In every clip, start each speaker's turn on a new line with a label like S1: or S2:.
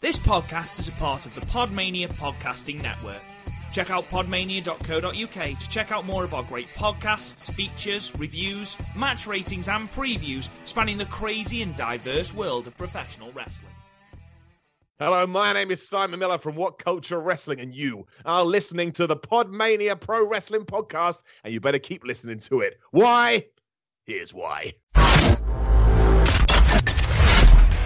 S1: This podcast is a part of the Podmania Podcasting Network. Check out podmania.co.uk to check out more of our great podcasts, features, reviews, match ratings, and previews spanning the crazy and diverse world of professional wrestling.
S2: Hello, my name is Simon Miller from What Culture Wrestling, and you are listening to the Podmania Pro Wrestling Podcast, and you better keep listening to it. Why? Here's why.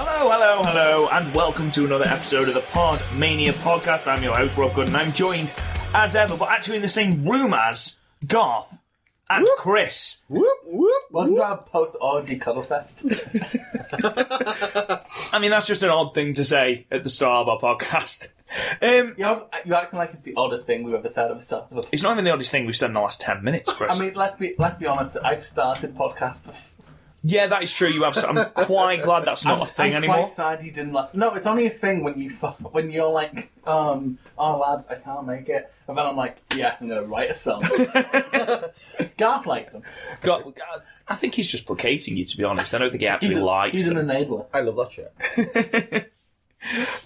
S1: Hello, hello, hello, and welcome to another episode of the Podmania Podcast. I'm your host, Rob Gooden. I'm joined, as ever, but actually in the same room as Garth and Chris.
S3: Welcome to our post orgy cuddle fest.
S1: I mean, that's just an odd thing to say at the start of our podcast. Um,
S3: You're, you're acting like it's the oddest thing we've ever said. I've started.
S1: It's not even the oddest thing we've said in the last 10 minutes, Chris.
S3: I mean, let's be let's be honest. I've started podcasts before.
S1: yeah, that is true. You have. I'm quite glad that's not a thing
S3: I'm
S1: anymore.
S3: Quite sad you didn't. Like, no, it's only a thing when you fu- when you're like, um, oh lads, I can't make it, and then I'm like, yes, I'm gonna write a song. Garth likes them.
S1: God, God, I think he's just placating you, to be honest. I don't think he actually likes
S3: He's
S1: them.
S3: an enabler.
S4: I love that shit.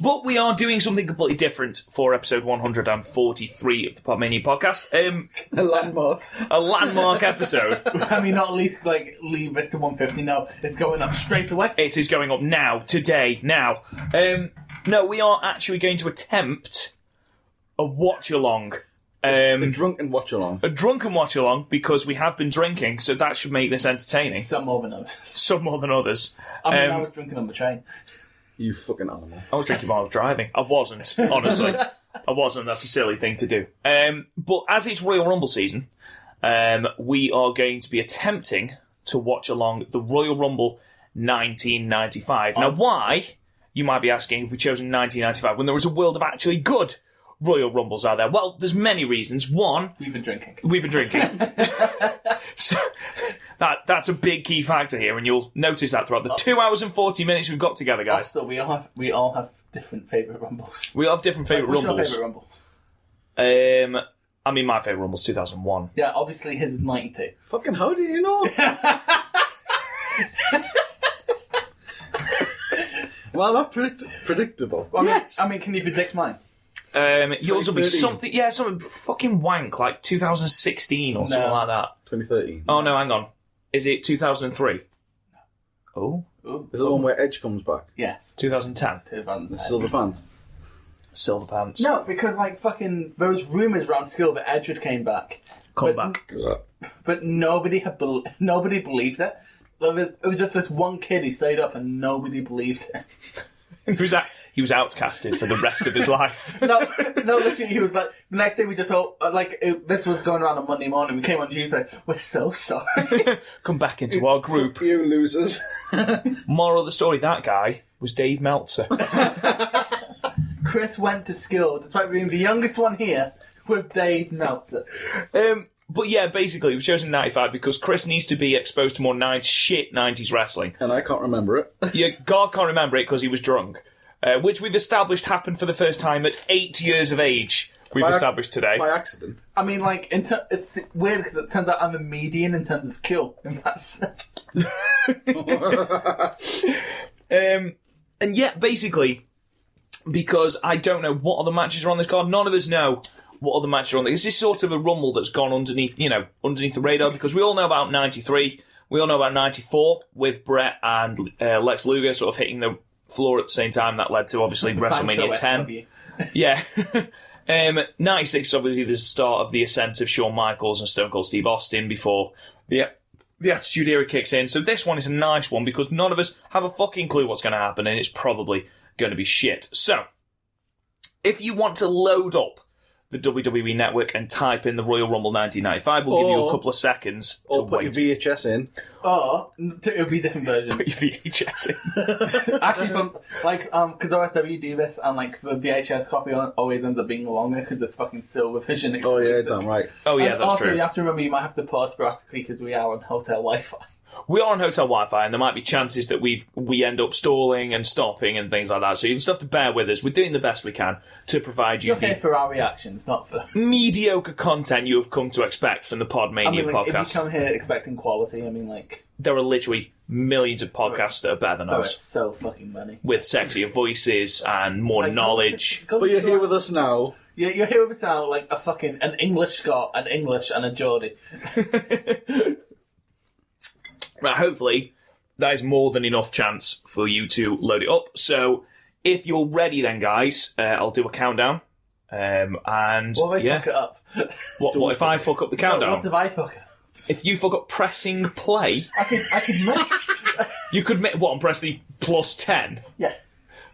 S1: But we are doing something completely different for episode 143 of the Podmania podcast. Um,
S4: A landmark.
S1: a landmark episode.
S3: I mean, not least like leave this to 150. No, it's going up straight away.
S1: it is going up now, today, now. Um, no, we are actually going to attempt a watch along.
S4: A
S1: Um,
S4: drunken watch along.
S1: a drunken watch along because we have been drinking, so that should make this entertaining.
S3: Some more than others.
S1: Some more than others.
S3: I mean,
S1: Um,
S3: I was drinking on the train.
S4: You fucking animal.
S1: I was drinking while I was driving. I wasn't, honestly. I wasn't. That's a silly thing to do. Um, but as it's Royal Rumble season, um, we are going to be attempting to watch along the Royal Rumble 1995. Now, why, you might be asking, have we chosen 1995 when there is a world of actually good Royal Rumbles out there? Well, there's many reasons. One,
S3: We've been drinking.
S1: We've been drinking. so that that's a big key factor here, and you'll notice that throughout the two hours and forty minutes we've got together, guys.
S3: So we all have we all have different favorite rumbles.
S1: We all have different favourite
S3: What's your
S1: rumbles.
S3: favorite rumble?
S1: Um, I mean, my favourite rumble's two thousand one.
S3: Yeah, obviously his is ninety two.
S4: Fucking how do you know? well, that's predict- predictable.
S3: I mean,
S1: Yes.
S3: I mean, can you predict mine?
S1: Um, yours will be
S4: 2013.
S1: something, yeah, something fucking wank like two thousand sixteen or something
S3: No.
S1: like that.
S4: 2013.
S1: Oh no, hang on, is it two thousand three? Oh,
S3: Ooh,
S4: Is it the one where Edge comes back?
S3: yes.
S1: 2010.
S3: Two van-
S4: The silver pants.
S1: Silver pants.
S3: No, because like fucking there was rumors around school that Edward came back,
S1: Come
S3: but-
S1: back.
S3: but nobody had bel- nobody believed it. There was- It was just this one kid who stayed up and nobody believed it.
S1: he was out- he was outcasted for the rest of his life.
S3: No, no, literally, he was like, the next day we just all, uh, like, it, this was going around on Monday morning, we came on Tuesday, we're so sorry.
S1: Come back into our group.
S4: You losers.
S1: Moral of the story: that guy was Dave Meltzer.
S3: Chris went to school, despite being the youngest one here, with Dave Meltzer.
S1: um, but yeah, basically, we've chosen 95 because Chris needs to be exposed to more nine shit 90s wrestling.
S4: and I can't remember it.
S1: Yeah, Garth can't remember it because he was drunk, uh, which we've established happened for the first time at eight years of age. We've
S4: By ac-
S1: established today.
S4: By accident.
S3: I mean, like, in ter- it's weird because it turns out I'm a median in terms of kill, in that sense.
S1: Um, and yet, basically, because I don't know what other matches are on this card, none of us know what other matches are on. This is sort of a rumble that's gone underneath, you know, underneath the radar because we all know about '93, we all know about '94 with Brett and uh, Lex Luger sort of hitting the floor at the same time. That led to obviously WrestleMania
S3: Thanks,
S1: 10.
S3: OSW.
S1: Yeah. um, 96 is obviously the start of the ascent of Shawn Michaels and Stone Cold Steve Austin before the, the Attitude Era kicks in. So this one is a nice one because none of us have a fucking clue what's going to happen and it's probably going to be shit. So, if you want to load up the WWE Network and type in the Royal Rumble 1995. We'll give you a
S4: Or-
S1: couple of seconds to
S4: Or put
S1: wait.
S4: your VHS in.
S3: Or it would be different versions.
S1: Your VHS in.
S3: Actually, from like um, because OSW do this, and like the VHS copy on- always ends up being longer because it's fucking silver vision.
S4: Oh yeah,
S3: exclusives.
S4: damn right.
S1: oh yeah,
S3: and
S1: that's
S3: also,
S1: true.
S3: you have to remember you might have to pause sporadically because we are on hotel Wi-Fi.
S1: We are on hotel Wi-Fi, and there might be chances that we we end up stalling and stopping and things like that. So you just have to bear with us. We're doing the best we can to provide you
S3: You're here
S1: the
S3: for our reactions, not for.
S1: mediocre content you have come to expect from the Podmania
S3: I mean, like, if you
S1: podcast.
S3: come here expecting quality, I mean, like,
S1: There are literally millions of podcasts that are better than
S3: there are
S1: ours,
S3: so fucking many.
S1: with sexier voices and more
S3: Like,
S1: knowledge.
S3: go- go-
S4: But you're
S3: go-
S4: here with us now.
S3: You're, you're here with us now, like a fucking an English Scot, an English, and a Geordie.
S1: Now, hopefully, that is more than enough chance for you to load it up. So, if you're ready, then guys, uh, I'll do a countdown. Um, and
S3: What if I
S1: yeah,
S3: fuck it up?
S1: what, what if I fuck up the
S3: No,
S1: countdown?
S3: what if I fuck it up?
S1: If you forgot pressing play,
S3: I could, I could mess.
S1: you could make what and press the plus ten.
S3: yes.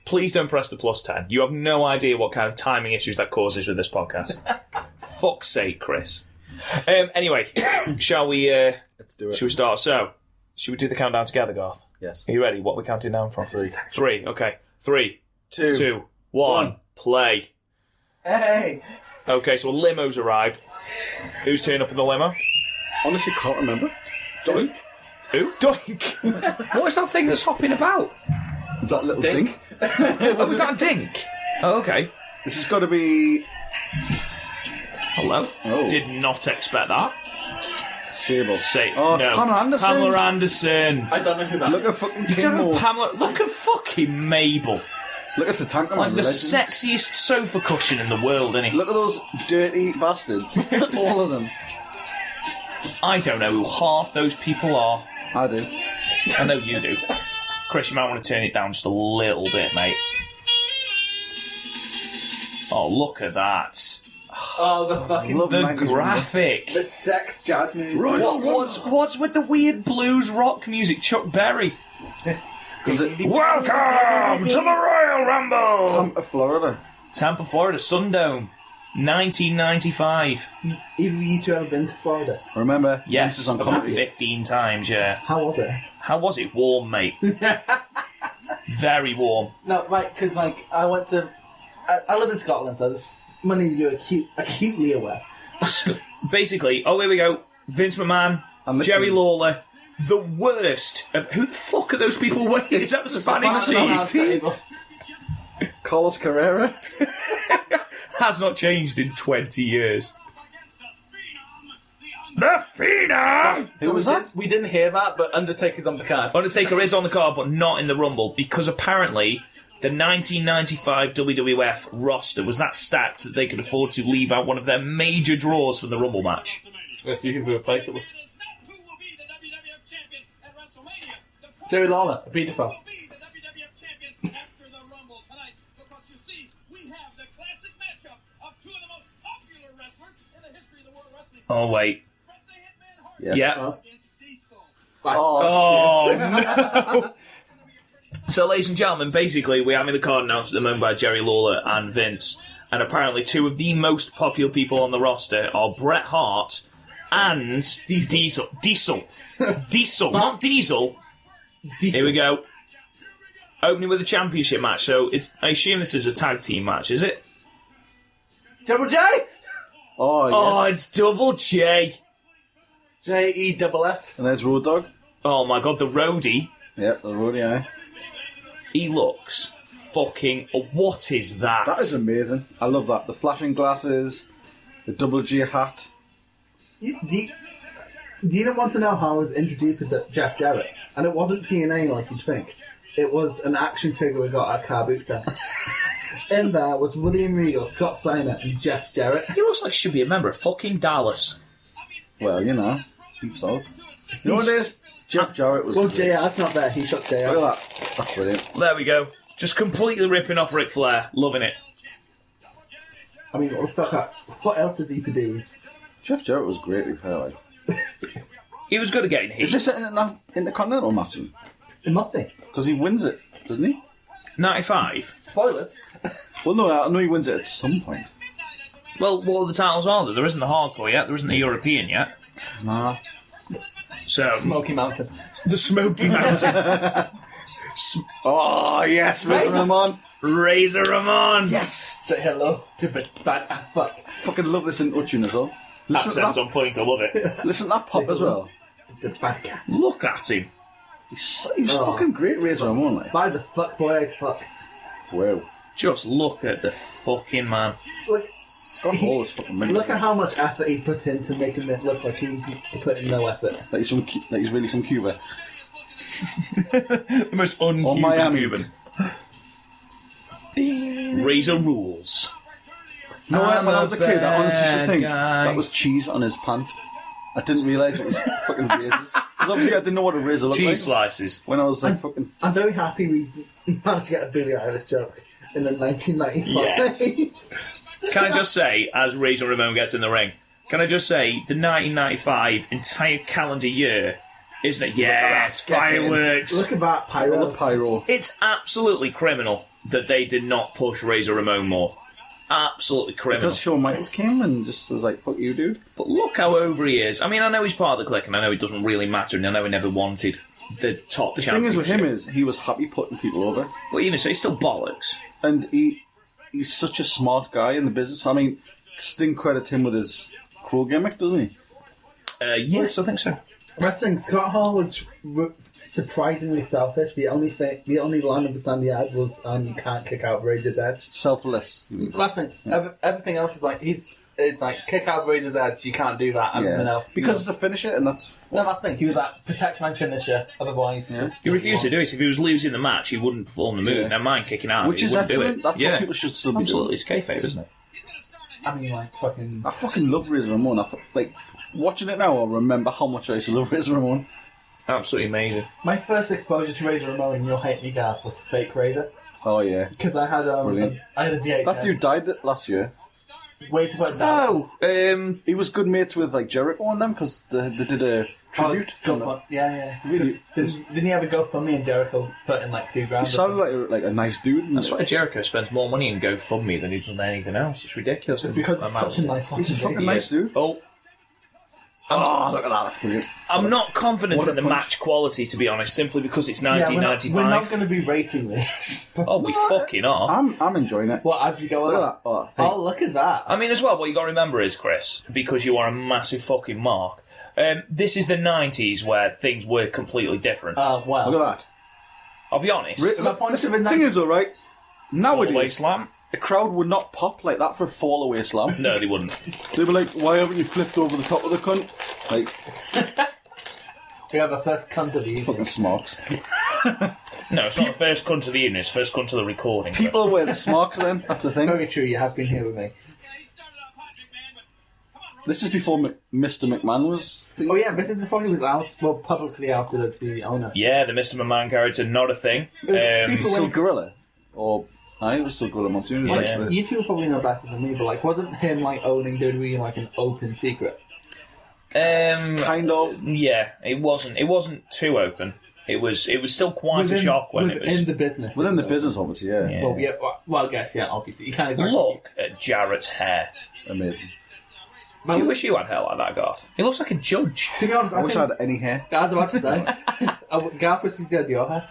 S1: Please don't press the plus ten. You have no idea what kind of timing issues that causes with this podcast. Fuck's sake, Chris. Um, anyway, shall we? Uh,
S4: Let's do it.
S1: shall we start? So, should we do the countdown together, Garth?
S4: Yes.
S1: Are you ready? What are we counting down from?
S4: Three.
S1: Three. Okay. Three,
S4: Two.
S1: two, one.
S4: One.
S1: Play.
S3: Hey.
S1: Okay. So a limo's arrived. Who's turning up in the limo?
S4: Honestly, can't remember. Doink.
S1: Who? Doink. what is that thing that's hopping about?
S4: Is that little
S3: Dink.
S4: dink?
S1: Oh, is that a dink? Oh, okay.
S4: This has got to be
S1: Hello.
S4: Oh.
S1: Did not expect that.
S4: Sable.
S1: Say,
S4: oh,
S1: no.
S4: it's Connor Anderson.
S1: Pamela Anderson.
S3: I don't know who that
S4: Look
S3: is.
S4: at fucking
S1: You don't know
S4: Kimmel.
S1: Pamela. Look at fucking Mabel.
S4: Look at the tank man.
S1: Like the
S4: legend.
S1: sexiest sofa cushion in the world, is
S4: Look at those dirty bastards. All of them.
S1: I don't know who half those people are.
S4: I do.
S1: I know you do. Chris, you might want to turn it down just a little bit, mate. Oh, look at that.
S3: Oh, the fucking.
S4: Love
S1: The
S4: Maggie's
S1: graphic.
S3: The sex Jasmine.
S4: Right.
S1: What, what's, what's with the weird blues rock music? Chuck Berry.
S4: Because it
S1: Welcome to the Royal Rumble!
S4: come to Florida.
S1: Tampa, Florida, Sundome, 1995.
S3: If you two ever been to Florida,
S4: Remember?
S1: Yes,
S4: This is on
S1: about
S4: comedy.
S1: 15 times, yeah.
S3: how was it?
S1: How was it? Warm, mate. Very warm.
S3: No, right, because like I went to, I, I live in Scotland. As many of you are acute, acutely aware.
S1: Basically, oh, here we go. Vince McMahon,
S4: I'm looking-
S1: Jerry Lawler, the worst of. Who the fuck are those people wearing? Is that the Spanish
S4: Spanish
S1: cheese?
S4: cheese. Carlos Carrera.
S1: Has not changed in 20 years. The Phenom!
S4: Who was that?
S3: We didn't hear that, but Undertaker's on the card.
S1: Undertaker is on the card, but not in the Rumble because apparently the 1995 WWF roster was that stacked that they could afford to leave out one of their major draws from the Rumble match.
S3: If you can replace it with
S5: Who will be the WWF champion at WrestleMania? The person
S3: Jerry Lawler, be the
S5: who will be the WWF champion after the Rumble tonight. Because you see, we have the classic matchup of two of the most popular wrestlers in the history of the World Wrestling.
S1: Oh wait,
S5: Bret the Hitman Hart
S4: Yes.
S1: yeah.
S5: against Diesel.
S4: Oh,
S1: Oh no. So, ladies and gentlemen, basically we're having the card announced at the moment by Jerry Lawler and Vince, and apparently two of the most popular people on the roster are Bret Hart and Diesel. Diesel, Diesel, not Diesel, Here we go. Opening with a championship match. So it's, I assume this is a tag team match, is it?
S3: Double J,
S4: Oh, yes.
S1: Oh, it's Double J.
S3: J E double F.
S4: and there's Road Dog.
S1: Oh my god, the roadie.
S4: Yep, the Roadie Eye.
S1: He looks fucking. What is that?
S4: That is amazing. I love that. The flashing glasses, the double G hat.
S3: You- Do you, do you not want to know how I was introduced to D- Jeff Jarrett? And it wasn't TNA like you'd think. It was an action figure we got at Car Boot Center. In there was William Regal, Scott Steiner, and Jeff Jarrett.
S1: He looks like he should be a member of fucking Dallas.
S4: Well, you know, deep soul. You know what it is? Jeff Jarrett was.
S3: Well,
S4: great.
S3: JR's not there. He shot JR.
S4: Look at that. That's brilliant.
S1: There we go. Just completely ripping off Ric Flair. Loving it.
S3: I mean, what the fuck? up. What else did he to do? He's-
S4: Jeff Jarrett was great with her. Like.
S1: He was good at getting
S4: Is
S1: heat.
S4: this an interna- intercontinental match?
S3: It must be.
S4: Because he wins it, doesn't he?
S1: 95.
S3: Spoilers.
S4: Well, no, I know he wins it at some point.
S1: Well, what other titles are there? There isn't a hardcore yet. There isn't a European yet.
S4: Nah.
S1: So
S3: Smoky Mountain.
S1: the Smoky Mountain,
S4: Oh, yes, Razor Ramon.
S1: Razor Ramon.
S4: Yes.
S3: Say hello to b- bad ah, fuck.
S4: Fucking love this introduction as well. Listen to,
S1: Accent's
S4: that,
S1: on point. I love it.
S4: listen to that pop as well.
S6: The bad guy.
S1: Look at him.
S4: He's, so- he was fucking great, Razor Ramon. Like,
S6: By the fuck boy, I'd fuck.
S4: wow.
S1: Just look at the fucking man.
S6: Look,
S4: Scott Hall is fucking mental.
S6: look at how much effort he's put into making it look like he put in no effort.
S4: Like he's, from, Cu- like he's really from Cuba.
S1: The most un
S4: Or
S1: Cuban.
S4: Miami.
S1: Cuban. Razor rules.
S4: No, when,
S1: I'm
S4: when I
S1: a
S4: was a kid, I honestly used to
S1: bad
S4: think
S1: guy.
S4: that was cheese on his pants. I didn't realise it was fucking razors. Because obviously I didn't know what a razor looked
S1: Cheese
S4: like.
S1: slices.
S4: When I was like fucking
S6: I'm very happy we managed to get a Billy Eilish joke in the 1995.
S1: Can I just say, as Razor Ramon gets in the ring, can I just say the 1995 entire calendar year, isn't it? Yes,
S4: Look at that, get in.
S1: fireworks.
S6: look at that
S4: all
S6: pyro.
S4: the pyro.
S1: It's absolutely criminal that they did not push Razor Ramon more. Absolutely criminal.
S4: Because Shawn Michaels came and just was like, fuck you, dude.
S1: But look how over he is. I mean, I know he's part of the clique, and I know it doesn't really matter, and I know he never wanted the top
S4: The thing
S1: championship.
S4: is with him is he was happy putting people over.
S1: but even so, he's still bollocks.
S4: And he he's such a smart guy in the business. I mean, Sting credits him with his cruel gimmick, doesn't he?
S1: Uh, yes, I think so.
S6: Wrestling Scott Hall was r- surprisingly selfish. The only thing, the only line of the Sandy ad was, um, "You can't kick out Razor's Edge."
S4: Selfless.
S3: Last thing. Ev- everything else is like he's. It's like kick out Razor's edge. You can't do that. Everything
S4: Yeah.
S3: else.
S4: Because it's a finisher and that's
S3: no, that's the thing. He was like protect my finisher. Otherwise, just
S1: He refused to do it. If he was losing the match, he wouldn't perform the move.
S4: Yeah.
S1: Never mind kicking out.
S4: which
S1: he
S4: is
S1: wouldn't do
S4: excellent.
S1: it.
S4: That's
S1: yeah.
S4: what people should still be doing.
S1: Absolutely, it's kayfabe, isn't it?
S3: I mean, like fucking.
S4: I fucking love Razor Ramon. I fu- like watching it now. I remember how much I used to love Razor Ramon.
S1: Absolutely amazing.
S3: My first exposure to Razor Ramon, and you'll hate me, Garth, was fake Razor
S4: Oh yeah,
S3: because I had um,
S4: Brilliant.
S3: I had a VHS.
S4: that dude died th- last year.
S3: Way to put it down.
S1: Oh, um, Oh,
S4: He was good mates with like Jericho and them because they, they did a tribute.
S3: Oh, go
S4: and, uh,
S3: for yeah, yeah.
S4: Really,
S3: Didn't, didn't he have a GoFundMe and Jericho put in like two grand?
S4: he
S3: or
S4: sounded
S3: something?
S4: like a, like a nice dude. and-
S1: that's why Jericho spends more money in GoFundMe than he does on anything else. It's ridiculous.
S3: It's because it's such a nice
S4: He's a fucking
S3: one.
S4: nice dude.
S1: Oh,
S4: Oh, look at that. That's brilliant.
S1: I'm not confident
S4: What a
S1: in the
S4: punch.
S1: match quality, to be honest, simply because it's
S3: Yeah, we're not,
S1: 1995.
S3: we're not going to be rating this.
S1: Oh, we fucking are.
S4: I'm I'm enjoying it.
S3: Well, as we go
S4: Look at
S3: along.
S4: that. Oh, hey.
S6: Oh, look at that!
S1: I mean, as well, what you got to remember is, Chris, because you are a massive fucking mark. Um, this is the '90s where things were completely different.
S3: Uh, well,
S4: Look at
S1: I'll be honest.
S4: that.
S3: my point
S4: Listen,
S3: is
S4: the
S3: that-
S4: thing is, all right.
S1: All away
S4: Nowadays,
S1: slam?
S4: a crowd would not pop like that for a fall away slam.
S1: No, they wouldn't.
S4: They were like, "Why haven't you flipped over the top of the cunt?" Like
S3: we have a first cunt of the evening.
S4: fucking smarks.
S1: No, it's not the first cunt of the evening. It's the first cunt of the recording. Chris.
S4: People wear the smarks then. That's the thing.
S3: Very true. You have been here with me.
S4: This is before M- Mr. McMahon was.
S3: Oh yeah, this is before he was out. Well, publicly outed as the owner.
S1: Yeah, the Mr. McMahon character, not a thing.
S3: was
S1: Um,
S3: super-
S4: Still Gorilla. Or. I it was still Gorilla Monsoon. It was
S1: Yeah.
S4: like the,
S3: You two probably know better than me, but like, wasn't him like owning WWE like an open secret?
S1: um,
S4: kind of.
S1: yeah, it wasn't. It wasn't too open. It was. It was still quite a shock when it
S3: within
S1: was.
S3: the business.
S4: Within the business, obviously, yeah.
S1: Yeah.
S3: Well, yeah, well- well, I guess yeah. Obviously, you can't exactly.
S1: Look at Jarrett's hair.
S4: Amazing.
S1: Do you wish you had hair like that, Garth? He looks like a judge.
S6: to be honest, I,
S4: I wish I
S6: think
S4: had any hair.
S3: I was about to say, I w- Garth wishes he had your hair.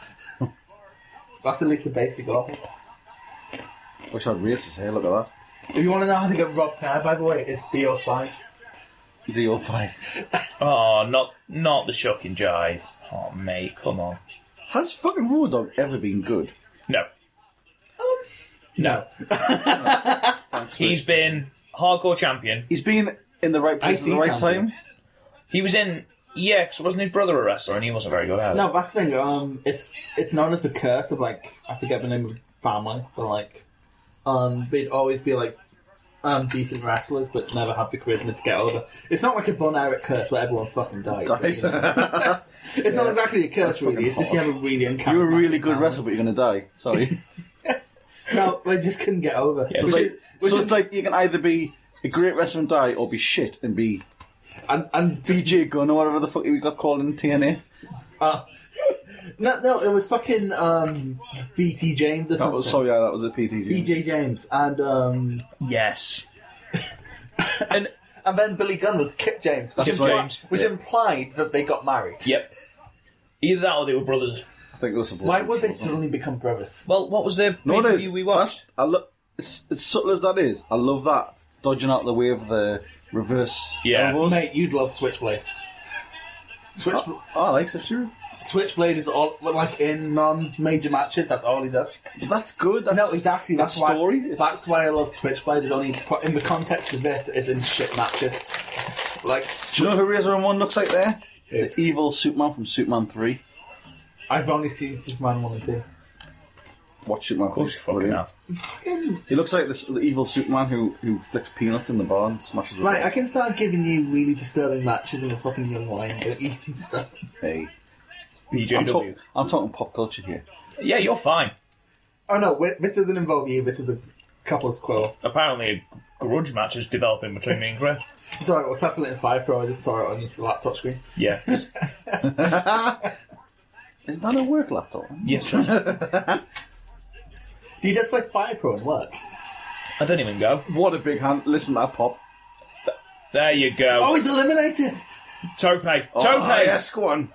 S3: That's at least the base to go off. of.
S4: I wish I had racist hair, look at that.
S3: If you want to know how to get Rob's hair, by the way, it's BO5.
S4: The old five.
S1: Oh, not not the shocking jive. Oh, mate, come on.
S4: Has fucking Raw Dog ever been good?
S1: No,
S3: No,
S1: he's been hardcore champion.
S4: He's been in the right place at
S3: IC
S4: the right
S3: champion.
S4: time.
S1: He was in, yeah, 'cause wasn't his brother a wrestler, and he wasn't very good at it.
S3: no, that's the thing. Um, it's it's known as the curse of like I forget the name of the family, but like, um, they'd always be like. Um, decent wrestlers, but never have the charisma to get over. It's not like a Von Erich curse where everyone fucking died. but, you know. it's not exactly a curse, really. It's just you have a really uncharismatic.
S4: You're a really good
S3: family.
S4: wrestler, but you're going to die. Sorry.
S3: No, they just couldn't get over.
S4: so
S3: Which
S4: it's
S3: is-
S4: like,
S3: which
S4: so
S3: is-
S4: it's like you can either be a great wrestler and die, or be shit and be
S3: and, and just-
S4: BJ Gunn or whatever the fuck we got called in TNA.
S3: no, no, it was fucking um, BT James or
S4: That
S3: something.
S4: was, sorry, yeah, that was a PT.
S3: BJ James and um,
S1: Yes. and
S3: And then Billy Gunn was Kip James, which,
S1: Kip
S3: impli-
S1: James.
S3: which implied that they got married.
S1: yep, either that or they were brothers.
S4: I think those are
S3: Why would they suddenly become brothers?
S1: Well, what was the
S4: Nowadays,
S1: pay-per-view we watched?
S4: I, I lo- it's, as subtle as that is, I love that dodging out the way of the reverse
S1: Yeah.
S4: elbows.
S3: Mate, you'd love Switchblade. Switch,
S4: Oh, I like Sub-Zero.
S3: Switchblade is all well, like in non-major matches. That's all he does.
S4: That's good. That's,
S3: No, exactly. That's
S4: it's
S3: why.
S4: story. It's-
S3: That's why I love Switchblade. It only put in the context of this is in shit matches. Like
S4: Do you know who Razor and One looks like there? The evil Superman from Superman 3.
S3: I've only seen Superman one and two.
S4: Watch Superman 3.
S1: you fucking
S4: Brilliant.
S1: have.
S4: He looks like this, the evil Superman who, who flicks peanuts in the bar and smashes
S3: Right, I
S4: windows.
S3: can start giving you really disturbing matches in the fucking young lion, don't you? And stuff.
S4: Hey. I'm,
S1: BJW.
S4: talk- I'm talking pop culture here.
S1: yeah, you're fine.
S3: Oh no, wait, this doesn't involve you. This is a couple's quarrel.
S1: Apparently, a grudge match is developing between me and Greg.
S3: It's alright, what's happening in Five Pro? I just saw it on your laptop screen.
S1: Yeah.
S4: Isn't that a work laptop?
S1: yes, sir.
S3: Do you just play Five Pro and work?
S1: I don't even go.
S4: What a big hand. Listen to that pop.
S1: There you go.
S3: Oh, he's eliminated!
S1: Tope. Tope.
S4: Oh, yes, go on.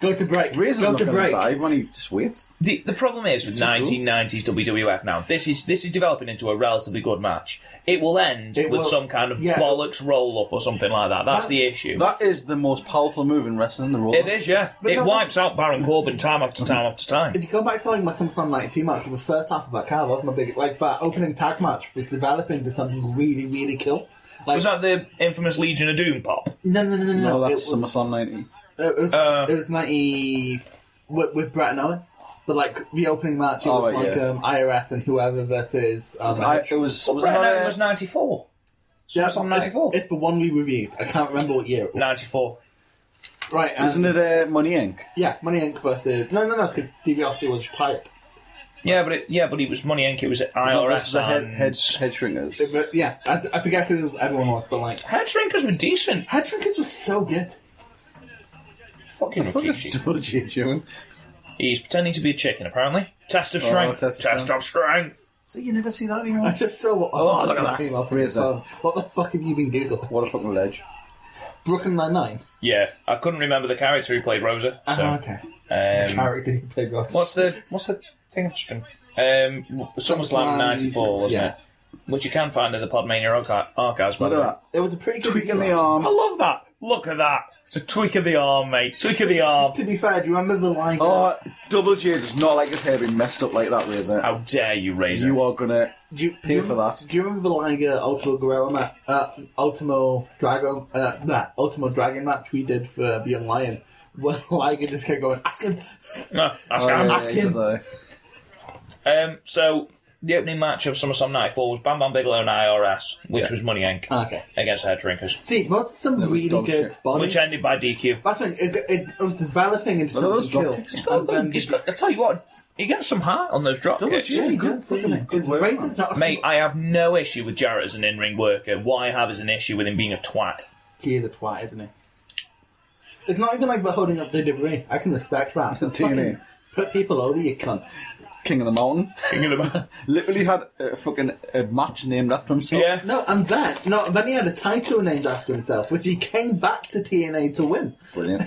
S3: Go to break.
S4: Razor's
S3: Go
S4: not
S3: to
S4: going to
S3: break.
S4: die when he just waits.
S1: The, the problem is with
S4: too cool.
S1: 1990s WWF now. This is this is developing into a relatively good match. It will end
S3: It
S1: with
S3: will-
S1: some kind of
S3: yeah.
S1: bollocks roll up or something like that. That's the issue.
S4: That is the most powerful move in wrestling in the world.
S1: it is, yeah.
S3: But
S1: it
S3: no,
S1: wipes out Baron Corbin time after time after
S3: If
S1: time.
S3: you go back to like my SummerSlam 92 match, the first half of that card that was my big. Like, that opening tag match was developing to something really, really cool. Like,
S1: Was that the infamous Legion of Doom pop?
S3: no, no, no, no, no.
S4: No, that's
S3: it was,
S4: SummerSlam 90.
S3: It was,
S1: Uh,
S3: it was 90 f- with, with Brett and Owen. But like the opening match, it
S4: Oh,
S3: was
S4: right,
S3: like
S4: yeah.
S3: um, IRS and whoever versus. Um,
S4: I, it was. was it
S1: Brett
S4: not
S1: Owen
S4: a-
S1: was 94.
S3: yeah,
S1: SummerSlam
S3: it's-
S1: 94.
S3: It's the one we reviewed. I can't remember what year it was.
S1: 94.
S3: Right, um,
S4: Isn't it uh, Money Inc?
S3: Yeah, Money Inc. versus no, no, no, because DiBiase was pipe.
S1: Yeah, but it, yeah, but he was Money Inc. It was at
S4: So
S1: IRS
S4: this is the head,
S1: and-
S4: head, head shrinkers.
S3: But yeah, I, I forget who everyone was, but like
S1: Head shrinkers were decent.
S3: Head Shrinkers was so good.
S1: Fucking
S4: Fuck is
S1: Rikishi.
S4: double G doing?
S1: He's pretending to be a chicken, apparently. Test of strength.
S4: Oh, test of
S1: test of strength.
S4: So you never see that
S3: I
S4: anymore.
S3: just saw what.
S4: Oh, look at that.
S3: Came up on his
S4: Razor.
S3: phone. What the fuck have you been googling?
S4: What a fucking ledge.
S3: Brooklyn Nine Nine.
S1: Yeah, I couldn't remember the character who played Rosa.
S4: Uh-huh,
S1: So.
S3: Uh-huh, okay.
S1: Um,
S3: Character who played Ross.
S1: what's the what's the thing I've just been? Um, SummerSlam
S3: SummerSlam,
S1: '94, wasn't
S3: yeah.
S1: it? Which you can find in the Podmania archi- archives. By
S4: Look
S1: the
S4: at
S1: way,
S4: that.
S3: It was a pretty good
S4: Tweak in the
S3: match.
S1: I
S4: arm.
S1: love that. Look at that. It's a tweak of the arm, mate. Tweak of the arm.
S3: To be fair, do you remember the line?
S4: Oh, double G does not like his hair being messed up like that, Razor.
S1: How dare you, Razor?
S4: You are gonna.
S3: do you,
S4: pay for that.
S3: Do you remember the Liger Ultimo Guerrero match, uh, Ultimo Dragon, uh, nah, Ultimo Dragon match we did for the Young Lion? Where Liger just kept going, ask him,
S1: No, that's
S4: Oh,
S1: I'm
S4: yeah,
S1: asking.
S4: he's a-
S1: Um, so the opening match of SummerSlam '94 was Bam Bam Bigelow and IRS, which was Money Inc.
S3: Ah, Okay.
S1: against Head Drinkers,
S3: See, those are some
S4: was
S3: really
S4: dog
S3: good
S4: shit.
S3: bodies.
S1: which ended by DQ.
S3: That's when it, it, it was developing into
S4: Look at those
S3: something
S4: drop
S3: cool.
S4: kicks.
S1: He's got, a good, Oh, he's got. I tell you what, he gets some heart on those drop
S4: Double
S1: kicks.
S4: G is a
S3: He
S4: good
S3: does, doesn't
S4: thing.
S3: it? 'Cause
S4: Good work,
S3: Razor's not a
S1: Mate,
S3: small-
S1: I have no issue with Jarrett as an in-ring worker. What I have is an issue with him being a twat.
S3: He is a twat, isn't he? It's not even like about holding up the debris. I can respect that.
S4: TNA.
S3: Fucking Put people over, you cunt.
S4: King of the Mountain.
S1: yeah,
S4: Literally had a fucking a match named after himself.
S3: No, and then no, then he had a title named after himself, which he came back to TNA to win.
S4: Brilliant.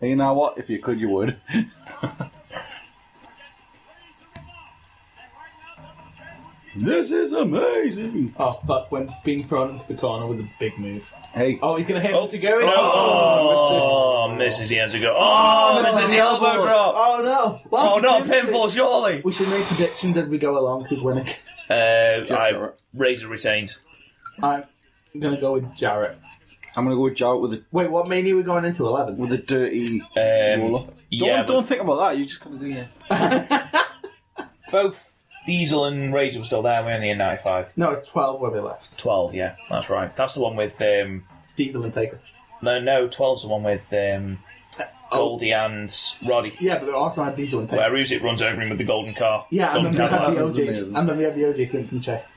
S4: Hey, you know what? If you could, you would. this is amazing.
S3: Oh fuck! When being thrown into the corner with a big move.
S4: Hey,
S3: Oh, he's gonna hit
S1: Oh,
S3: him to go in.
S1: no. oh,
S3: miss it.
S1: misses the answer. Go. Oh,
S4: misses
S1: misses the
S4: the
S1: elbow,
S4: elbow.
S1: drop. Oh,
S3: Oh no! Well,
S1: no,
S3: we did
S1: pinfall, surely.
S3: We should make predictions as we go along. Who's winning?
S1: Uh, I,
S4: Jarrett.
S1: Razor retained.
S3: I'm gonna go with Jarrett.
S4: I'm gonna go with Jarrett with a
S3: Wait, what mania are we going into? Eleven.
S4: with a dirty
S1: Um,
S4: roll up. Don't,
S1: yeah,
S4: don't think about that. You just gotta do it.
S1: Both Diesel and Razor were still there. We're only in 95.
S3: No, it's twelve where we left.
S1: 12, yeah, that's right. That's the one with. Um,
S3: Diesel and Taker.
S1: no, no, 12's the one with um, Goldie and Roddy.
S3: Yeah, but they also had Diesel and Taker.
S1: Where Usyk runs over him with the golden car.
S3: yeah, and
S1: golden
S3: then we had the
S1: Cadillac.
S4: was
S3: OJ.
S4: amazing.
S3: And then we had the OJ Simpson chess.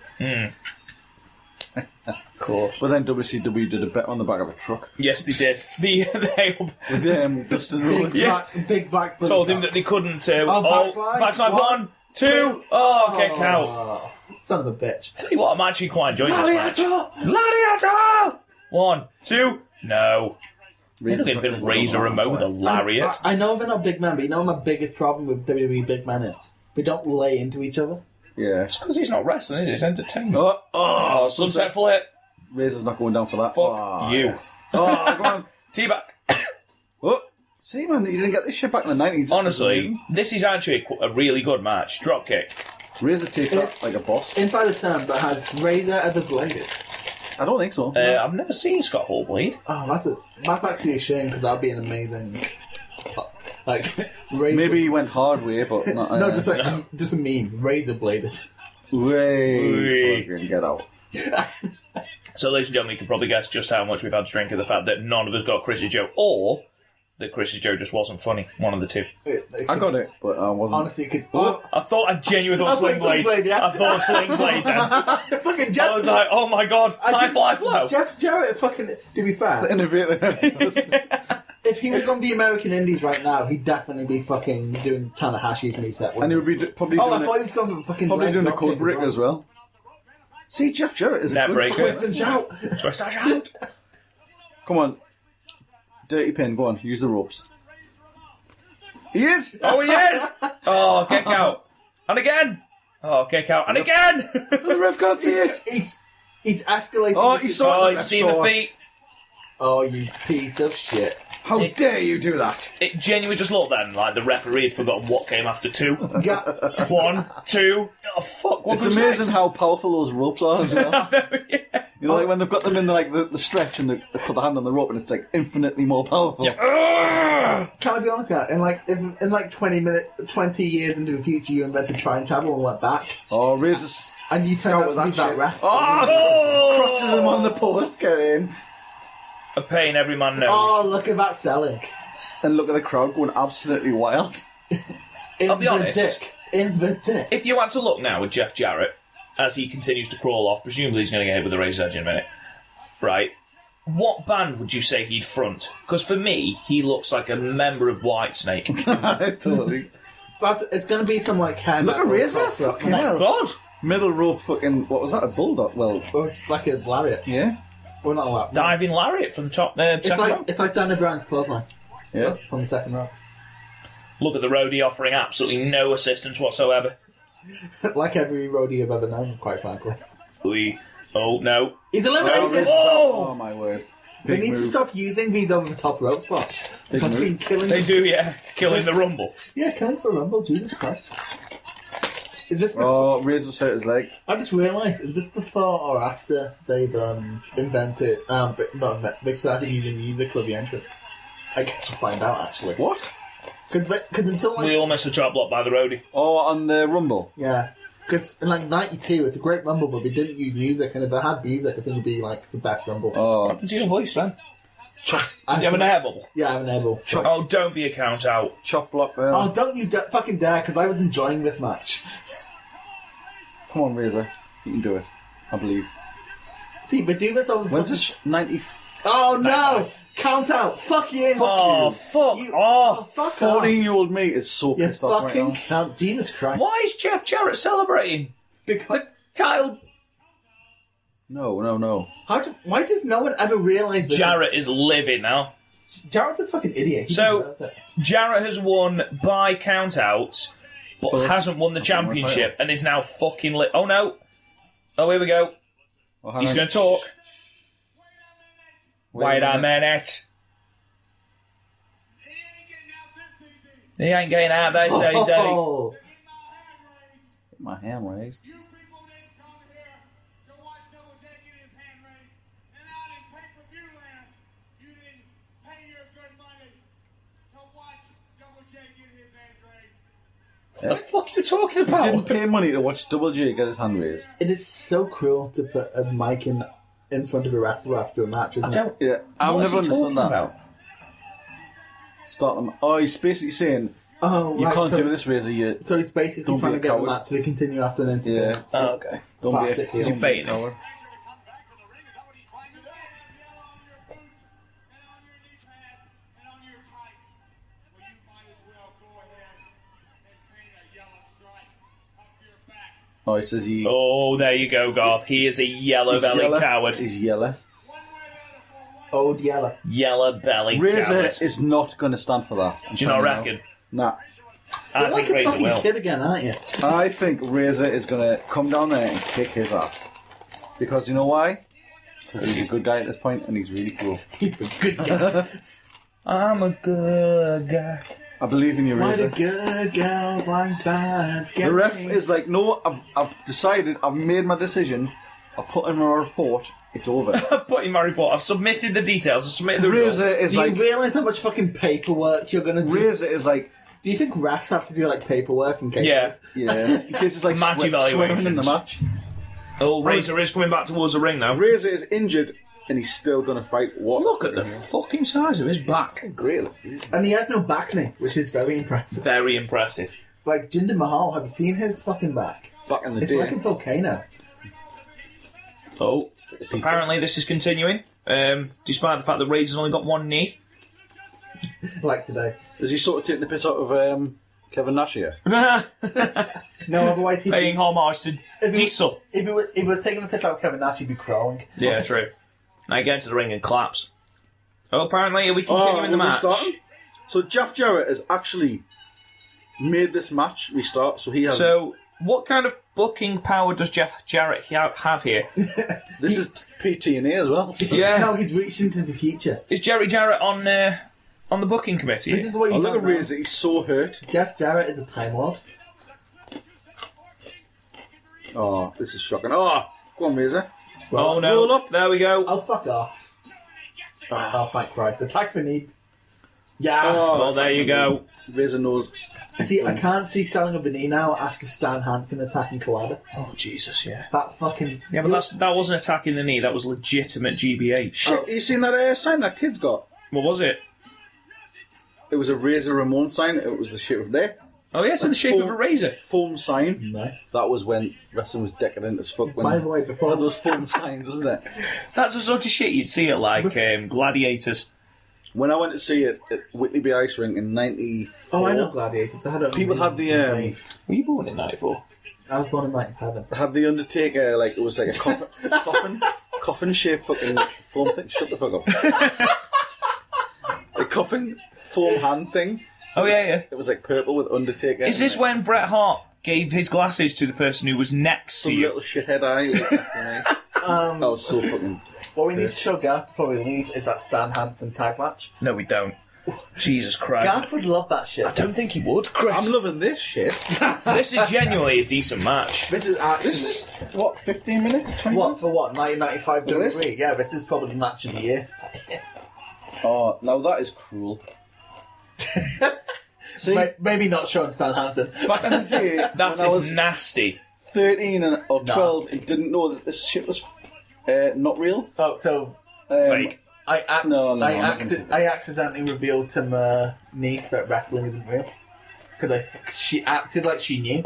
S4: Cool. But then WCW did a bet on the back of a truck
S1: Yes, they did. The, they
S4: with um, Dustin
S3: Big,
S4: Rhodes.
S3: black, big black.
S1: told him that they couldn't. Uh,
S3: Oh,
S1: oh,
S3: backslide,
S1: backslide
S3: one,
S1: one, two. Oh, get out.
S3: Son of a bitch.
S1: Tell you what, I'm actually quite enjoying this match. Gladiator! One, two, no.
S4: Razor's
S1: They've
S4: not
S1: been
S4: gonna
S1: Razor
S4: go
S1: and
S4: down.
S1: Mo with a lariat.
S3: I, I know they're not big men, but you know what my biggest problem with WWE big men is? They don't lay into each other.
S4: Yeah.
S1: Because he's not wrestling, is it? It's entertainment.
S4: Oh,
S1: Oh,
S4: oh,
S1: sunset flip.
S4: Razor's not going down for that.
S1: Fuck
S4: Ah,
S1: you.
S4: yes. Oh, come on.
S1: T-back.
S4: Oh, see, man, you didn't get this shit back in the nineties.
S1: Honestly, this is actually a, a really good match. Dropkick.
S4: Razor takes that like a boss.
S3: Inside the term that has Razor as a bladed.
S4: I don't think so.
S1: Uh, I've never seen Scott Hall bleed.
S3: Oh, that's a, that's actually a shame because that'd be an amazing, uh, like razor.
S4: Maybe he went hard way, but not,
S3: no,
S4: uh,
S3: just like just a meme razor bladed.
S4: way.
S1: Way.
S4: Fucking get out.
S1: So, ladies and gentlemen, you can probably guess just how much we've had to drink of the fact that none of us got Chris's Joe, or that Chris's Joe just wasn't funny. One of the two.
S3: It- it
S4: I
S3: could-
S4: got it, but I wasn't.
S3: Honestly, it could. Oh,
S1: I thought I genuinely thought
S3: I thought
S1: Sling Blade.
S3: Sling Blade, yeah.
S1: I thought Sling Blade then. I
S3: fucking Jeff.
S1: was like, oh my god,
S3: I
S1: high
S3: did-
S1: fly flow.
S3: Jeff Jarrett, fucking. To be fair,
S4: innovative.
S3: if he was on the American Indies right now, he'd definitely be fucking doing Tanahashi's moveset.
S4: and
S3: wouldn't he?
S4: he would be d- probably
S3: Oh, I
S4: doing,
S3: thought he
S4: a,
S3: was going for fucking.
S4: probably
S3: leg
S4: doing a
S3: drop
S4: code
S3: kick
S4: breaker as well. See, Jeff Jarrett is a
S1: Net
S4: good
S1: breaker.
S4: fighter.
S3: Twist and shout.
S1: Twist and shout.
S4: Come on, dirty pin. Go on, use the ropes. He is.
S1: Oh, he is! Oh, kick out. And again! Oh, kick out. And again!
S4: the ref can't see it.
S3: He's he's escalating.
S4: Oh,
S3: the-
S4: he saw
S1: oh,
S4: it.
S1: you
S4: ref
S1: see the
S4: saw it.
S1: feet.
S3: Oh, you piece of shit.
S4: How dare you do that?
S1: It genuinely just looked then like the referee had forgotten what came after two.
S3: Ga-
S1: One, two. Oh, fuck, what
S4: It's
S1: comes
S4: amazing
S1: next?
S4: how powerful those ropes are as well. You know, like when they've got them in the, like the, the stretch and they, they put the hand on the rope and it's like infinitely more powerful.
S1: Ah!
S3: Can I be honest, guy? In like if, in like twenty minute, twenty years into the future, you invented time travel and went back,
S4: Oh, Razor's
S3: and you turned
S4: Scout
S3: out
S4: was
S3: to be
S4: that
S3: that
S4: shit.
S3: ref.
S4: Oh,
S1: Oh!
S4: crotches him on the post, get in.
S1: A pain every man knows.
S3: Oh, look at that selling!
S4: And look at the crowd going absolutely wild.
S3: In
S1: I'll be
S3: the
S1: honest.
S3: dick. In the dick.
S1: If you had to look now at Jeff Jarrett as he continues to crawl off, presumably he's going to get hit with a razor edge in a minute, right? What band would you say he'd front? Because for me, he looks like a member of Whitesnake.
S4: totally.
S3: That's, it's gonna be some like hair.
S4: Look at
S3: metal
S4: Razor,
S3: type rock.
S4: fucking
S1: My
S4: hell.
S1: God,
S4: Middle rope fucking, what was that, a bulldog? Well,
S3: Well, oh, it's like a lariat.
S4: yeah,
S3: Well, not a lariat.
S1: diving lariat from top uh,
S3: It's
S1: second
S3: like
S1: row.
S3: it's like Dana Brown's clothesline
S4: yeah.
S3: from the second row,
S1: Look at the roadie offering absolutely no assistance whatsoever.
S3: like every roadie I've ever known, quite frankly.
S1: We, oh no,
S3: He's
S4: Oh,
S3: eliminated.
S4: Razor's
S1: Oh!
S4: up. oh my word.
S3: we
S4: Big
S3: need to
S4: move.
S3: stop using these over the top rope spots.
S4: move.
S3: Fucking killing.
S1: they do, yeah, killing the rumble.
S3: Yeah, can I go Rumble? Jesus Christ. Is this?
S4: Oh, Razor's hurt his leg.
S3: I just realised. Is this before or after they've um, invented? Um, but not invent, they've started using music for the entrance. I guess we'll find out actually.
S4: What?
S3: Because because until like
S1: We almost a chop block by the roadie.
S4: Oh, on the rumble.
S3: yeah. Because in like '92, it's a great Rumble, but they didn't use music. And if they had music, I think it'd be like the best Rumble.
S4: Oh,
S1: It's your voice, then.
S3: I'm
S1: You having a
S3: sorry.
S1: hair bubble?
S3: Yeah, I have an elbow.
S1: Oh, don't be a count out.
S4: chop block there.
S3: Oh, don't you da- fucking dare! Because I was enjoying this match.
S4: Come on, Razor. You can do it. I believe.
S3: See, but do this over.
S4: When's this? 94
S3: Oh no! Count out! Fuck you!
S1: Oh, fuck
S3: You-
S1: off.
S3: fuck off.
S4: 14 year old me is so
S3: You
S4: pissed off right
S3: fucking
S4: now.
S3: cunt. Jesus Christ.
S1: Why is Jeff Jarrett celebrating?
S3: Because,
S1: The tile
S4: No, no, no.
S3: how do, why does no one ever realise this?
S1: Jarrett is living now.
S3: Jarrett's a fucking idiot. He
S1: So-
S3: deserves it.
S1: Jarrett has won by count out, but hasn't won
S4: But
S1: the
S4: hasn't won the
S1: championship and is now fucking lit. Oh no. Oh, here we go.
S4: Oh, hang
S1: He's
S4: on.
S1: going to talk.
S4: Wait a
S1: Wait a
S4: minute.
S1: minute. He ain't getting out there so he's only
S3: oh,
S4: My hand raised.
S1: What the fuck are you talking
S4: Didn't
S1: about?
S4: pay money to watch Double J get his hand raised.
S3: it is so cruel to put a mic in in front of a wrestler after a match, isn't
S1: I don't.
S4: Yeah, I've
S1: What is
S4: never
S1: he
S4: understood
S1: talking
S4: that.
S1: about?
S4: Start them. Oh, he's basically saying
S3: it? Oh,
S4: you
S3: right,
S4: can't
S3: so,
S4: do this, Razor. You
S3: So he's basically
S4: Don't
S3: trying to
S4: be a
S3: get the
S4: coward.
S3: match to continue after an
S4: yeah.
S3: interference.
S1: Oh, okay.
S4: Don't be a,
S3: Classic, yeah. Is he
S4: don't be a
S1: baiting him?
S4: coward. Oh, he says he.
S1: Oh, there you go, Garth. He is a yellow
S4: he's
S1: bellied
S4: yeller.
S1: coward.
S4: He's yellow.
S3: Old Yeller.
S1: Yellow bellied
S4: Razor
S1: coward.
S4: is not going to stand for that. I'm
S1: Do you not
S4: telling
S1: reckon?
S4: Nah.
S1: I
S3: You're like
S1: think
S3: a
S1: Razor
S3: fucking
S1: will.
S3: kid again, aren't you?
S4: I think Razor is going to come down there and kick his ass. Because you know why? Because he's a good guy at this point and he's really cool.
S3: Good guy.
S1: I'm a good guy.
S4: I believe in you,
S3: Why the
S4: Razor.
S3: good girl like bad
S4: The ref
S3: guy?
S4: is like, no, I've, I've decided, I've made my decision, I've put in my report, it's over.
S1: I've put in my report. I've submitted the details. I've submitted the
S4: Razor
S1: results.
S4: is
S3: Do you
S4: like,
S3: realise how much fucking paperwork you're gonna do?
S4: Razor is like,
S3: Do you think refs have to do like paperwork in case?
S1: Yeah.
S4: yeah, in case it's like
S1: Match
S4: swe- swearing in the
S1: evaluations.
S4: match.
S1: Oh, Razor is coming back towards the ring now.
S4: Razor is injured and he's still going to fight what?
S1: Look at the fucking size of his back.
S4: Great.
S3: And he has no back knee, which is very impressive.
S1: Very impressive.
S3: Like Jinder Mahal, have you seen his fucking back?
S4: Back in the
S3: It's
S4: day.
S3: like a volcano.
S1: Oh, apparently this is continuing. Um, despite the fact that Razor's only got one knee.
S3: Like today.
S4: Is he sort of taking the piss out of um, Kevin Nash here?
S3: No, otherwise he'd
S1: Paying
S3: be,
S1: homage to Diesel.
S3: if he were if he were taking a piss out of Kevin Nash, he'd be crawling.
S1: Yeah, true. And I get into the ring and claps. Oh, apparently are we continuing the
S4: we're
S1: match?
S4: restarting? So Jeff Jarrett has actually made this match restart. So he has.
S1: So, what kind of booking power does Jeff Jarrett ha- have here?
S4: this is PTNA as well. So.
S1: Yeah,
S3: No, he's reached into the future.
S1: is Jerry Jarrett on uh, on the booking
S3: This
S1: committee?
S3: is what
S4: Oh,
S3: you
S4: look
S3: don't
S4: at
S3: know.
S4: Razor. He's so hurt.
S3: Jeff Jarrett is a time lord.
S4: Oh, this is shocking. Oh, go on, Razor.
S1: Oh
S4: Roll
S1: no!
S4: up.
S1: There we go.
S3: Oh fuck off. Oh thank Christ. Attack for need. Yeah.
S4: Ah. Oh,
S1: Well, there you go.
S4: Razor knows.
S3: See, I can't see selling a knee now after Stan Hansen attacking Kawada.
S1: Oh Jesus, yeah.
S3: That fucking
S1: Yeah, but that's, that wasn't attacking the knee. That was legitimate GBH.
S4: Shit, you seen that uh, sign that kid's got?
S1: What was it?
S4: It was a Razor Ramon sign. It was the shape of there.
S1: Oh yeah, it's in the shape of a razor.
S4: Foam sign.
S3: No.
S4: That was when wrestling was decadent as fuck. When
S3: By the way, before-
S4: One of those foam signs, wasn't it?
S1: That's the sort of shit you'd see at like um, gladiators.
S4: When I went to see it at Whitley Bay Ice Rink in '94,
S3: Oh, I know gladiators. I had it on
S4: People
S3: the-
S4: had the, um,
S3: Dave.
S1: Were you born in '94?
S3: I was born in '97.
S4: had the Undertaker like it was like a coffin, coffin, coffin shaped fucking foam thing. Shut the fuck up. a coffin foam hand thing.
S1: Oh yeah, yeah.
S4: It was like purple with Undertaker.
S1: Is this when Bret Hart gave his glasses to the person who was next to
S4: some
S1: you?
S4: little shithead eye? Like, um, that was so fucking.
S3: What we need to show Garth before we leave is that Stan Hansen tag match.
S1: No, we don't. Jesus Christ!
S3: Garth would love that shit.
S1: I don't think he would, Chris.
S4: I'm loving this shit.
S1: this is genuinely a decent match.
S3: This is actually
S4: This is what 15 minutes, 20
S3: what for what 1995
S4: this?
S3: WWE. Yeah, this is probably the match of the year.
S4: Oh, now that is cruel. See,
S3: May- Maybe not showing Stan Hansen.
S4: back in the day,
S1: That
S4: when
S1: is
S4: I was
S1: nasty.
S4: 13 and, or
S3: Nah.
S4: 12 and didn't know that this shit was uh, not real.
S3: Oh, so
S4: Um,
S1: Fake.
S3: I ac-
S4: No, no,
S3: I,
S4: I'm not gonna say
S3: acci-
S4: that.
S3: I accidentally revealed to my niece that wrestling isn't real because I f- she acted like she knew,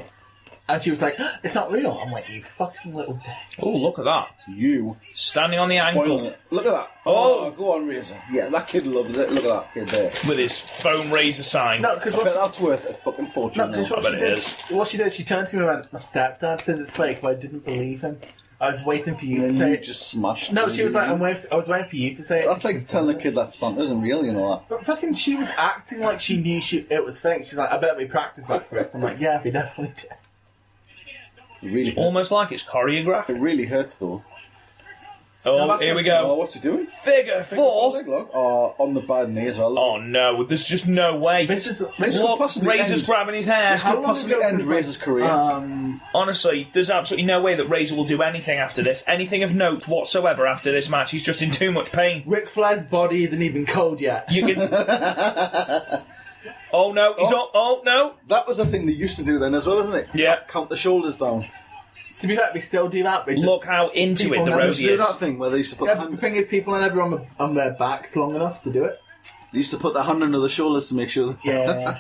S3: and she was like, "It's not real." I'm like, "You fucking little dick."
S1: Oh, look at that.
S4: You
S1: Standing on the
S4: Spoiling
S1: ankle
S4: it. Look at that.
S1: Oh.
S4: go on, Razor. Yeah, that kid loves it. Look at that kid there.
S1: with his foam razor sign.
S3: No, because
S4: I bet
S3: what,
S4: that's worth a fucking fortune.
S3: no,
S4: now.
S3: 'cause what
S1: I bet
S3: she
S1: it
S3: did,
S1: is.
S3: what she did, she turned to me and went, "My stepdad says it's fake, but I didn't believe him. I was waiting for you to
S4: And
S3: say
S4: you
S3: it."
S4: just smashed.
S3: no,
S4: it.
S3: she was like, I'm waiting for, "I was waiting for you to say it."
S4: That's like telling a kid that Santa isn't real. You know that.
S3: But fucking, she was acting like she knew she, it was fake. She's like, "I bet we practiced that for it." I'm like, "Yeah, we definitely did."
S4: It really, hurt.
S1: Almost like it's choreographed.
S4: it really hurts though.
S1: Oh,
S3: No, that's
S1: here we
S3: not-
S4: Oh,
S1: go.
S4: what's he doing?
S1: Figure four.
S4: Leg lock. Oh, on the bad knee as well.
S1: Oh no, there's just no way.
S3: This is
S4: This could
S1: Look,
S4: possibly
S1: Razor's
S4: end-
S1: grabbing his hair.
S4: This could possibly
S3: ago
S4: end
S3: since, like,
S4: Razor's career.
S3: um.
S1: Honestly, there's absolutely no way that Razor will do anything after this, anything of note whatsoever after this match. He's just in too much pain.
S3: Ric Flair's body isn't even cold yet.
S1: You can. oh no, he's up. Oh no,
S4: that was the thing they used to do then as well, isn't it?
S1: Yeah.
S4: Count the shoulders down.
S3: to be fair, we still do that. We just,
S1: look how into it
S3: People
S1: the
S3: never
S4: They
S1: Rosie
S4: used to
S1: is.
S4: do that thing where they used to put the
S3: Yeah, the
S4: hand,
S3: thing is, people are never on, the, on their backs long enough to do it.
S4: they used to put their hand under the shoulders to make sure. That,
S3: Yeah.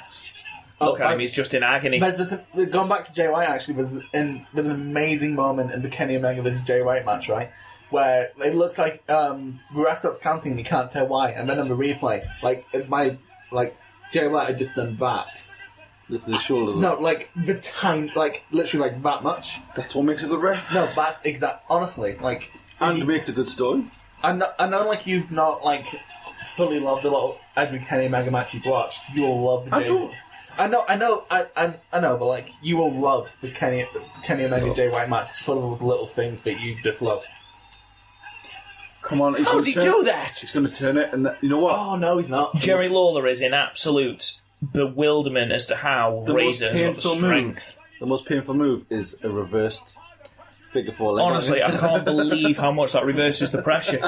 S3: Oh,
S1: Look at him,
S3: I-
S1: he's just in agony.
S3: There's, there's, going back to Jay White, actually, there's, in, there's an amazing moment in the Kenny Omega versus Jay White match, right? Where it looks like um, the ref stops counting and you can't tell why. And then on the replay, like, if my, like, Jay White had just done that,
S4: Lifted his shoulders
S3: No,
S4: up.
S3: like the time, like literally like that much.
S4: That's what makes it good ref.
S3: No, that's exact. Honestly, like
S4: And makes a good story.
S3: I know, I know, like you've not like fully loved a lot of every Kenny Omega match you've watched. You will love the
S4: I
S3: J.
S4: don't-
S3: I know, I know, I, I, I know, but like you will love the Kenny Kenny Omega Jay White match. It's full of those little things that you just love.
S4: Come on, he's
S1: How
S4: gonna
S1: does he
S4: turn-
S1: do that?
S4: He's going to turn it, and that, you know what?
S3: Oh no, he's not.
S1: Jerry Lawler is in absolute bewilderment as to how
S4: the most
S1: Razor has got the
S4: painful
S1: strength.
S4: move. The most painful move is a reversed figure four. Leg
S1: Honestly, I can't believe how much that reverses the pressure.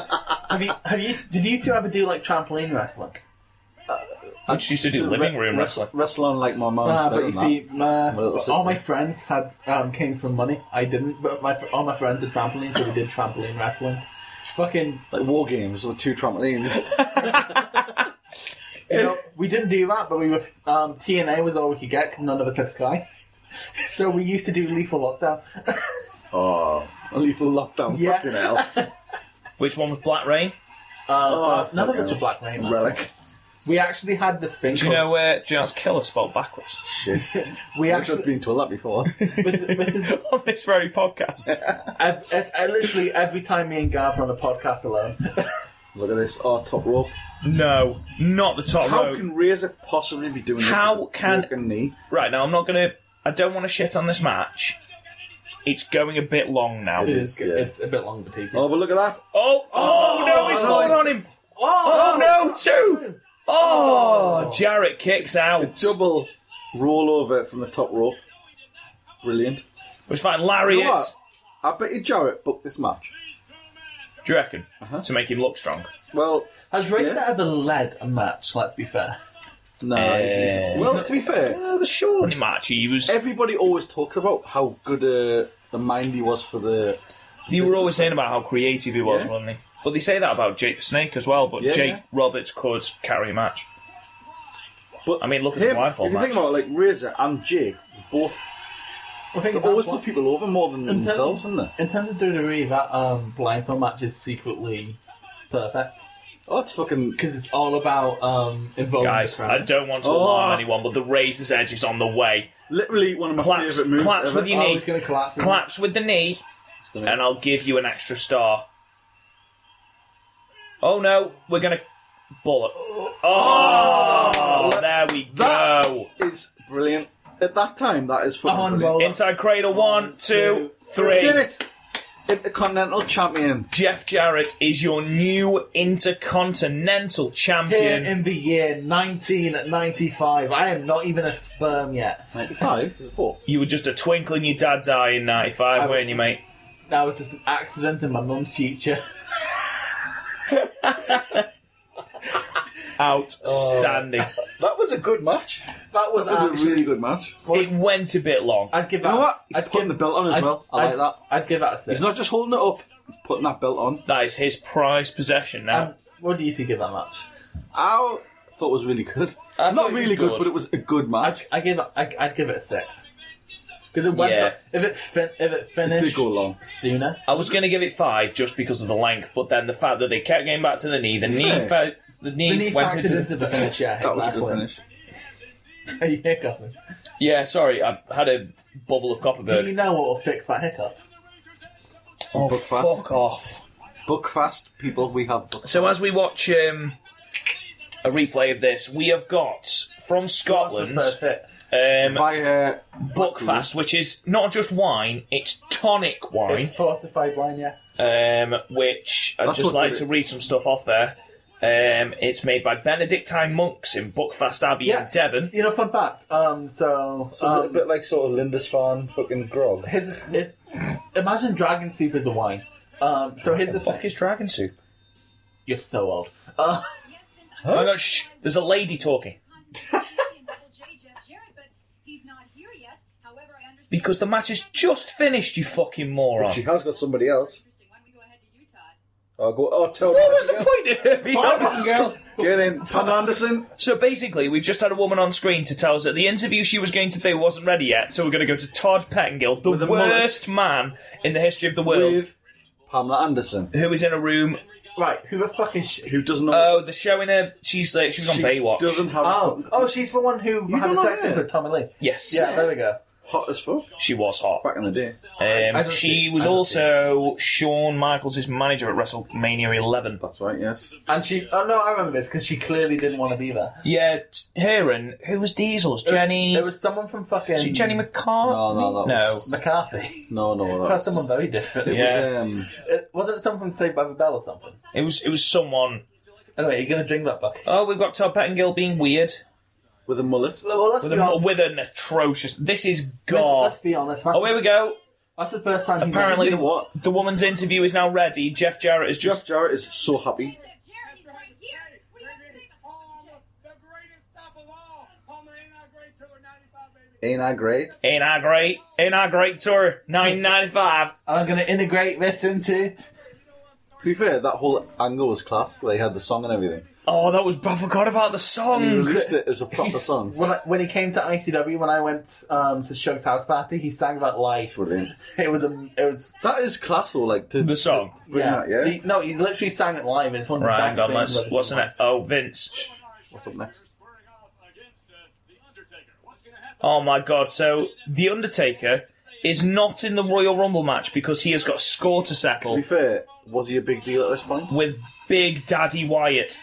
S3: Have you? Have you? Did you two ever do like trampoline wrestling?
S1: I just used to do living room wrestling.
S4: Wrestle on like my mum.
S3: Uh,
S4: better
S3: but you
S4: than
S3: see,
S4: that.
S3: my,
S4: My little
S3: all
S4: sister.
S3: my friends had um, came from money. I didn't, but my fr- all my friends had trampolines, so we did trampoline wrestling. It's fucking
S4: like war games with two trampolines.
S3: You know, we didn't do that, but we were um, TNA was all we could get because none of us had Sky. So we used to do Lethal Lockdown.
S4: oh, a lethal lockdown.
S3: Yeah.
S4: Fucking hell. Oh,
S1: Which one was Black Rain?
S3: Uh, uh, none of
S4: fucking
S3: us were Black Rain.
S4: Relic.
S3: We actually had this thing.
S1: Do you
S3: called-
S1: know where Jazz Killer spelled backwards?
S4: Shit.
S3: we
S4: I've just
S3: actually.
S4: been to a lap before.
S3: this, is- this is,
S1: On this very podcast.
S3: I've, it's- I literally every time me and Gav are on the podcast alone.
S4: Look at this. Oh, top rope.
S1: No, not the top
S4: How
S1: row.
S4: can Razor possibly be doing this?
S1: How
S4: with a
S1: can-
S4: broken knee?
S1: Right now, I'm not gonna. I don't want to shit on this match. It's going a bit long now.
S3: it is.
S4: yeah.
S3: It's a bit long, but TV.
S4: Oh, but look at that.
S1: Oh, oh, no, he's
S4: no,
S1: falling
S4: he's-
S1: on him. Oh, no, two. Oh, Jarrett kicks out.
S4: Double rollover from the top rope. Brilliant.
S1: Which fine,
S4: You
S1: Lariat.
S4: know what? I bet you Jarrett booked this match.
S1: Do you reckon?
S4: Uh-huh.
S1: To make him look strong.
S4: Well,
S3: Has Razor
S4: Yeah.
S3: ever led a match? Let's be fair.
S4: no. he's-
S1: Eh.
S4: he's- well, to be fair,
S1: Uh, the Shawnee match, he was.
S4: everybody always talks about how good uh, the mind he was for the.
S1: You were always saying about how creative he was,
S4: Yeah.
S1: wasn't he? But they say that about Jake the Snake as well. But
S4: Yeah,
S1: Jake
S4: yeah.
S1: Roberts could carry a match.
S4: But
S1: I mean, look at the
S4: him, if
S1: blindfold
S4: you
S1: match.
S4: think about it, like Razor and Jake, both
S3: I think
S4: they
S3: it's
S4: always
S3: that one.
S4: put people over more than
S3: terms-
S4: themselves, isn't they?
S3: in terms of WWE, that um, blindfold match is secretly perfect.
S4: Oh, that's fucking.
S3: because it's all about um, involving the
S1: Guys,
S3: crowd.
S1: I don't want to
S4: Oh.
S1: alarm anyone, but the Razor's Edge is on the way.
S4: Literally one of my
S1: Claps,
S4: favourite moves.
S1: claps
S4: ever.
S1: with your
S3: Oh,
S1: knee,
S3: he's going to collapse. isn't
S1: claps with the knee,
S4: Mm. It's gonna-
S1: and I'll give you an extra star. Oh no, we're gonna bullet. Oh, there we
S4: that-
S1: go.
S4: is brilliant. At that time, that is
S3: he?
S4: fucking.
S3: Come on,
S4: brilliant.
S3: Roller.
S1: Inside cradle, one, two, three.
S4: Did it! Intercontinental champion.
S1: Jeff Jarrett is your new Intercontinental
S3: Here
S1: Champion.
S3: in the year 1995, I am not even a sperm yet.
S4: Ninety-five. is it four?
S1: you were just a twinkle in your dad's eye in '95, weren't you, mate?
S3: That was just an accident in my mum's future.
S1: Outstanding.
S4: That was a good match.
S3: That was,
S4: That was
S3: actually,
S4: a really good match.
S3: Oh.
S1: it went a bit long.
S3: I'd give
S4: You
S3: that.
S4: know
S3: a-
S4: what? He's
S3: I'd
S4: putting
S3: give,
S4: the belt on as
S3: I'd-
S4: well. I
S3: I'd-
S4: like that.
S3: I'd give that a six.
S4: He's not just holding it up; he's putting that belt on.
S1: that is his prized possession now.
S3: Um, what do you think of that match?
S4: I thought it was really good.
S1: I thought
S4: Not
S1: it was
S4: really good,
S1: good.
S4: but it was a good
S3: I'd,
S4: match.
S3: I give it. I, I'd give it a six. Because it went.
S1: Yeah.
S3: up- if it fin- if it finished
S4: go long.
S3: sooner,
S1: I was going to give it five just because of the length, but then the fact that they kept going back to the knee, the knee,
S4: Fair.
S1: fe- the knee,
S3: the knee
S1: went
S3: factored
S1: into
S3: into the finish. Yeah,
S4: That was a
S3: exactly.
S4: good finish.
S3: Are you hiccuping?
S1: Yeah, sorry, I had a bubble of
S3: Do you
S1: Copperberg.
S3: know what will fix that hiccup?
S1: Oh,
S4: Book fast.
S1: fuck off.
S4: Book fast, people. We have book.
S1: So as we watch um, a replay of this, we have got from Scotland
S3: That's the first hit.
S1: um,
S4: Via
S1: Buckfast, which is not just wine, it's tonic wine.
S3: It's fortified wine, yeah.
S1: um, which I'd
S4: That's
S1: just
S4: what
S1: like
S4: did
S1: to
S4: it.
S1: read some stuff off there. Um, it's made by Benedictine monks in Buckfast Abbey
S3: Yeah.
S1: in Devon.
S3: You know, fun fact. Um, so, um,
S4: bit like sort of Lindisfarne fucking grog?
S3: his, his, imagine dragon soup is a wine. Um, so here's the
S1: Fuck
S3: fucking.
S1: is dragon soup?
S3: You're so old. Uh,
S1: Oh my God, shh, there's a lady talking because the match is just finished. You fucking moron!
S4: She has got somebody else. I'll go. Oh, tell
S1: What was the point of her being on the
S4: Get
S1: screen?
S4: in. Get in. Pan Anderson.
S1: So basically, we've just had a woman on screen to tell us that the interview she was going to do wasn't ready yet, so we're going to go to Todd Pettingill, the
S4: With a mullet.
S1: worst man in the history of the world,
S4: With Pamela Anderson.
S1: who is in a room
S3: Right, who the fuck is she?
S4: Who does not?
S1: Oh, the show in her. She's uh, she was on
S4: she
S1: Baywatch.
S4: Doesn't have
S3: Oh, oh, she's the one who had
S4: don't
S3: a
S4: know
S3: sex
S4: her.
S3: thing with Tommy Lee.
S1: Yes.
S3: Yeah, there we go.
S4: hot as fuck
S1: She was hot.
S4: back in the day.
S3: I
S1: Um,
S3: don't
S1: she
S3: see-
S1: was
S3: I don't
S1: also Shawn Michaels' manager at WrestleMania 11.
S4: That's right. Yes.
S3: And she, oh no, I remember this because she clearly didn't want to be there.
S1: Yeah, t- her and who was Diesel's?
S3: There was-
S1: Jenny.
S3: there was someone from fucking
S1: was it Jenny
S4: No,
S1: McCart?
S4: no, that
S1: No.
S4: was
S3: McCarthy.
S4: no, no. That
S3: That's
S4: was
S3: someone very different.
S4: It
S1: Yeah.
S4: was, um,
S3: Uh, wasn't it someone from Saved by the Bell or something?
S1: It was it was someone.
S3: Anyway, you're gonna drink that bucket.
S1: Oh, we've got Todd Pettingill being weird
S4: with a mullet.
S3: Well, let's
S1: with,
S3: be
S1: a,
S3: honest.
S1: with an atrocious. This is
S3: Let's,
S1: god.
S3: let's be honest. That's,
S1: Oh, here we go.
S3: that's the first time. he-
S1: Apparently,
S4: You know what?
S1: the woman's interview is now ready. Jeff Jarrett is
S4: Jeff
S1: just.
S4: Jarrett is so happy.
S7: Jerry's right here. What do you have to say about the
S5: The greatest stop of all on the NI Grade 2 and 95, baby.
S4: Ain't I great?
S1: Ain't I great? Ain't I great tour? 1995.
S3: I'm gonna integrate this into.
S4: To be fair, that whole angle was class. Where they had the song and everything.
S1: Oh, that was. I forgot about the
S4: He
S1: song.
S4: released it as a proper
S3: He's-
S4: song.
S3: When, I, when he came to ICW, when I went um, to Shug's house party, he sang about life.
S4: Brilliant.
S3: It was a, it was
S4: That is class, though. Like to
S1: The song.
S4: bring that, yeah.
S3: He- no, he literally sang it live. It's one of
S1: Right,
S3: the
S1: hang on,
S3: best things.
S1: let's-
S3: I've ever
S1: what's in
S3: seen.
S1: it? Oh, Vince.
S4: What's up next?
S5: Squaring off against uh, The Undertaker. What's going to happen?
S1: Oh my god, so The Undertaker is not in the Royal Rumble match because he has got a score to
S4: To
S1: settle
S4: be fair, was he a big deal at this point?
S1: with Big Daddy Wyatt.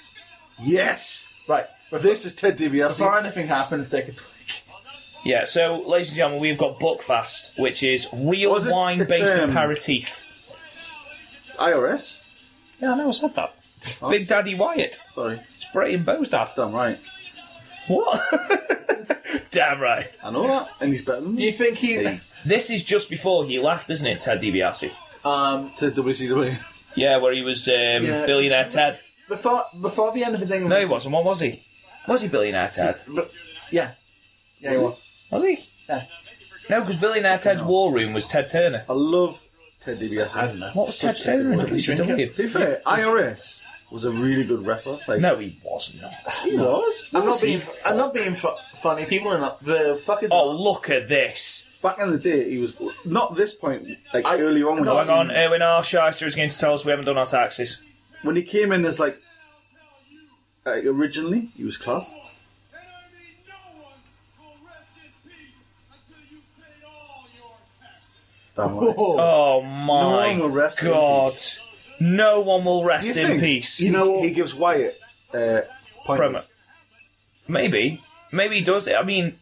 S4: Yes.
S3: Right. Before,
S4: This is Ted
S3: before
S4: DiBiase.
S3: anything happens, take a swig.
S1: Yeah, so ladies and gentlemen, we've got Buckfast, which is real
S4: Was it-
S1: wine
S4: it's,
S1: based
S4: um,
S1: aperitif.
S4: It's IRS.
S1: Yeah, I know I said that. Big Daddy Wyatt.
S4: Oh, Sorry,
S1: It's Bray and Bo's dad.
S4: damn right.
S1: What? Damn right.
S4: I know that, and he's better than
S3: Do you
S4: me.
S3: think he?
S4: Hey,
S1: This is just before he left, isn't it, Ted DiBiase?
S3: Um,
S4: to WCW.
S1: Yeah, where he was um,
S3: Yeah.
S1: billionaire Ted.
S3: before before the end of his England.
S1: No, he wasn't. What was he? Was he billionaire Ted?
S3: But, yeah. Yeah, he was.
S1: Was he?
S3: Yeah.
S1: No, because billionaire Ted's war room was Ted Turner.
S4: I love Ted DiBiase.
S3: I don't know.
S1: What was Ted Turner in
S4: To be
S1: WCW?
S4: fair, IRS was a really good wrestler. Like,
S1: No, he was not.
S4: he was.
S3: I'm not
S1: was he
S3: being. I'm not being fu- funny. People are not. The fuckers.
S1: Oh,
S3: not-
S1: look at this.
S4: Back in the day, he was not this point. Like
S3: I-
S4: earlier on, when,
S3: no,
S4: he,
S1: Hang on, Erwin R. Shyster is going to tell us we haven't done our taxes.
S4: when he came in as like, like originally, he was class.
S5: And I mean, no one will rest in peace until you've paid all your taxes.
S4: Damn right.
S3: Oh.
S1: Oh my
S4: one will rest in
S1: god.
S4: peace.
S1: No one will rest
S4: Do
S1: in
S4: think
S1: peace.
S4: He,
S3: You know-
S4: he gives Wyatt uh, pointers.
S1: Promo. Maybe. Maybe he does. I mean,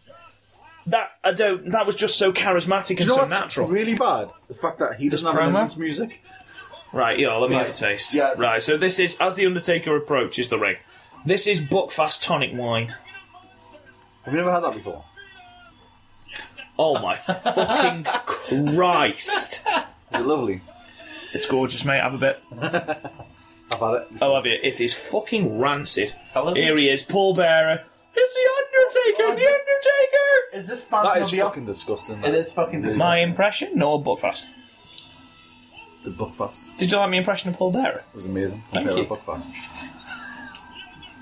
S1: that I don't. That was just so charismatic
S4: Do
S1: and
S4: you know
S1: so
S4: what's
S1: natural.
S4: really bad? The fact that he doesn't have
S1: promo?
S4: anyone's music.
S1: Right, yeah, let me
S3: Right.
S1: have a taste.
S3: Yeah.
S1: Right, so this is as the Undertaker approaches the ring. This is Buckfast tonic wine.
S4: Have you never had that before?
S1: Oh my fucking Christ!
S4: Is it lovely?
S1: It's gorgeous, mate. Have a bit.
S4: I've had it.
S1: Oh, have you? It is fucking rancid.
S3: Hello?
S1: Here he is, Paul Bearer. It's the Undertaker.
S3: is
S1: the
S3: this-
S1: Undertaker.
S3: Is this Phantom
S4: That
S3: of
S4: is
S3: the
S4: fucking disgusting.
S3: It is fucking disgusting.
S1: My impression, Noah Buckfast.
S4: The Buckfast
S1: Did you like my impression of Paul Bearer?
S4: was amazing.
S1: Thank
S4: Compared
S1: you.
S4: to Buckfast.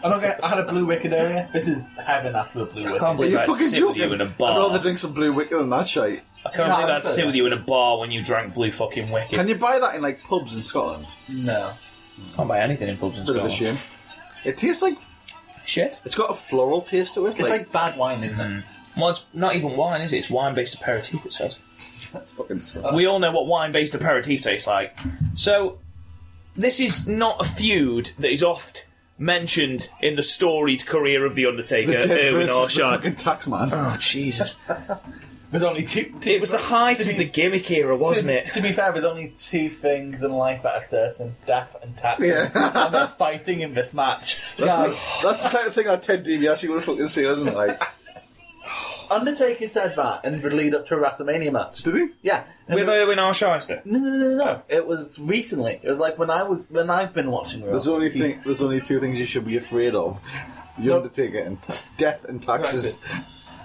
S3: I'm not gonna, I had a blue wicked earlier. This is heaven after the blue
S1: I
S3: wicked.
S1: can't
S4: Are
S1: believe
S4: you
S1: I'd
S4: fucking
S1: sit with
S4: joking?
S1: you in a
S4: I'd
S1: bar.
S4: rather drink some Blue Wicker than that shite.
S1: I can't
S3: No,
S1: believe
S3: I'm
S1: I'd
S3: sorry.
S1: sit with you in a bar when you drank Blue fucking Wicked.
S4: Can you buy that in like pubs in Scotland?
S3: No.
S1: can't buy anything in pubs in
S4: Bit of a
S1: Scotland.
S4: shame. It tastes like
S1: Shit.
S4: it's got a floral taste to it.
S3: It's like bad wine, isn't
S1: Mm.
S3: it?
S1: Well, it's not even wine, is it? It's wine-based aperitif. It says.
S4: that's fucking disgusting.
S1: we all know what wine-based aperitif tastes like. So, this is not a feud that is oft mentioned in the storied career of the Undertaker,
S4: the dead
S1: Erwin
S4: versus the
S1: Orshard.
S4: fucking tax man.
S1: Oh Jesus!
S3: There's only two. two
S1: It was the height of the gimmick era, wasn't
S3: to,
S1: it?
S3: to be fair, there's only two things in life that are certain: death and taxes.
S4: Yeah.
S3: and they're fighting in this match.
S4: That's,
S3: Guys,
S4: a- that's the type of thing that Ted DiBiase would have fucking said, isn't it? Like,
S3: Undertaker said that in the lead up to a WrestleMania match.
S4: did he?
S3: Yeah. And
S1: With
S3: it-
S1: Erwin R. Shyster.
S3: no, no, no, no, no. It was recently. It was like when I was when I've been watching. Raw.
S4: There's only thing. There's only two things you should be afraid of: the
S3: Nope.
S4: Undertaker and ta- death and taxes.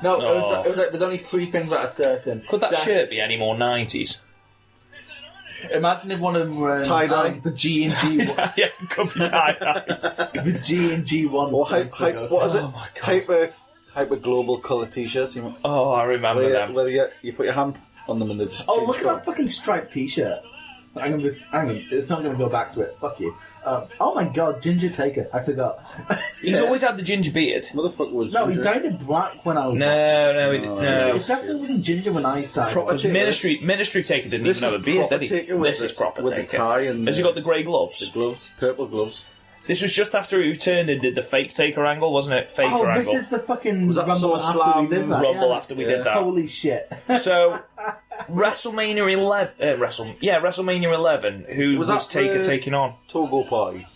S3: No, it
S1: Oh.
S3: was, it was like there's only three things that are certain.
S1: Could that
S3: Death-
S1: shirt be any more nineties?
S3: Imagine if one of them were in,
S4: Tie-dye.
S3: um, the G and G,
S1: yeah, could be tied.
S3: the G and G one.
S4: Or hype,
S3: stands for
S4: hype,
S3: go
S4: what
S3: to.
S4: is it?
S1: Oh my God.
S4: Hyper, hyper global color t-shirts. You know,
S1: oh, I remember
S4: where, you,
S1: them.
S4: where you, you put your hand on them and they just.
S3: Oh,
S4: change
S3: look at
S4: colour.
S3: that fucking striped t-shirt. I'm gonna, just- hang on, it's not gonna go back to it. Fuck you. Um, oh my god, Ginger Taker, I forgot.
S1: He's always had the ginger beard.
S4: Motherfucker was.
S3: no, he
S4: ginger.
S3: dyed it black when I was.
S1: No, no, he,
S4: No,
S1: no.
S3: It definitely wasn't ginger when I started.
S4: Oh, Proper
S1: Because
S4: Taker.
S1: ministry, ministry taker didn't
S4: This
S1: even have a
S4: is
S1: beard,
S4: proper
S1: did he?
S4: Taker with
S1: this
S4: the-
S1: is proper
S4: with the
S1: taker.
S4: tie and
S1: Has he
S4: the-
S1: got the grey gloves?
S4: The gloves, purple gloves.
S1: This was just after he returned and did the fake taker angle, wasn't it? Faker
S3: oh, this
S1: angle.
S3: is the fucking
S4: that
S3: rumble after
S4: SummerSlam
S3: we did that.
S1: Rumble
S3: yeah.
S1: after we
S4: Yeah.
S1: did that.
S3: Holy shit!
S1: So, WrestleMania 11, uh, Wrestle, yeah, WrestleMania 11. Who was,
S4: Was that
S1: Taker
S4: the-
S1: taking on?
S4: Togo party.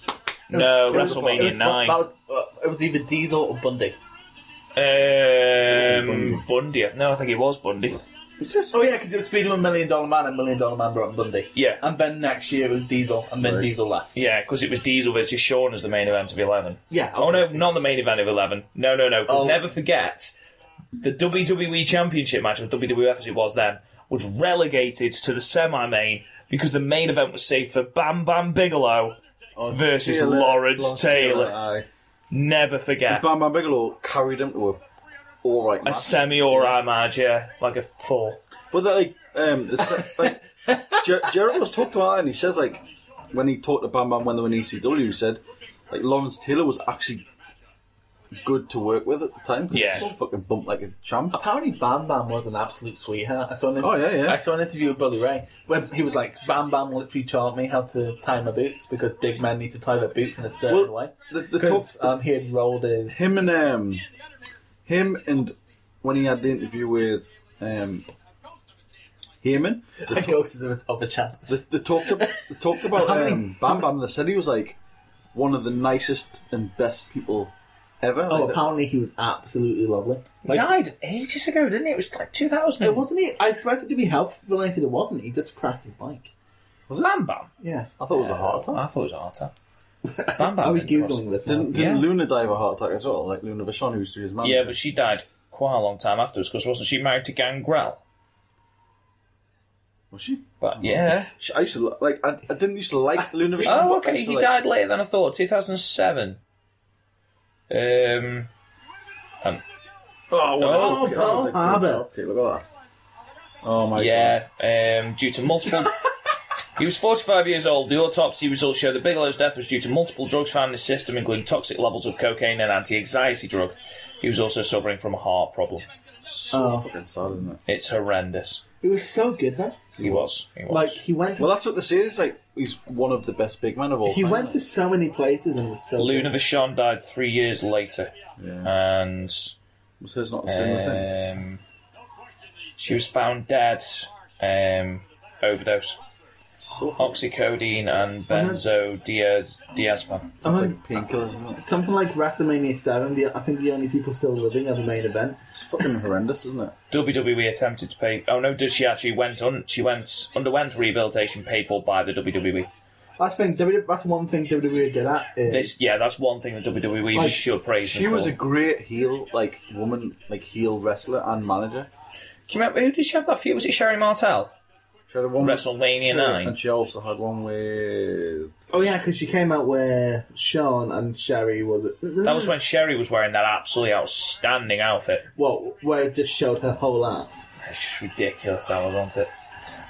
S1: No,
S3: It was-
S1: WrestleMania
S3: it was-
S1: 9.
S3: That was, uh, it was either Diesel or Bundy.
S1: Um, Bundy. No, I think it was Bundy.
S3: Oh yeah, because it was Fiedler and Million Dollar Man, and Million Dollar Man brought Bundy.
S1: Yeah.
S3: And then next year it was Diesel, and then Diesel left.
S1: Yeah, because it was Diesel versus Shawn as the main event of 11.
S3: Yeah.
S1: Oh, no, not the main event of 11. No, no, no. Because
S3: Oh.
S1: never forget, the WWE Championship match, or WWF as it was then, was relegated to the semi main because the main event was saved for Bam Bam Bigelow versus
S4: Taylor-
S1: Lawrence,
S4: Lawrence
S1: Taylor.
S4: aye.
S1: Never forget.
S4: Bam Bam Bigelow carried him to a all right
S1: a
S4: match.
S1: semi or I match, yeah. Like a four.
S4: But that, like, um, the se- like Jer- Jericho's talked about it, and he says like when he talked to Bam Bam when they were in ECW, he said like Lawrence Taylor was actually good to work with at the time. 'cause he
S1: Yeah.
S4: just fucking bumped like a champ.
S3: Apparently, Bam Bam was an absolute sweetheart. I saw an inter-
S4: Oh, yeah, yeah.
S3: I saw an interview with Billy Ray where he was like, "Bam Bam literally taught me how to tie my boots because big men need to tie their boots in a certain
S4: Well,
S3: way."
S4: the- the
S3: Because
S4: top-
S3: um, he had rolled his
S4: Him and um, him and when he had the interview with um, Heyman,
S3: the ghosts of, a- of a chance.
S4: They, they talked. ab- They talked about um, Bam Bam. They said he was like one of the nicest and best people ever.
S3: oh,
S4: Like,
S3: apparently he was absolutely lovely.
S1: He
S3: Like,
S1: died ages ago, didn't he? It was like 2000.
S3: it wasn't he? I expected it to be health related. It wasn't. He just crashed his bike.
S1: Was it Bam Bam?
S3: Yeah.
S4: I thought it was a heart attack.
S1: I thought it was Arta. Bam Bam.
S3: Are we
S1: didn't cross.
S3: googling this? Now?
S4: Didn't, didn't
S1: Yeah.
S4: Luna die of a heart attack as well? Like Luna Vachon, who used to be his man.
S1: Yeah, but she died quite a long time afterwards because wasn't she married to Gangrel?
S4: was she?
S1: But yeah.
S4: she I used to li- like. I, I didn't used to
S3: Ah,
S4: like Luna Vachon.
S1: Oh,
S4: but I
S1: okay.
S4: used to
S1: He
S4: like-
S1: died later than I thought. 2007. Um. um, Oh,
S4: Oh, okay, I was
S3: Pearl
S4: like,
S3: Harbor.
S4: Okay, look at that. Oh my god.
S1: yeah. Um. Due to multiple. He was 45 years old. The autopsy results show that Bigelow's death was due to multiple drugs found in his system, including toxic levels of cocaine and anti-anxiety drug. He was also suffering from a heart problem.
S3: Oh,
S4: Fucking sad, isn't it?
S1: It's horrendous.
S3: he was so good though.
S1: He was. He was.
S3: Like he went. To,
S4: Well, that's what this is. Like, he's one of the best big men of all
S3: he
S4: time.
S3: went to so many places and was so.
S1: Luna
S3: good.
S1: Vachon died three years later,
S4: Yeah.
S1: and
S4: Was hers not a similar thing?
S1: um, she was found dead, um, overdose,
S4: So
S1: oxycodone and
S4: Uh-huh.
S1: benzodiazepam.
S4: It's
S3: I'm-
S4: like painkillers, isn't it?
S3: Um, Something like WrestleMania 7, the, I think the only people still living at the main event.
S4: It's fucking horrendous, isn't it?
S1: WWE E attempted to pay. Oh no, did she actually went on? She went underwent rehabilitation paid for by the E? WWE.
S3: That's the thing, W that's one thing WWE are good at. Is,
S1: This, yeah, that's one thing that WWE
S4: Like,
S1: should praise.
S4: She
S1: them
S4: was
S1: for.
S4: a great heel, like woman, like heel wrestler and manager.
S1: Can you remember who did she have that feud? Was it Sherry Martel?
S4: She had a one
S1: WrestleMania
S4: and
S1: nine.
S4: she also had one with
S3: Oh, yeah, because she came out where Sean and Sherry was.
S1: That was when Sherry was wearing that absolutely outstanding outfit.
S3: Well, where it just showed her whole ass.
S1: It's just ridiculous that was, wasn't it?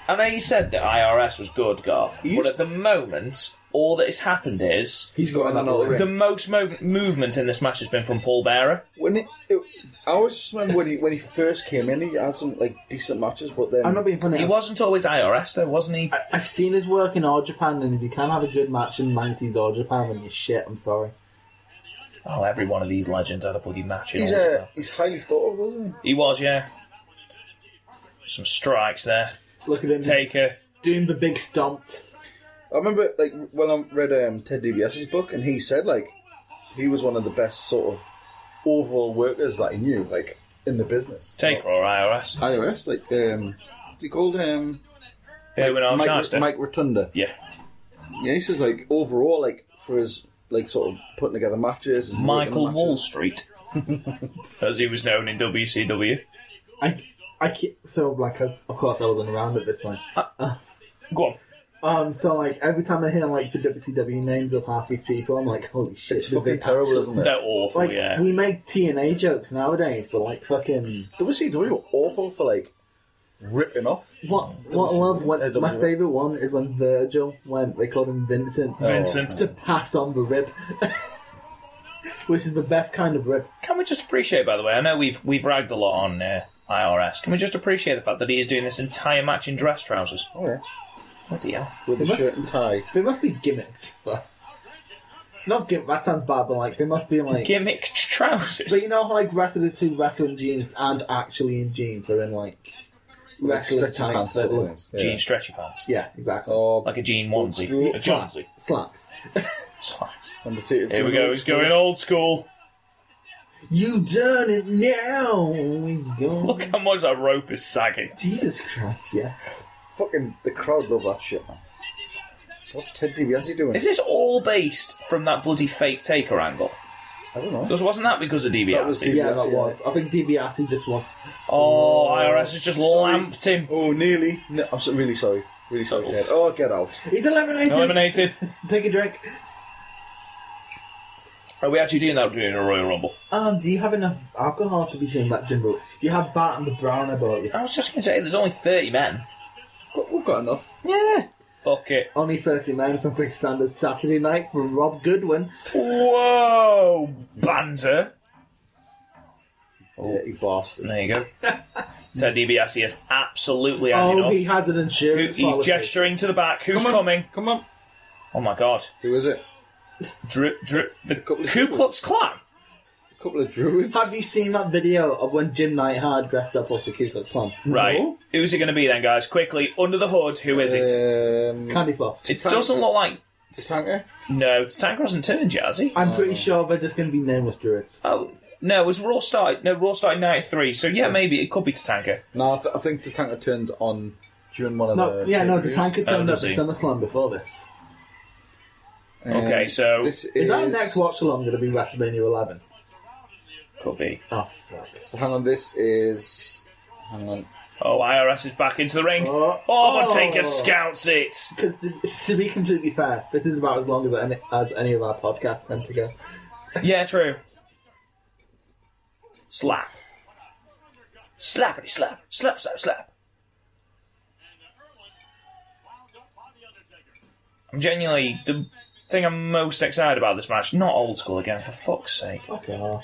S1: I know you said that IRS was good, Garth,
S4: You
S1: but
S4: s-
S1: at the moment, all that has happened is
S3: He's got
S4: another
S1: the most mo- movement in this match has been from Paul Bearer.
S4: when it, it- I always just remember when he when he first came in, he had some like decent matches, but then
S3: I'm not being funny.
S1: He
S3: I've-
S1: wasn't always IRS though, wasn't he?
S3: I've seen his work in All Japan, and if you can't have a good match in 90s All Japan, then you're shit, I'm sorry.
S1: Oh, every one of these legends had a bloody match in
S4: he's
S1: all of
S4: uh,
S1: them.
S4: he's highly thought of, isn't
S1: He was, yeah. Some strikes there.
S3: Look at him
S1: Taker.
S3: doing the big stomped.
S4: he? I remember like when I read um, Ted DiBiase's book, and he said like he was one of the best sort of overall workers that he knew, like in the business.
S1: Taker or IRS.
S4: IRS, like um, what's he called? Um,
S1: Yeah, when I was
S4: Mike,
S1: youngster.
S4: Mike Rotunda.
S1: Yeah.
S4: Yeah, he says like overall, like for his like sort of putting together matches. And working
S1: Michael
S4: matches.
S1: Wall Street. as he was known in WCW.
S3: I, I ca- so, like, I, of course, I wasn't around at this time.
S1: Go on.
S3: Um, so like every time I hear like the WCW names of half these people, I'm like, holy shit,
S4: It's
S3: did they
S4: fucking terrible,
S3: actually-
S4: isn't it?
S1: They're awful,
S3: Like
S1: Oh, yeah.
S3: we make TNA jokes nowadays, but like fucking
S4: The WCW were awful for like ripping off.
S3: What what I love
S4: Uh,
S3: when
S4: the-
S3: my favourite one is when Virgil went they called him Vincent.
S1: Oh, Vincent.
S3: to pass on the rib. Which is the best kind of rib.
S1: Can we just appreciate, by the way? I know we've we've ragged a lot on uh, IRS. Can we just appreciate the fact that he is doing this entire match in dress trousers?
S3: Oh yeah.
S1: Bloody hell!
S4: With a shirt and tie.
S3: They must be gimmicks. But not gimmick that sounck bad, but like they must be like
S1: Gimmick t- trousers.
S3: But you know how like wrestlers who wrestle in jeans and actually in jeans they're in like wrestling
S4: stretchy
S3: tights
S4: pants
S3: that
S4: sort of
S3: look
S4: things.
S1: Jean stretchy pants,
S3: Yeah, exactly.
S4: Or
S1: like a jean onesie,
S4: school.
S1: a jonesy.
S3: Slaps.
S1: Slice.
S4: Undertaker.
S1: Here we go. He's going old school.
S3: You done it now. Oh my God.
S1: Look how much that rope is sagging.
S3: Jesus Christ, yeah.
S4: Fucking the crowd love that shit, man. What's Ted DiBiase doing?
S1: Is this all based from that bloody fake taker angle?
S4: I don't know.
S1: Because wasn't that because of DiBiase?
S4: That was DiBiase.
S3: Yeah, that was. I think DiBiase just was.
S1: Oh, IRS has just
S4: Sorry.
S1: lamped him.
S4: Oh, nearly. No, I'm so, really sorry. Really sorry,
S1: Oh.
S4: Ted. Oh, get out.
S3: He's eliminated.
S1: Eliminated.
S3: Take a drink.
S1: Are Oh, we actually doing that during a Royal Rumble?
S3: Um, do you have enough alcohol to be doing that, Jimbo? You had Bart and the Brown about you.
S1: I was just going to say, there's only 30 men.
S4: Got- We've got enough.
S1: Yeah. Fuck it.
S3: Only 30 men sounds like standard Saturday night for Rob Goodwin.
S1: Whoa, banter. Oh.
S4: Dirty bastard.
S1: There you go. Ted DiBiase has absolutely had
S3: Oh, he
S1: enough.
S3: has an
S1: Who-
S3: insurance
S1: he's
S3: policy.
S1: gesturing to the back. Who's
S8: Come on,
S1: coming?
S8: Come on.
S1: Oh my god.
S4: Who is it?
S1: Drip, drip. The
S4: Couple of
S1: Ku
S4: people.
S1: Klux Klan.
S4: A couple of druids.
S3: Have you seen that video of when Jim Nighthard dressed up off the Ku Klux Klan?
S1: Right.
S4: Oh.
S1: Who's it going to be then, guys? Quickly, under the hood, who is it?
S4: Um,
S3: Candy Floss.
S1: Uh, it doesn't look like.
S4: Tatanka?
S1: No, Tank hasn't turned yet, has he?
S3: I'm pretty sure they're just going to be nameless druids.
S1: Oh, no, it was Raw started. No, Raw started 93, so yeah, maybe it could be Tatanka.
S4: No, I, th- I think Tatanka turns on during one of
S3: No,
S4: the.
S3: yeah, no, the
S4: pay-per-views.
S3: tanker turned
S1: Oh,
S3: up
S1: does
S3: to
S1: he?
S3: SummerSlam before this.
S4: Um,
S1: Okay, so-
S4: This is.
S3: Is that next watch along going to be WrestleMania 11?
S1: Could be.
S3: Oh, fuck.
S4: So hang on, this is. Hang on.
S1: Oh, IRS is back into the ring.
S3: Oh.
S1: Oh,
S3: Oh.
S1: Taker scouts it.
S3: Because to, to be completely fair, this is about as long as any, as any of our podcasts tend to go.
S1: Yeah, true. Slap. Slappity slap. Slap, slap, slap. I'm genuinely the thing I'm most excited about this match. Not old school again, for fuck's sake.
S3: Fuck off.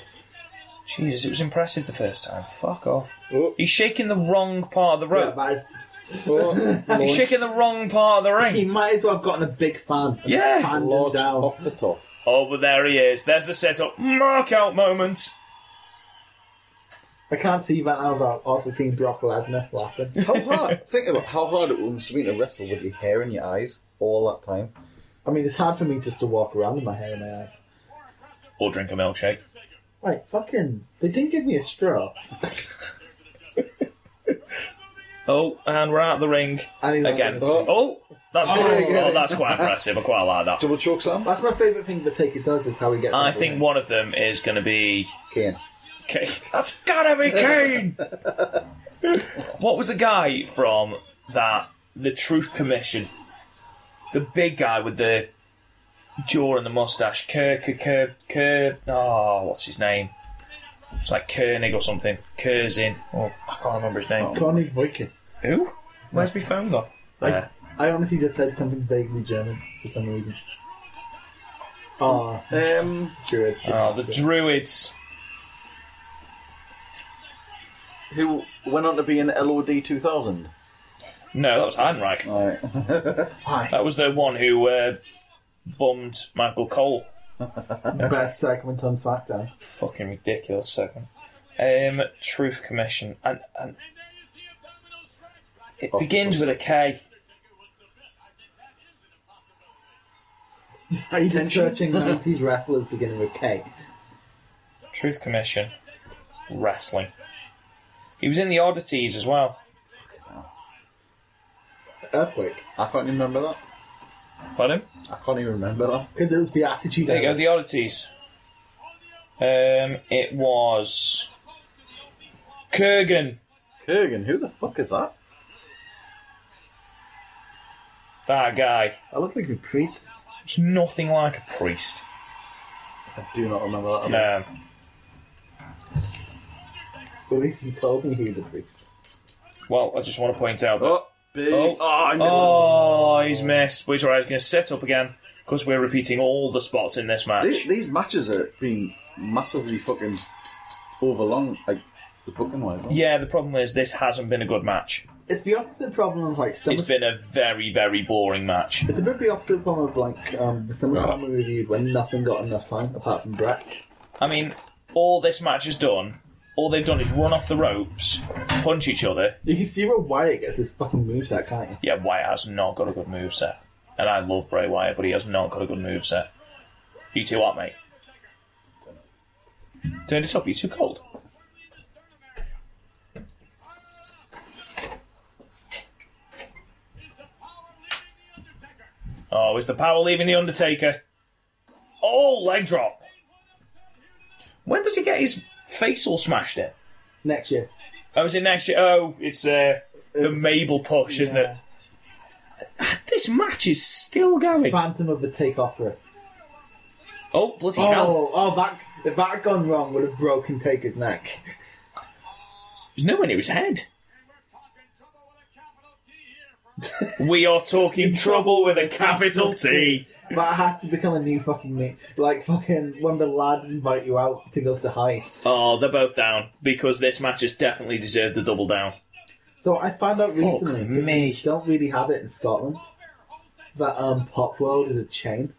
S1: Jesus, it was impressive the first time. Fuck off.
S4: Oh.
S1: He's shaking the wrong part of the rope.
S3: Yeah, but it's-
S4: Oh,
S1: He's
S4: launched,
S1: shaking the wrong part of the
S3: he
S1: ring.
S3: might as well have gotten a big fan.
S1: Yeah.
S3: Fanned him
S4: launched
S3: down.
S4: off the top.
S1: Oh, but there he is. There's the setup. Mark out moment.
S3: I can't see that now, but I've also seen Brock Lesnar laughing.
S4: How hard? think about how hard it must have been to wrestle with your hair in your eyes all that time.
S3: I mean, it's hard for me just to walk around with my hair in my eyes.
S1: Or drink a milkshake.
S3: Like, fucking, they didn't give me a straw.
S1: Oh, and we're out of the ring
S3: I mean,
S1: again.
S3: that's-
S1: Oh, that's quite,
S4: yeah.
S1: oh, that's quite impressive. I quite like that.
S4: Double choke slam.
S3: That's my favourite thing the Taker does is how he gets.
S1: I
S3: into
S1: think
S3: it.
S1: one of them is going to be
S4: Kane.
S1: Kane. That's gotta be Kane. what was the guy from that? The Truth Commission, the big guy with the jaw and the mustache. Kerr, Kerr, Kerr, Kerr. Oh, what's his name? It's like Koenig or something. Kerzin. Oh, I can't remember his name.
S3: Koenig Wojcik.
S1: Who? Where's my phone gone?
S3: I,
S1: There.
S3: I honestly just said something vaguely German for some reason. Oh,
S4: Um,
S3: Druid.
S1: Oh, the Druids.
S4: who went on to be in LOD 2000.
S1: No, that was Heinrich.
S4: Right.
S1: That was the one who uh, bummed Michael Cole.
S3: best segment on SmackDown.
S1: Fucking ridiculous second. Um, Truth Commission. And, and it begins with a K.
S3: Are you just searching 90s wrestlers beginning with K?
S1: Truth Commission. Wrestling. He was in the Oddities as well.
S3: Earthquake.
S4: I can't even remember that.
S1: Pardon?
S4: I can't even remember that.
S3: Because it was the attitude.
S1: There you go,
S3: Era.
S1: the Oddities. Um, it was. Kurgan.
S4: Kurgan, who the fuck is that?
S1: That guy.
S3: I look like a priest.
S1: It's nothing like a priest. Um,
S4: I do not remember that. at all.
S1: No.
S3: Well, at least he told me he was a priest.
S1: Well, I just want to point out that.
S4: Oh, big.
S1: Oh.
S4: Oh, I missed.
S1: Oh, he's missed. Which is why I was going to set up again because we're repeating all the spots in this match.
S4: These, these matches are being massively fucking overlong, like the booking wise. aren't they?
S1: Yeah, the problem is this hasn't been a good match.
S3: It's the opposite problem of like some.
S1: It's been a very, very boring match.
S3: It's a bit the opposite problem of like um, the SummerSlam we reviewed when nothing got enough time apart from Brett.
S1: I mean, all this match has done, all they've done is run off the ropes, punch each other.
S3: You can see where Wyatt gets his fucking moveset, can't you?
S1: Yeah, Wyatt has not got a good moveset. And I love Bray Wyatt, but he has not got a good moveset. You two what, mate? Turn this up, you too cold. Oh, is the power leaving the Undertaker? Oh, leg drop. When does he get his face all smashed in?
S3: Next year.
S1: Oh, is it next year? Oh, it's uh, the Mabel push, isn't it? This match is still going.
S3: Phantom of the Take Opera.
S1: Oh, bloody hell.
S3: Oh, oh, that if that had gone wrong, would have broken Taker's neck.
S1: There's no one near his head. We are talking trouble with a capital T.
S3: That has to become a new fucking me. Like fucking when the lads invite you out to go to high.
S1: Oh, they're both down because this match has definitely deserved a double down.
S3: So I found out recently that
S1: me.
S3: they don't really have it in Scotland. That um, Pop World is a chain.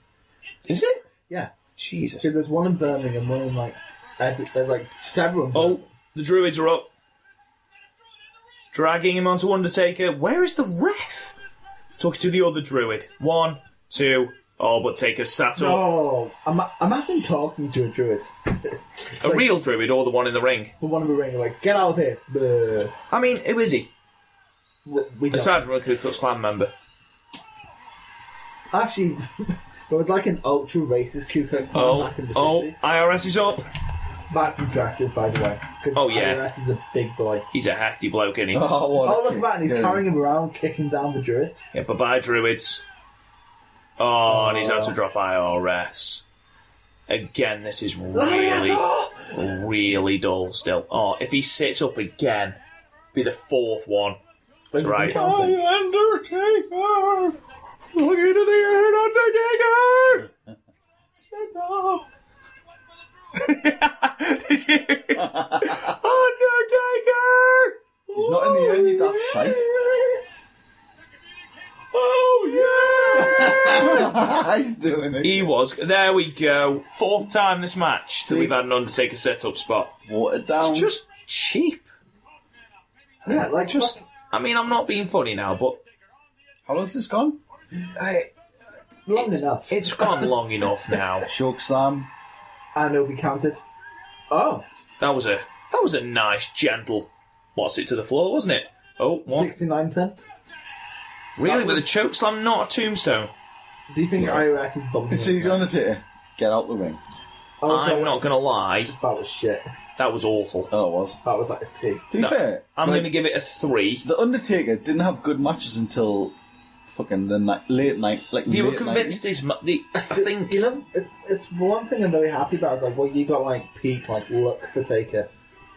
S1: Is it?
S3: Yeah,
S1: Jesus.
S3: because there's one in Birmingham, one in like every, there's like several. in
S1: Oh, the druids are up. Dragging him onto Undertaker. Where is the ref? Talking to the other druid. One, two. Oh, but Taker sat up.
S3: Oh, ima- imagine talking to a druid.
S1: a real druid or the one in the ring.
S3: The one in the ring, like, get out of here. Bleh.
S1: I mean, who is he?
S3: We- We don't.
S1: Aside from a Ku Klux Klan member.
S3: Actually, there was like an ultra racist Ku Klux Klan
S1: Oh,
S3: back in the
S1: oh,
S3: 60s.
S1: IRS is up.
S3: That's impressive, by the way. 'cause
S1: Oh, yeah.
S3: IRS is a big boy.
S1: He's a hefty bloke, isn't he?
S4: Oh, what a
S3: Oh, look at
S4: kick.
S3: that, and he's
S4: Yeah.
S3: carrying him around, kicking down the druids.
S1: Yeah, bye bye, druids. Oh, and he's had to drop IRS. Again, this is really, really dull still. Oh, if he sits up again, be the fourth one. That's right.
S3: Counting.
S4: Undertaker!
S1: Look into the Undertaker! Did you? Undertaker!
S4: He's not in the end, you daft shite.
S1: Oh,
S4: he's doing it.
S1: He was. There we go. Fourth time this match that we've had an Undertaker setup spot.
S4: Watered down.
S1: It's just cheap.
S3: Yeah, like
S1: Just.
S3: just
S1: I mean, I'm not being funny now, but
S4: How long's this gone?
S1: I,
S3: long enough.
S1: it's gone long enough now.
S4: Shook slam.
S3: and it'll be counted. Oh,
S1: That was a that was a nice gentle. What's it to the floor, wasn't it? Oh, one.
S3: 69 pin.
S1: really?
S4: that
S1: With a
S4: was-
S1: choke slam, not a tombstone.
S3: Do you think IRS is bumping?
S4: See
S3: him?
S4: the Undertaker. Get out the ring.
S3: Oh, that
S1: I'm
S3: was-
S1: not gonna lie,
S3: That was shit.
S1: that was awful.
S4: Oh, it was.
S3: That was like a T.
S4: To be fair,
S1: I'm
S4: like,
S1: gonna give it a three.
S4: the Undertaker didn't have good matches until fucking the night, late night, like
S1: You were
S4: late
S1: convinced
S4: 90s.
S1: his. mu- The, I think
S3: you know, it's, it's the one thing I'm very happy about. Is like, well, you got like peak, like look for Taker.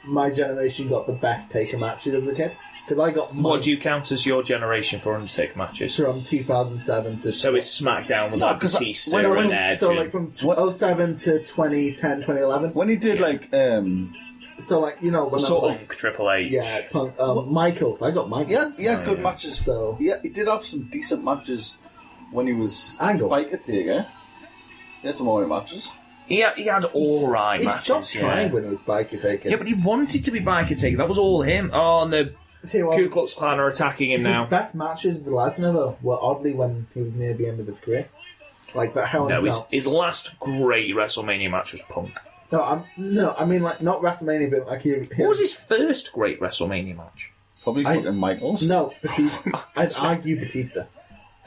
S3: My generation got the best Taker matches as a kid because I got my
S1: What do you count as your generation for Undertaker matches?
S3: from 2007 to
S1: So it's SmackDown with
S4: No,
S1: like
S4: 'cause I-
S1: Batista
S4: when I
S1: and
S4: went-
S1: Edge.
S3: so
S1: and-
S3: like from t-
S4: What-
S3: 07 to 2010, 2011.
S4: When he did like um,
S3: So like you know when
S4: Sort
S3: I
S4: of.
S3: was, like,
S1: Punk, Triple H.
S3: yeah, punk, um, Michaels. I got
S4: he had,
S3: Michaels.
S4: he had good
S1: yeah.
S4: matches.
S3: So-
S4: yeah, he did have some decent matches when he was
S3: Angle.
S4: biker taker. He had some alright matches.
S1: He had, he had all right
S3: he
S1: matches.
S3: stopped
S1: yeah.
S3: trying when he was biker Taker.
S1: Yeah, but he wanted to be biker taker. That was all him. Oh, and the
S3: Tell you what,
S1: Ku Klux Klan are attacking him now.
S3: His best matches with Lesnar though, were oddly when he was near the end of his career. Like that Hell in a
S1: No, his,
S3: Cell.
S1: his last great WrestleMania match was Punk.
S3: No, I'm, no, I mean like not WrestleMania, but like he. he
S1: What was his first great WrestleMania match?
S4: Probably
S3: I-
S4: fucking Michaels.
S3: No, Batista. I'd argue Batista.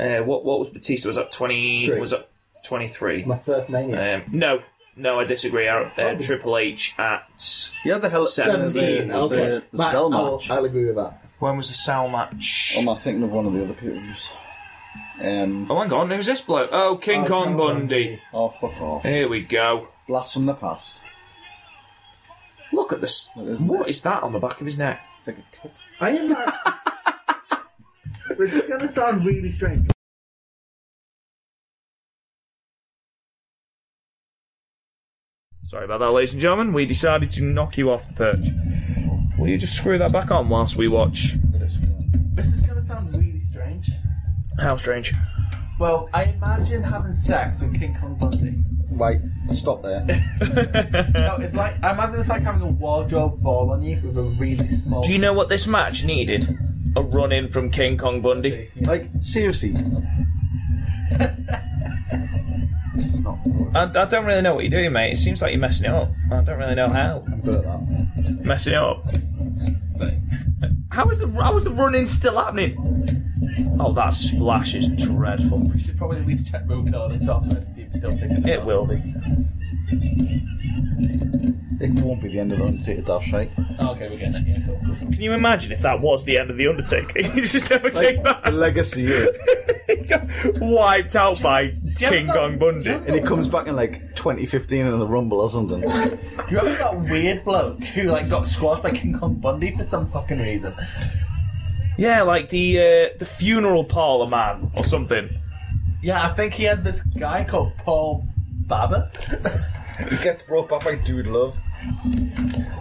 S1: Uh, what What was Batista? Was that twenty?
S3: Three.
S1: Was that twenty three?
S3: My Oh, first Mania.
S1: Um, no, no, I disagree. Uh, uh, Triple H at
S4: He had the hell
S1: Seventeen,
S4: the, was the-
S3: okay.
S4: the
S3: Matt,
S4: cell
S3: I'll,
S4: match.
S3: I'll agree with that.
S1: when was the Sal match?
S4: Oh, am I thinking of one of the other people's? Um,
S1: Oh my god, who's this bloke? Oh, King
S3: Oh,
S1: Kong
S3: Kong
S1: Bundy.
S4: oh fuck off!
S1: Here we go.
S4: Blast from the past.
S1: Look at this.
S4: That isn't
S1: What
S4: it.
S1: is that on the back of his neck?
S4: It's like a tit.
S9: I am not. this is going to sound really strange.
S1: Sorry about that, ladies and gentlemen. We decided to knock you off the perch. Will you just screw that back on whilst we watch?
S9: This is going to sound really strange.
S1: How strange.
S9: Well, I imagine having sex with King Kong Bundy.
S4: Wait, stop there.
S9: No, it's like I imagine it's like having a wardrobe fall on you with a really small.
S1: Do you know what this match needed? A run in from King Kong Bundy.
S4: like, seriously. this is not good.
S1: I, I don't really know what you're doing, mate. It seems like you're messing it up. I don't really know how.
S4: I'm good at that.
S1: Messing it up.
S9: thing?
S1: How is the how is the running still happening? Oh, that splash is dreadful.
S3: We should probably at least check roll call and itself to see if it's still picking
S1: It will be.
S4: It won't be the end of the Undertaker dash, right?
S3: Oh, okay, we're getting it. Yeah, cool.
S1: Can you imagine if that was the end of the Undertaker? he just never came back.
S4: legacy here.
S1: he got wiped out by King Kong Bundy.
S4: And he comes back in like 2015 in the Rumble or something.
S3: You remember that weird bloke who like got squashed by King Kong Bundy for some fucking reason?
S1: Yeah, like the uh, the funeral parlor man or something.
S3: Yeah, I think he had this guy called Paul Babbitt.
S4: He gets brought back by Dude Love.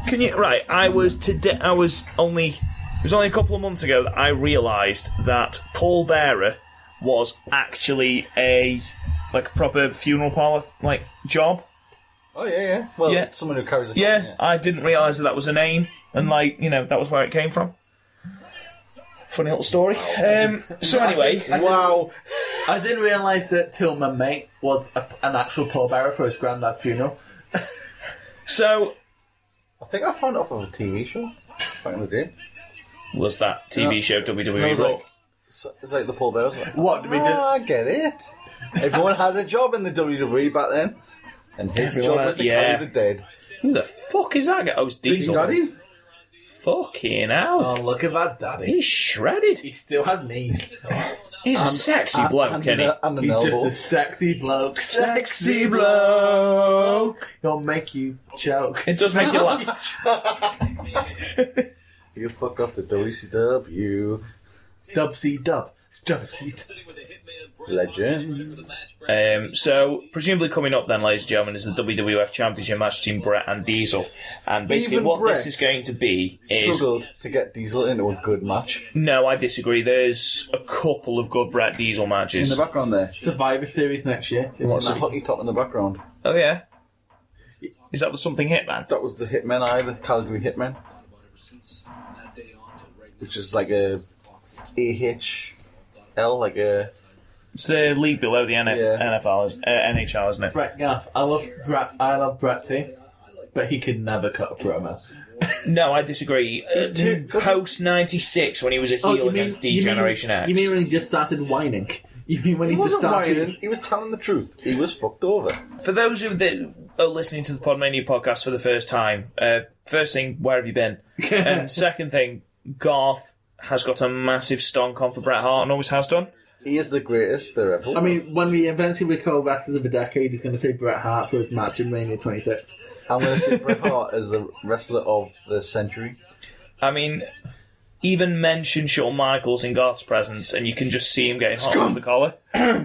S1: Can you right? I was today. I was only. It was only a couple of months ago that I realised that Paul Bearer was actually a like a proper funeral parlor like job.
S4: Oh, yeah, yeah. Well,
S1: Yeah.
S4: someone who carries a
S1: Yeah, I didn't realise that that was a name, and like you know that was where it came from. Funny little story. Um, so anyway,
S4: Wow.
S3: I didn't realise that till my mate was a, an actual pallbearer for his granddad's funeral.
S1: so
S4: I think I found it off of a TV show back in the day.
S1: was that TV show
S4: And I
S1: WWE
S4: was
S1: Raw?
S4: like, so- it's like the Paul Bearers. Like,
S3: What did we do?
S4: "Ah, I get it. Everyone has a job in the WWE back then. And his
S1: Everyone
S4: job
S1: has-
S4: was to
S1: yeah.
S4: carry the dead.
S1: Who the fuck is that guy? Oh, it's Diesel.
S4: Daddy?
S1: Fucking hell.
S3: Oh, look at that daddy.
S1: He's shredded.
S3: He still has knees.
S1: He's a sexy bloke,
S4: and,
S1: isn't he?
S4: a- and an
S3: He's just
S4: elbow.
S3: a sexy bloke.
S1: Sexy
S3: bloke. He'll make you choke.
S1: It does make you laugh.
S4: You fuck off the WCW
S3: Dubsy dub. Dubsy dub.
S4: legend.
S1: Um, so, presumably coming up then, ladies and gentlemen, is the WWF Championship match between Brett and Diesel. And basically,
S4: Even
S1: what this
S4: Brett
S1: is going to be is.
S4: Struggled to get Diesel into a good match.
S1: No, I disagree. There's a couple of good Brett Diesel
S4: In the
S1: matches.
S4: background there.
S3: Survivor Series next year. They want
S4: What's the hockey top in the background?
S1: Oh, yeah. Is that the something hit, man?
S4: That was the Hitmen Eye, the Calgary Hitmen. Which is like a AHL, like a.
S1: It's the league below the NF-
S4: Yeah.
S1: NFL, is, uh, NHL, isn't it?
S3: Brett Gaff. I love Brett. I love Brett too, but he could never cut a promo.
S1: No, I disagree.
S4: too-
S1: Uh, Post 96, when he was a heel
S4: Oh,
S1: against D-Generation
S3: you Oh, mean,
S1: X.
S3: You mean when he just started whining? You mean when he,
S4: He
S3: just
S4: wasn't
S3: started?
S4: lying. He was telling the truth. He was fucked over.
S1: For those of that are listening to the Podmania podcast for the first time, uh, first thing, where have you been? and second thing, Garth has got a massive stonk on for Bret Hart and always has done.
S4: He is the greatest there ever.
S3: I mean, when we eventually recall wrestlers of the decade, he's going to say Bret Hart for his match in Mania 26.
S4: I'm going to say Bret Hart as the wrestler of the century.
S1: I mean, even mention Shawn Michaels in Garth's presence and you can just see him getting hot on the collar.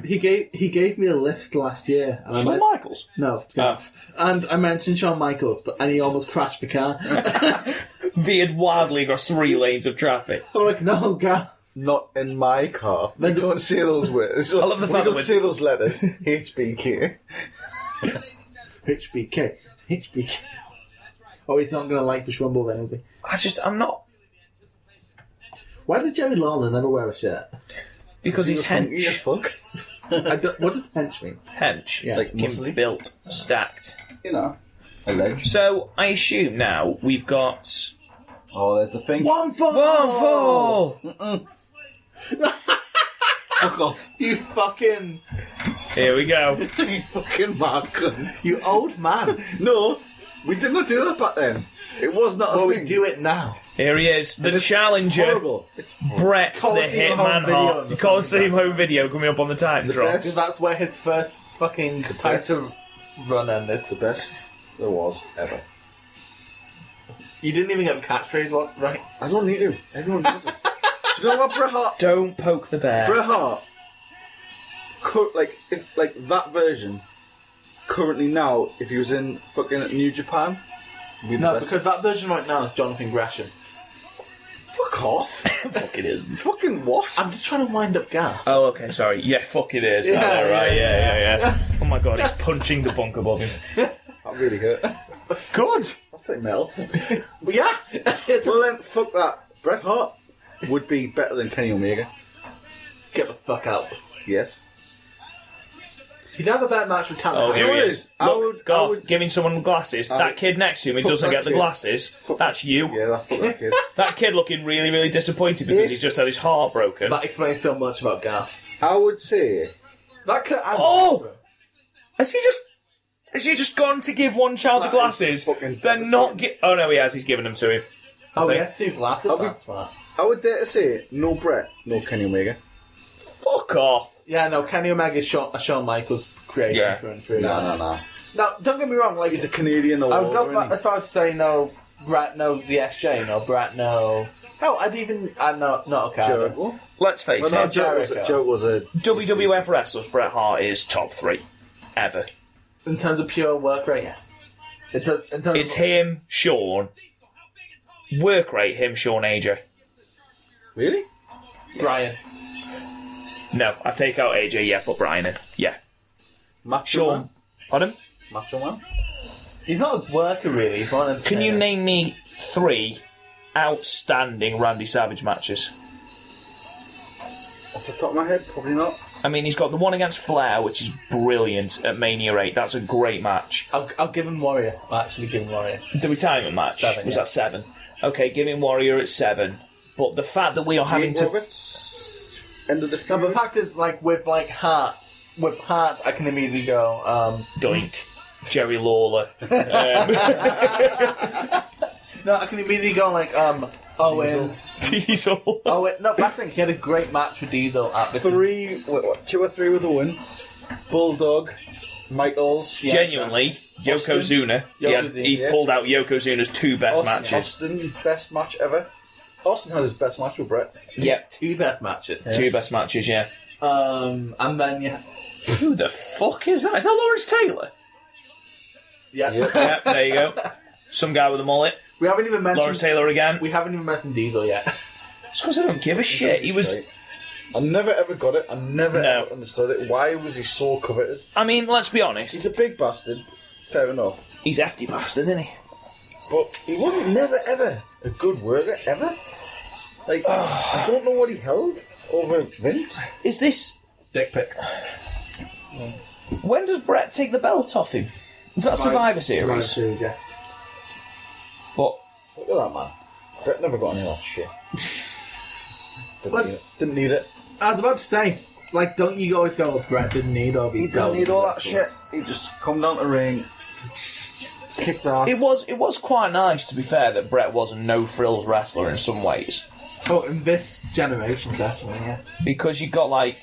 S3: He gave he gave me a lift last year, and I
S1: Shawn
S3: went,
S1: Michaels?
S3: no, Gaff. and I mentioned Shawn Michaels, but and he almost crashed the car.
S1: Veered wildly across three lanes of traffic.
S3: I'm like, no, Gaff.
S4: Not in my car. They don't say those words. I
S1: love the fact
S4: we
S1: that
S4: don't say those letters. HBK.
S3: HBK, HBK. Oh, he's not going to like the Rumble then, is he?
S1: I just, I'm not.
S3: Why did Jerry Lawler never wear a shirt?
S1: Because he's
S4: He
S1: hench.
S4: is fuck.
S3: I don't, what does hench mean?
S1: Hench.
S3: Yeah.
S4: Like
S1: Fucking
S4: muscly.
S1: built, stacked.
S4: You know. Alleged.
S1: So I assume now we've got
S4: Oh, there's the thing.
S3: One fall.
S1: one fall.
S4: Fuck off.
S3: You fucking,
S1: Here we go.
S4: You fucking mad cunt.
S3: you old man.
S4: No, we did not do that back then. It was not
S3: Well,
S4: a
S3: we
S4: thing.
S3: do it now.
S1: Here he is, the
S4: It's
S1: challenger,
S4: Horrible. It's horrible.
S1: Brett the
S3: Coliseum home
S1: Hitman
S3: video
S1: Hart.
S3: on the
S1: You can't see
S3: phone
S1: him home video coming up on the Titan drop.
S4: best.
S3: That's where his first fucking title
S4: best.
S3: run ended.
S4: Best there was ever.
S3: You didn't even get the catchphrase what- right.
S4: I don't need to. Everyone does it. Do you know what, Bret Hart?
S10: Don't poke the bear.
S4: Bret Hart, cur- like if, like that version. Currently now, if he was in fucking New Japan, would be the
S3: No,
S4: best.
S3: because that version right now is Jonathan Gresham.
S4: fuck off.
S10: Fuck it is.
S4: Fucking what?
S3: I'm just trying to wind up Gaff.
S10: Oh, okay, sorry. Yeah, fuck it is.
S3: Yeah,
S10: Yeah, right,
S3: yeah,
S10: yeah, yeah, yeah. Oh my god, he's punching the bunk above him.
S4: That really hurt.
S10: Good!
S4: I'll take Mel.
S3: But yeah, it's
S4: well then, fuck that. Bret Hart would be better than Kenny Omega.
S3: get the fuck out.
S4: Yes.
S3: You'd have a better match with Tanner.
S10: Oh, here he
S4: would-
S10: is.
S4: I
S10: Look,
S4: would- I
S10: Garth,
S4: would-
S1: giving someone glasses.
S4: I
S1: that
S4: would-
S1: kid next to him, he
S4: Fuck
S1: doesn't
S4: that
S1: get the
S4: kid.
S1: glasses.
S4: Fuck
S1: That's
S4: that-
S1: you.
S4: Yeah, that fuck that kid.
S1: That kid looking really, really disappointed because
S4: If-
S1: he's just had his heart broken.
S3: that explains so much about Gaff.
S4: I would say
S3: That could. I'm
S1: Oh! Has he just? Has he just gone to give one child
S4: That
S1: the glasses?
S4: is fucking
S1: They're not.
S4: devastating.
S1: Gi- oh no, he has. He's given them to him.
S3: Oh,
S1: think-
S3: he has two glasses.
S4: we-
S3: That's smart.
S4: I would dare to say no Bret, no Kenny Omega.
S1: Fuck off.
S3: Yeah, no, Kenny Omega is Shawn, a Shawn Michaels creation
S1: Yeah.
S3: through and through.
S4: No, no, no.
S3: Now, don't get me wrong. Like,
S4: He's a Canadian or
S3: I would go fa- as far as to say no. Brat knows the SJ. No, Brat no. Hell, I'd even. I know not okay.
S4: Jericho.
S1: Let's face
S4: Well, no,
S1: it.
S4: Jericho was, a-
S3: Jericho.
S4: Jericho was a
S1: WWF wrestlers Bret Hart is top three ever.
S3: In terms of pure work rate, yeah. In ter- in terms
S1: It's
S3: of-
S1: him, Sean. Work rate him, Sean AJ.
S4: really.
S3: Brian.
S1: No, I take out AJ. Yeah, put Brian in. Yeah,
S4: Macho
S1: Sean.
S4: Man.
S1: Pardon?
S4: Macho Man.
S3: He's not a worker really. He's more. an
S1: Can you
S3: entertainer.
S1: name me three outstanding Randy Savage matches?
S4: Off the top of my head, probably not.
S1: I mean, he's got the one against Flair, which is brilliant at Mania 8. That's a great match.
S3: I'll, I'll give him Warrior. I'll actually give him Warrior.
S1: The retirement match
S3: Seven,
S1: was
S3: yeah.
S1: that seven? Okay, giving Warrior at seven. But the fact that we are having
S4: Jake
S1: to
S4: Roberts. End of the
S3: No,
S4: feud.
S3: but the fact is, like with like Hart, with Hart, I can immediately go. um
S1: doink Jerry Lawler.
S3: No, I can immediately go like um Owen.
S1: Diesel.
S3: Owen. No, that's the thing. He had a great match with Diesel at this.
S4: three, what, what, two or three with a win. Bulldog, Michaels, yeah.
S1: Genuinely, Yokozuna. He, had, he
S3: Yokozuna,
S4: yeah.
S1: pulled out Yokozuna's two best
S4: Austin,
S1: matches.
S4: Austin, best match ever. Austin had his best match with Brett.
S1: Yeah,
S3: Two best matches.
S1: two best matches. Yeah.
S3: Um, and then yeah,
S1: Who the fuck is that? Is that Lawrence Taylor?
S3: yeah.
S1: yeah, there you go. Some guy with a mullet.
S3: we haven't even mentioned
S1: Lawrence Taylor again.
S3: we haven't even mentioned Diesel yet.
S1: It's because I don't give a shit. He was.
S4: I never ever got it. I never
S1: No.
S4: ever understood it. Why was he so coveted?
S1: I mean, let's be honest.
S4: He's a big bastard. Fair enough.
S1: He's hefty bastard, isn't he?
S4: But he wasn't never ever a good worker ever. Like I don't know what he held over Vince.
S1: Is this
S3: Dick pics.
S1: when does Brett take the belt off him? Is that Survivor Series?
S3: yeah.
S1: But
S4: Look at that man. Brett never got any of that shit. Didn't,
S3: Look-
S4: need it. Didn't need it.
S3: I was about to say, like, don't you always go? "Oh, Brett didn't need all these.
S4: He didn't
S3: bells
S4: need
S3: and
S4: all that
S3: whistles."
S4: shit. He just come down the ring, kick the ass.
S1: it was it was quite nice to be fair that Brett was a no frills wrestler in some ways
S3: Oh, in this generation, definitely. Yeah.
S1: because you got like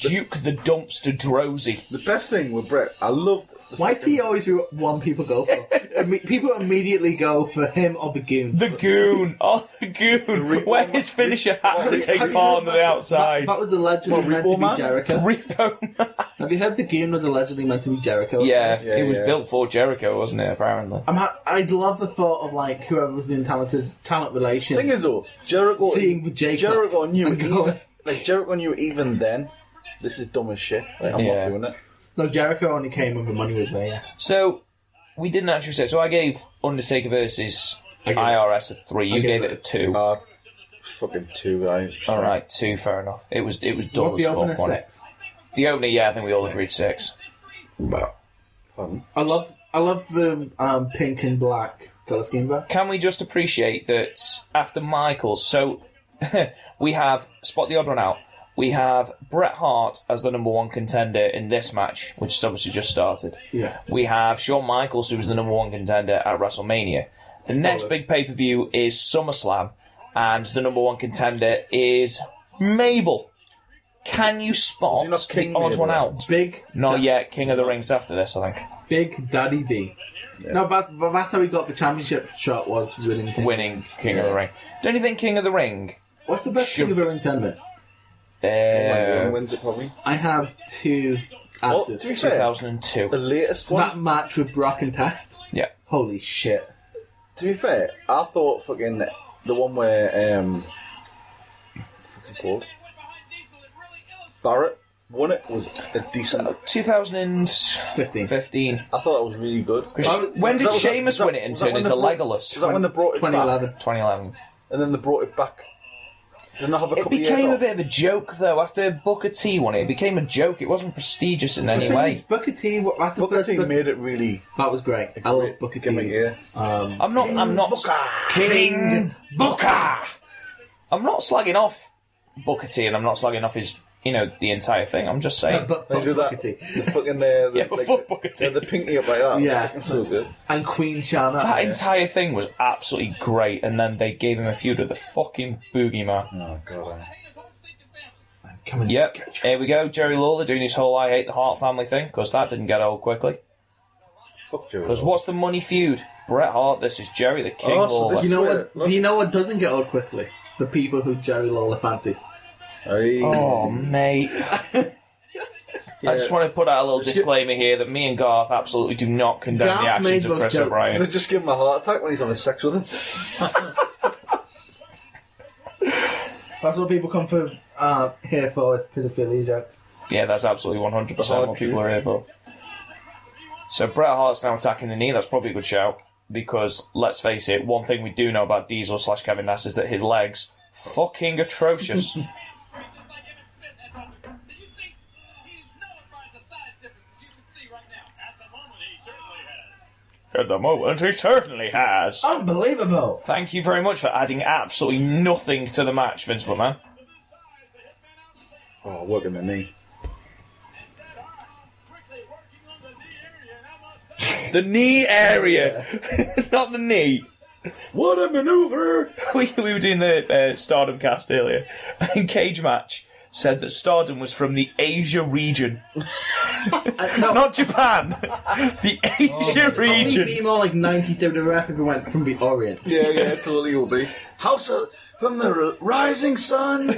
S1: Duke the Dumpster Drozy.
S4: the best thing with Brett. I loved
S3: Why does he always be what one people go for? Imme- people immediately go for him or the goon.
S1: The goon, oh the goon, where his finisher had to take part on the outside.
S3: That, that was allegedly meant to
S4: Repo
S3: be
S4: Man?
S3: Jericho.
S1: Repo Man.
S3: Have you heard the goon was allegedly meant to be Jericho?
S1: Yeah,
S4: Yeah,
S1: it was
S4: yeah.
S1: built for Jericho, wasn't it? Apparently.
S3: I'm ha- I'd love the thought of like whoever was doing talented talent relation.
S4: Thing is, though, Jericho,
S3: Seeing with Jacob.
S4: Jericho knew
S3: And
S4: even,
S3: going-
S4: like Jericho knew even then. This is dumb as shit. Like, I'm
S1: Yeah.
S4: not doing it.
S3: no, Jericho only came when the money was there. Yeah.
S1: So we didn't actually say. So I gave Undertaker versus
S3: gave it-
S1: IRS a three. You
S3: I
S1: gave it
S3: gave
S1: a
S3: it-
S1: two.
S4: Uh, fucking two guys.
S1: All right, two. Fair enough. It was it was dull
S3: What's
S1: as
S3: the
S1: fuck.
S3: opener
S1: wasn't it?
S3: six?
S1: The opener, yeah, I think we all agreed six.
S4: Pardon.
S3: I love I love the um, pink and black colour scheme there.
S1: Can we just appreciate that after Michaels? So we have spot the odd one out. We have Bret Hart as the number one contender in this match, which has obviously just started.
S3: Yeah.
S1: We have Shawn Michaels, who was the number one contender at WrestleMania. The next big pay per view is SummerSlam, and the number one contender is Mabel. Can you spot
S4: he not
S1: the
S4: King
S1: odd
S4: Mabel?
S1: one out?
S3: Big,
S1: Not yet. King of the Rings after this, I think.
S3: big Daddy D. No, but, but that's how he got the championship shot was winning. King.
S1: Winning King of the Ring. Don't you think King of the Ring?
S3: What's the best
S1: Shoot.
S3: King of the Ring tournament?
S4: Everyone
S1: Uh,
S4: wins it probably.
S3: I have two
S4: Well,
S3: answers.
S4: to be fair,
S1: 2002.
S4: the latest one.
S3: that match with Brock and Test.
S1: Yeah.
S3: Holy shit.
S4: To be fair, I thought fucking the one where um, what's it called? Barrett won it was a decent.
S1: 2015.
S3: 15.
S4: I thought that was really good.
S1: Oh, when did
S4: Was that- was
S1: Sheamus
S4: that-
S1: win it and
S4: was that
S1: turn
S4: when
S1: into
S4: they brought-
S1: Legolas?
S4: Was that when they brought it
S3: 2011.
S4: back?
S1: 2011.
S4: And then they brought it back. Did they not have a
S1: It
S4: couple of
S1: became
S4: years
S1: a bit of a joke, though. After Booker T won it, it became a joke. It wasn't prestigious in any
S3: The thing is,
S1: way.
S3: Booker T, what- that's the
S4: Booker
S3: first
S4: T
S3: book-
S4: made it really.
S3: That was great. I love Booker
S4: gimmick,
S3: T's. Um,
S1: I'm not. I'm not. King Booker. I'm not slagging off Booker T, and I'm not slagging off his, you know, the entire thing. I'm just saying.
S3: but
S4: They
S3: fuck
S4: do
S3: Booker
S4: that.
S3: T.
S4: The fucking uh, the,
S1: Yeah, but
S4: like,
S1: fuck Booker T.
S4: yeah, the pinky up like that.
S3: Yeah.
S4: It's so good.
S3: And Queen Shana.
S1: that entire thing was absolutely great, and then they gave him a feud with the fucking boogeyman.
S4: Oh god.
S3: Coming.
S1: Yep, here we go. Jerry Lawler doing his whole "I hate the Hart family" thing because that didn't get old quickly.
S4: Fuck Joe.
S1: Because what's the money feud? Bret Hart. This is Jerry the King
S4: Oh, so
S1: Lawler.
S4: this
S3: You know
S4: Swear,
S3: what?
S4: look.
S3: Do you know what doesn't get old quickly? The people who Jerry Lawler fancies.
S4: Hey.
S1: Oh, mate. I just want to put out a little disclaimer here that me and Garth absolutely do not condone the
S3: Garth's
S1: actions
S3: made
S1: of
S3: those
S1: Chris
S3: jokes.
S4: They
S1: O'Brien.
S4: just give him a heart attack when he's having sex with him.
S3: That's what people come for uh, here for is pedophilia jokes.
S1: Yeah, that's absolutely 100%
S4: The
S3: Oh,
S4: hard
S1: what people
S4: truth.
S1: are here for. So Bret Hart's now attacking the knee. That's probably a good shout. Because, let's face it, one thing we do know about Diesel slash Kevin Nash is that his legs fucking atrocious. At the moment, he certainly has.
S3: Unbelievable!
S1: Thank you very much for adding absolutely nothing to the match, Vince McMahon.
S4: oh, working the knee.
S1: The knee area, not the knee.
S4: What a maneuver!
S1: We, we were doing the uh, Stardom cast earlier, and Cage Match said that Stardom was from the Asia region, not Japan. The Asia
S3: It'd
S1: region.
S3: be more like 90 WWF if we went from the Orient.
S4: Yeah, yeah, totally will be. House of, from the r- rising sun.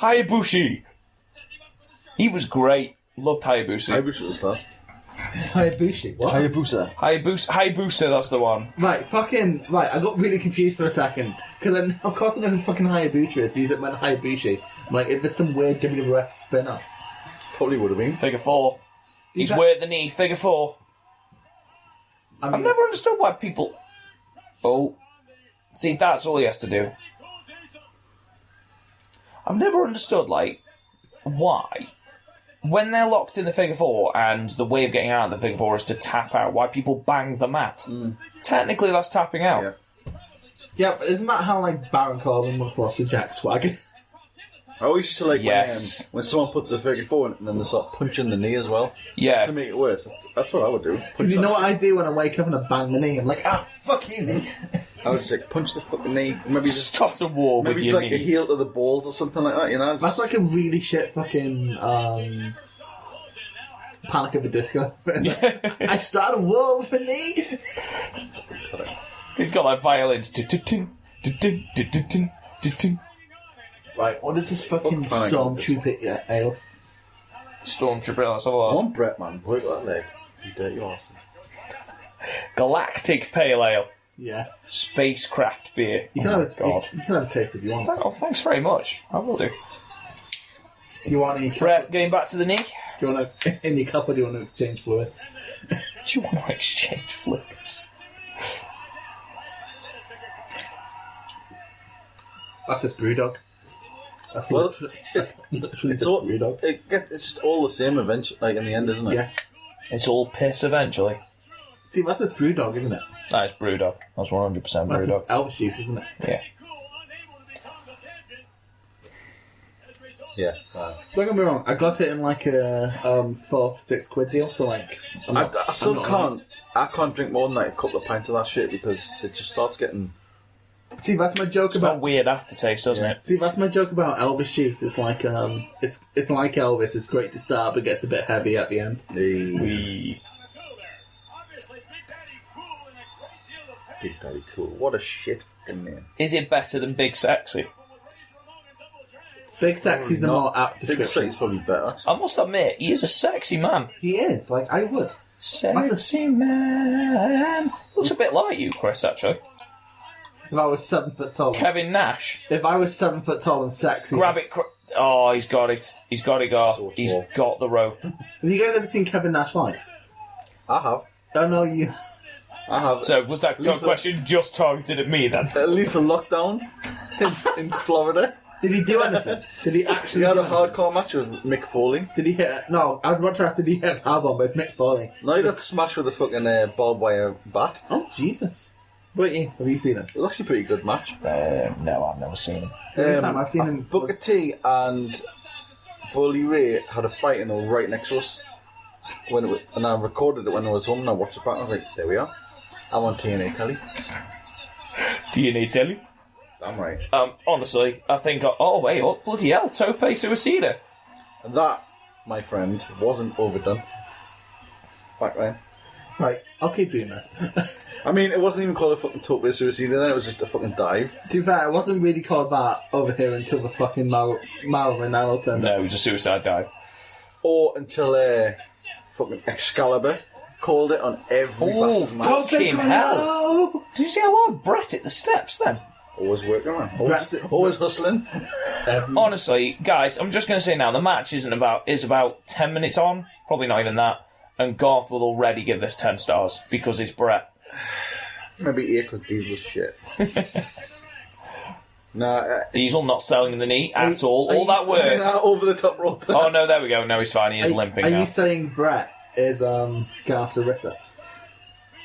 S1: Hayabushi. He was great. Loved Hayabusa.
S4: Hayabusa was that.
S3: Hayabushi, what?
S4: Hayabusa.
S1: Hayabusa. Hayabusa. That's the one.
S3: Right, fucking right. I got really confused for a second because then, of course, I know who fucking Hayabusa is because it went Hayabushi. I'm like, if there's some weird WWF spin-off.
S4: Probably would have been.
S1: Figure four. He's
S3: Exact-
S1: weird the knee. Figure four.
S3: I
S1: I've
S3: mean,
S1: never understood why people. Oh, see, that's all he has to do. I've never understood like why, when they're locked in the figure four and the way of getting out of the figure four is to tap out, why people bang the mat.
S4: Mm.
S1: Technically, that's tapping out.
S4: Yeah.
S3: yeah, but isn't that how like Baron Corbin once lost to Jack Swagger?
S4: I always used to like
S1: Yes.
S4: when, um, when someone puts a figure four in and then they start punching the knee as well.
S1: Yeah.
S4: Just to make it worse. That's, that's what I would do. Punch
S3: Because you
S4: that-
S3: know what I do when I wake up and I bang the knee? I'm like, ah, fuck you, knee.
S4: I would just like punch the fucking knee. Maybe just,
S1: Start a war
S4: maybe
S1: with
S4: just
S1: your
S4: like a
S1: knee.
S4: heel to the balls or something like that, you know?
S3: That's like a really shit fucking um, panic of a disco. I started a war with a knee.
S1: He's got like violins. Du-du-du, du-du, du-du-du, du-du.
S3: Right, what is this fucking
S4: Fuck panic of a disco.
S3: stormtrooper yeah, ales?
S1: Stormtrooper. That's all. I
S4: I
S1: want.
S4: want Brett, man. Work that leg. You dirty arse.
S1: Galactic pale ale,
S3: Yeah.
S1: spacecraft beer.
S3: You
S1: Oh
S3: can,
S1: my
S3: have a, you,
S1: god.
S3: you can have a taste if you want.
S1: Oh, thanks very much. I will do.
S3: Do you want any cup?
S1: Brett, getting back to the knee.
S3: Do you want to, in your cup or do you want to exchange fluids?
S1: Do you want to exchange flips?
S3: That's this brew dog. That's
S4: Well,
S3: literally, that's literally
S4: It's
S3: just
S4: all,
S3: brew dog.
S4: it get, it's just all the same eventually, like in the end, isn't it?
S3: Yeah.
S1: It's all piss eventually.
S3: See, that's this brew dog, isn't it?
S1: That's Brewdog. That's 100%
S3: That's this
S1: Brewdog.
S3: elf juice, isn't it?
S1: Yeah.
S4: Yeah. Uh,
S3: Don't get me wrong, I got it in like a um, four, six quid deal, so like. I'm
S4: I,
S3: not-
S4: I still
S3: I'm not-
S4: can't. I can't drink more than like a couple of pints of that shit because it just starts getting
S3: See, that's my joke
S1: got a
S3: about.
S1: weird aftertaste, doesn't it?
S5: See, that's my joke about Elvis juice. It's like um, it's it's like Elvis. It's great to start, but gets a bit heavy at the end.
S4: Big Daddy Cool. What a shit fucking name.
S1: Is it better than Big Sexy?
S5: Big sexy's the more apt
S4: Big
S5: description.
S4: City's probably better.
S1: I must admit, he is a sexy man.
S3: He is like I would.
S1: Sexy man. Looks a bit like you, Chris, actually.
S3: If I was seven foot tall,
S1: Kevin Nash.
S3: if I was seven foot tall and sexy,
S1: Grab it. Cr- oh, he's got it. He's got it, Garth.
S4: Sword
S1: He's
S4: walk.
S1: got the rope.
S3: Have you guys ever seen Kevin Nash live?
S4: I have.
S3: Oh no, you.
S4: I have.
S1: So, was that tongue question just targeted at me then?
S4: a lethal lockdown in, in Florida.
S3: Did he do anything? Did he
S4: He
S3: actually?
S4: had
S3: do
S4: a
S3: anything?
S4: hardcore match with Mick Foley.
S3: Did he hit? No, I was about to ask. Did he hit a powerbomb? But it's Mick Foley.
S4: No, he got smashed with a fucking uh, barbed wire bat.
S3: Oh Jesus! Wait, Ian, have you seen him?
S4: It was actually a pretty good match. Um,
S1: Um, no, I've never seen him.
S3: The only time I've seen
S4: I-
S3: him.
S4: Booker T and Bully Ray had a fight and they were right next to us. When it was, and I recorded it when I was home and I watched it back and I was like, there we are. I'm on TNA Kelly.
S1: Do you need Dilly?
S4: Damn right.
S1: Um, honestly, I think. I, oh wait, oh, bloody hell, Tope Suicida.
S4: And that, my friends, wasn't overdone back then.
S3: Right, okay, Boomer.
S4: I mean, it wasn't even called a fucking top suicide then, it was just a fucking dive.
S3: to be fair, it wasn't really called that over here until the fucking Mal Mal Ronaldo turned up.
S1: No, it was a suicide dive.
S4: Or until uh, fucking Excalibur called it on every
S1: Oh,
S4: bastard match.
S1: fucking hell!
S3: Oh,
S1: Did you see how hard Brett hit the steps then?
S4: Always working, man. Always,
S3: Brexit-
S4: always hustling.
S1: Hmm. Honestly, guys, I'm just going to say now the match isn't about is about ten minutes on, probably not even that. And Garth will already give this ten stars because it's Brett.
S4: Maybe here because Diesel's shit. nah, uh,
S1: Diesel not selling the knee at all. All
S3: you
S1: that
S4: fucking
S1: work.
S4: hell, over the top rope.
S1: Oh no, there we go. No, he's fine. He is limping
S3: Are
S1: now.
S3: you saying Brett is um Garth Larissa?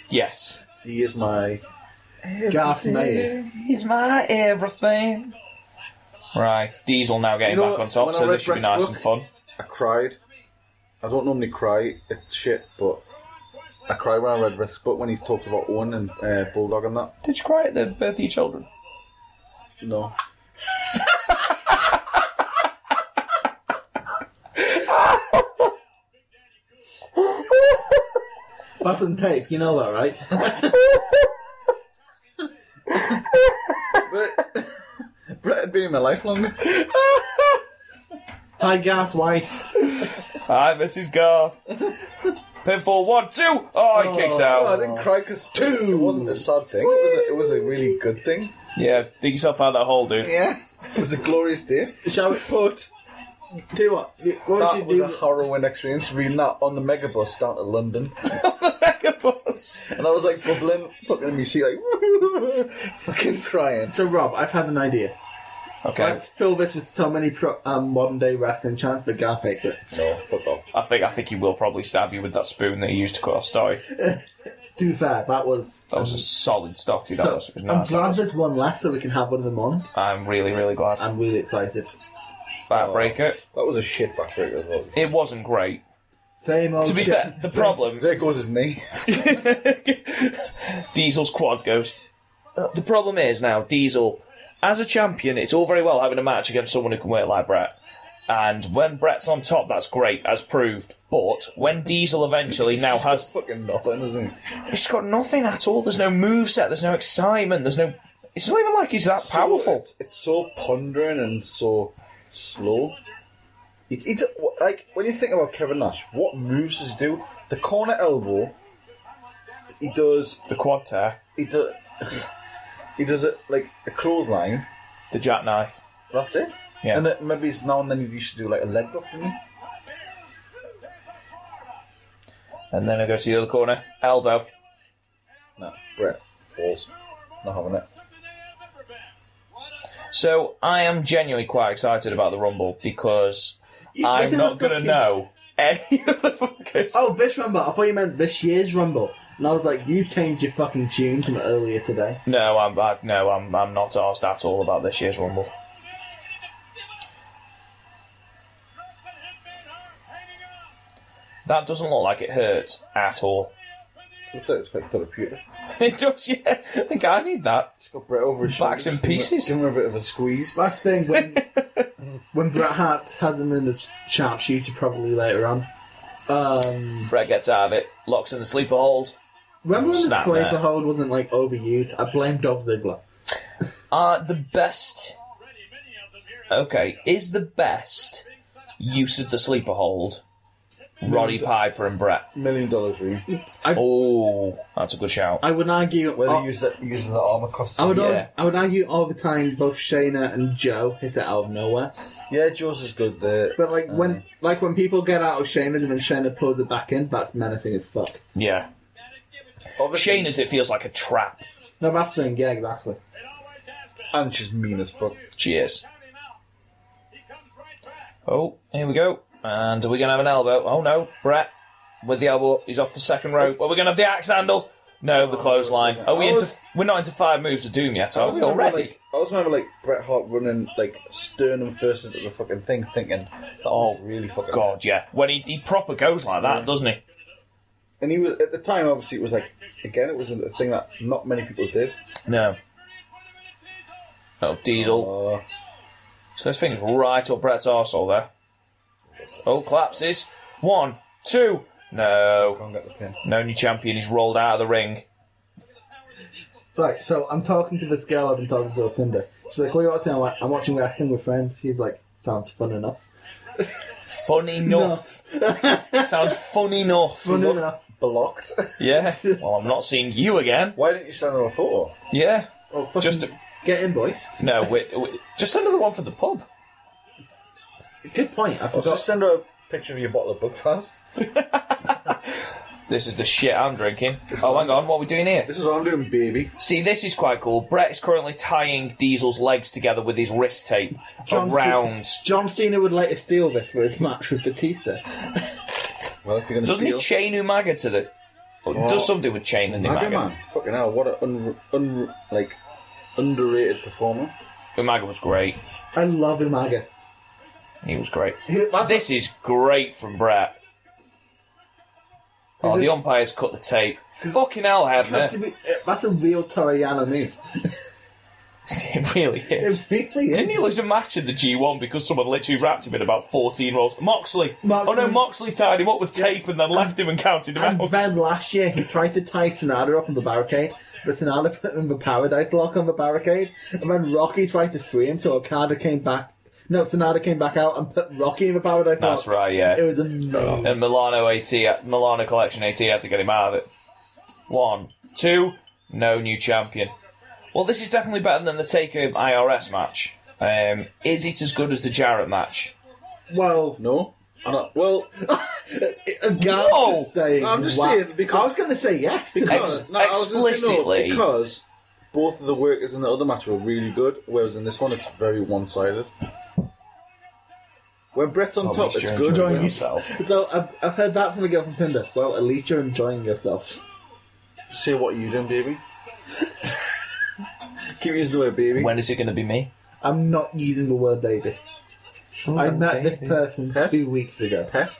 S1: Yes,
S4: He is my.
S3: Garth Mayer.
S1: he's my everything. Right, Diesel now getting
S4: You know
S1: back
S4: what,
S1: on top,
S4: when I
S1: so
S4: read
S1: this should be
S4: Brett's
S1: nice and
S4: book-
S1: fun.
S4: I cried. I don't normally cry. It's shit, but I cry when I read Risk. But when he talks about Owen and uh, Bulldog and that,
S1: Did you cry at the birth of your children?
S4: no.
S3: That's on tape. You know that, right?
S4: But Brett had been in my life longer.
S3: Hi, Garth's wife.
S1: Hi, Mrs. Garth. Pinfall one, two. Oh, he kicks
S4: No, I
S1: out.
S4: didn't cry because it wasn't a sad thing. It was a, it was a really good thing.
S1: Yeah, dig yourself out of that hole, dude.
S4: Yeah, it was a glorious day.
S3: Shall we
S4: But
S3: do you what? What
S4: that
S3: should
S4: was
S3: do?
S4: a harrowing experience reading that on the megabus down to London. And I was like bubbling, fucking in my seat, like fucking crying.
S3: So, Rob, I've had an idea.
S1: Okay,
S3: Let's fill this with so many pro- um, modern day wrestling chants, but Garth makes it.
S4: No, fuck off.
S1: I think I think he will probably stab you with that spoon that he used to cut our story.
S3: To be fair, that was.
S1: That was a solid stotty. That
S3: Um,
S1: was,
S3: so-
S1: it was
S3: I'm
S1: nice.
S3: glad there's one left so we can have one in the morning.
S1: I'm really, really glad.
S3: I'm really excited.
S1: Backbreaker.
S4: That was a shit backbreaker as well.
S1: It wasn't great.
S3: Same old
S1: To be
S3: Oh, shit.
S1: fair, the problem
S4: There goes his knee.
S1: Diesel's quad goes. Uh, The problem is now, Diesel, as a champion, it's all very well having a match against someone who can work like Brett. And when Brett's on top, that's great, as proved. But when Diesel eventually now has.
S4: fucking nothing, isn't he?
S1: He's got nothing at all. There's no moveset, there's no excitement, there's no. It's not even like he's that powerful.
S4: It's, it's so pondering and so slow. He, he d- wh- like when you think about Kevin Nash, what moves does he do? The corner elbow. He does.
S1: The quad tear,
S4: He does. He does it like a clothesline.
S1: the jackknife.
S4: That's it.
S1: Yeah.
S4: And it, maybe it's now and then he used to do like a leg drop for me.
S1: And then I go to the other corner, elbow.
S4: No, Brett falls. Not having it.
S1: So I am genuinely quite excited about the Rumble because
S3: You- this
S1: I'm
S3: is
S1: not
S3: a
S1: going to
S3: fucking-
S1: know any of the fuckers.
S3: Oh, this Rumble. I thought you meant this year's Rumble. And I was like, you changed your fucking tune from earlier today.
S1: No, I'm I, no, I'm I'm not asked at all about this year's Rumble. That doesn't look like it hurts at all.
S4: Looks like it's quite therapeutic.
S1: It does, yeah. I think I need that.
S4: He's got Brett over his shoulder.
S1: Backs in
S4: Give him a-
S1: pieces.
S4: Give him a bit of a squeeze.
S3: Last thing, when when Bret Hart has him in the sh- sharpshooter, probably later on. Um,
S1: Brett gets out of it, locks in the sleeper hold.
S3: remember when the
S1: Snap
S3: sleeper
S1: there.
S3: hold wasn't like overused? I blame Dolph Ziggler.
S1: Uh, the best. Okay, is the best use of the sleeper hold Roddy Piper and Brett?
S4: Million dollar dream.
S1: Oh, that's a good shout.
S3: I would argue.
S4: Whether
S3: oh,
S4: use that using the armor cost.
S3: I would.
S4: them.
S3: ar-
S1: yeah.
S3: I would argue all the time. Both Shayna and Joe hit it out of nowhere.
S4: yeah, Jaws is good there. Um,
S3: But like when, like when people get out of Shayna's and then Shayna pulls it back in, that's menacing as fuck.
S1: Yeah. Shane is it feels like a trap.
S3: No, that's the thing. Yeah, exactly.
S4: and she's mean as fuck.
S1: Cheers. Oh, here we go. And are we going to have an elbow? Oh no, Brett with the elbow. He's off the second rope. Are we going to have the axe handle? No,
S4: Oh,
S1: the clothesline. Are we
S4: I
S1: into?
S4: was-
S1: We're not into five moves of doom yet,
S4: I
S1: are
S4: was
S1: we
S4: remember,
S1: already?
S4: Like, I always remember like Bret Hart running like sternum first into the fucking thing, thinking, "Oh, really fucking
S1: God, yeah. When he, he proper goes like that, doesn't he?
S4: And he was at the time, obviously, it was like again, it was a thing that not many people did.
S1: No. Oh, Diesel.
S4: Uh,
S1: So his finger's right up Brett's arsehole there. Oh, collapses. One, two. No.
S4: can't get the pin.
S1: No new champion. He's rolled out of the ring.
S3: Right, so I'm talking to this girl I've been talking to on Tinder. She's like, "What are you watching?" I'm like, "I'm watching wrestling with friends." He's like, "Sounds fun enough."
S1: Fun enough. Sounds fun enough.
S3: Fun enough.
S4: Blocked.
S1: Yeah. Well, I'm not seeing you again.
S4: Why didn't you send him a photo?
S1: Yeah.
S3: Oh, fucking
S1: Just a-
S3: get in, boys.
S1: No. We, we, just another one for the pub.
S3: Good point. I
S4: Or
S3: forgot.
S4: just send her a picture of your bottle of Bugfast.
S1: This is the shit I'm drinking. Oh, hang on. What are we doing here?
S4: This is what I'm doing, baby.
S1: See, this is quite cool. Brett is currently tying Diesel's legs together with his wrist tape
S3: C-
S1: around.
S3: John Cena would later steal this for his match with Batista.
S4: Well, if you're gonna
S1: Doesn't
S4: steal,
S1: he chain Umaga to the? Or does something with chain and
S4: Maga
S1: Umaga?
S4: man, fucking hell, what a un, un like underrated performer.
S1: Umaga was great.
S3: I love Umaga.
S1: He was great.
S3: He- that's-
S1: This is great from Brett. Oh,
S3: Is it-
S1: the umpire's cut the tape. Fucking hell,
S3: that's, a,
S1: Hebner.
S3: re- that's a real Torriano move.
S1: It really is.
S3: It really is.
S1: Didn't he lose a match in the G1 because someone literally wrapped him in about 14 rolls? Moxley.
S3: Moxley.
S1: Oh no, Moxley tied him up with tape and then left him and counted him
S4: oh,
S3: And
S1: out.
S3: then last year he tried to tie Sonata up on the barricade, but Sonata put him in the paradise lock on the barricade, and then Rocky tried to free him, so Okada came back. No, Sonata came back out and put Rocky in the paradise lock.
S1: That's right, yeah.
S3: It was amazing.
S1: And Milano AT, Milano Collection AT had to get him out of it. One, two, no new champion. Well, this is definitely better than the Takeover IRS match. Um, is it as good as the Jarrett match?
S3: Well,
S4: No, I'm not, well,
S3: if Garth
S1: Whoa!
S3: was saying,
S4: I'm just
S3: wow-
S4: saying, because-
S3: I was going to say yes. to
S1: Because-
S3: that.
S4: no, I was gonna say no,
S1: explicitly.
S4: because both of the workers in the other match were really good, whereas in this one it's very one-sided. When Brett's on top, it's
S1: you're
S4: good.
S1: enjoying
S4: When-
S1: yourself.
S3: So I've, I've heard back from a girl from Tinder. Well, at least you're enjoying yourself.
S4: Say what you doing, baby. Keep using the word baby.
S1: When is it going to be me?
S3: I'm not using the word baby.
S4: Oh,
S3: I met this person two weeks ago.
S4: Pet,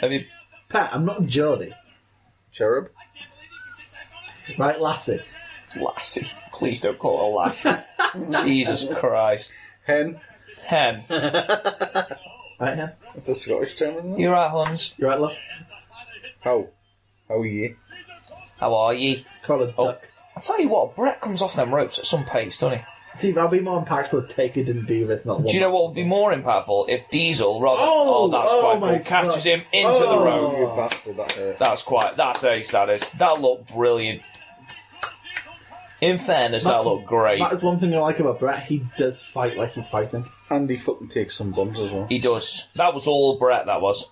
S1: Have you?
S3: Pat, I'm not Geordie.
S4: cherub.
S3: Right, Lassie.
S1: Lassie. Please don't call her Lassie. Jesus Christ.
S4: Hen.
S1: Hen.
S3: Right, Hen?
S4: That's a Scottish term, isn't it?
S1: You're right, Huns.
S3: You right, love?
S4: How? How are you?
S1: How are ye?
S3: Call her
S1: Oh.
S3: duck.
S1: I tell you what, Brett comes off them ropes at some pace, doesn't he?
S3: See, that'll be more impactful if Taker didn't do this, not one.
S1: Do you know what would be more impactful if Diesel, rather? Oh, that's
S3: oh
S1: quite
S3: my
S1: cool. Catches
S3: God.
S1: him into the
S3: Oh.
S1: rope.
S4: You bastard, that hurt.
S1: That's quite. That's ace. That is. That looked brilliant. In fairness,
S3: That's-
S1: that looked great.
S3: That is one thing I like about Brett. He does fight like he's fighting.
S4: And he fucking takes some bumps as well.
S1: He does. That was all Brett. That was.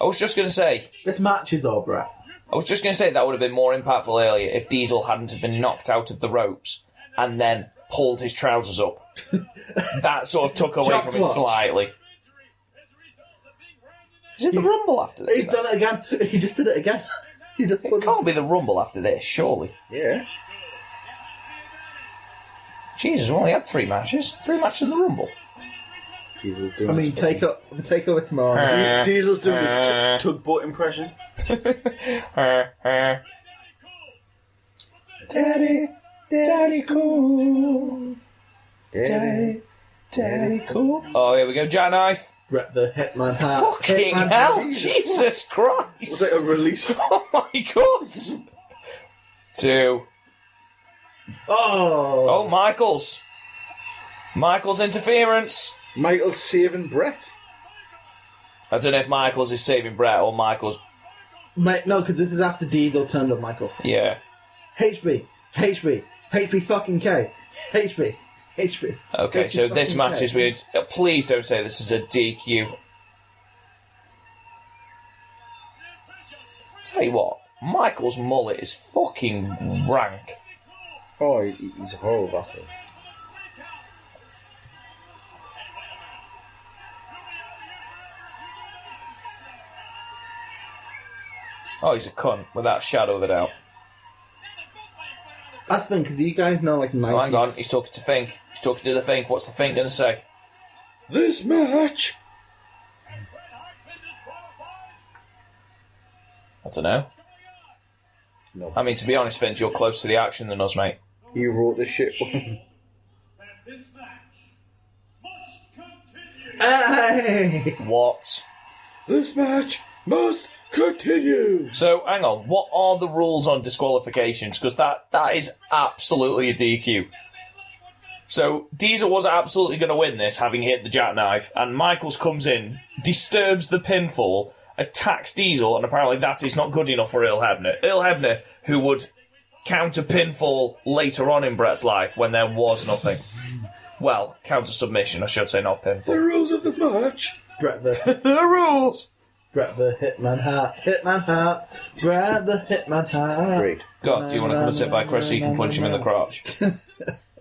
S1: I was just going to say.
S3: This match is all Brett.
S1: I was just going to say that would have been more impactful earlier if Diesel hadn't have been knocked out of the ropes and then pulled his trousers up. that sort of took away
S3: Shocked
S1: from it
S3: watch.
S1: slightly. Is it the Rumble after this?
S3: He's
S1: then?
S3: done it again. He just did it again. he just put
S1: It can't be the Rumble after this, surely.
S4: Yeah.
S1: Jesus, we only had three matches. Three matches in the Rumble.
S4: Diesel's doing
S3: I mean,
S4: his
S3: take, up, take over tomorrow.
S1: Uh.
S4: fucking- Diesel's doing his tu- tugboat impression.
S1: Uh, uh. Daddy, Daddy cool. Daddy, Daddy cool. Oh, here we go. Jackknife.
S3: Brett the Hitman Hart.
S1: Fucking
S3: Hitman
S1: hell.
S3: Disease.
S1: Jesus
S4: Was
S1: Christ.
S4: it a release?
S1: Oh my god. Two.
S3: Oh,
S1: Oh, Michaels. Michaels interference.
S4: Michael's saving Brett.
S1: I don't know if Michaels is saving Brett or Michaels.
S3: Mate, no, because this is after Diesel turned on Michaels.
S1: Yeah.
S3: HB, HB, HB fucking K, HB, HB.
S1: Okay, so this match is weird. Uh, Please don't say this is a DQ. Tell you what, Michael's mullet is fucking rank.
S4: Oh, he- he's a horrible bastard.
S1: Oh, he's a cunt, without a shadow of a doubt.
S3: That's the thing, because you guys know like
S1: Oh, hang
S3: 90.
S1: on, he's talking to Fink. He's talking to the Fink. What's the Fink going to say?
S4: This match.
S1: I don't know.
S4: No.
S1: I mean, to be honest, Vince, you're closer to the action than us, mate.
S4: He wrote this shit.
S5: This match must continue.
S3: Hey!
S1: What?
S4: this match must continue.
S1: So, hang on. What are the rules on disqualifications? Because that, that is absolutely a DQ. So, Diesel was absolutely going to win this, having hit the jackknife, and Michaels comes in, disturbs the pinfall, attacks Diesel, and apparently that is not good enough for Earl Hebner. Earl Hebner, who would counter pinfall later on in Brett's life when there was nothing. well, counter submission, I should say, not pinfall.
S4: The rules of this match.
S3: Brett the,
S1: The rules!
S3: Brett the Hitman Hart, Hitman Hart, Brett the Hitman Hart.
S4: Great.
S1: God, do you want to come and sit by Chris so you can punch him in the crotch?
S5: Do you think there's some sort of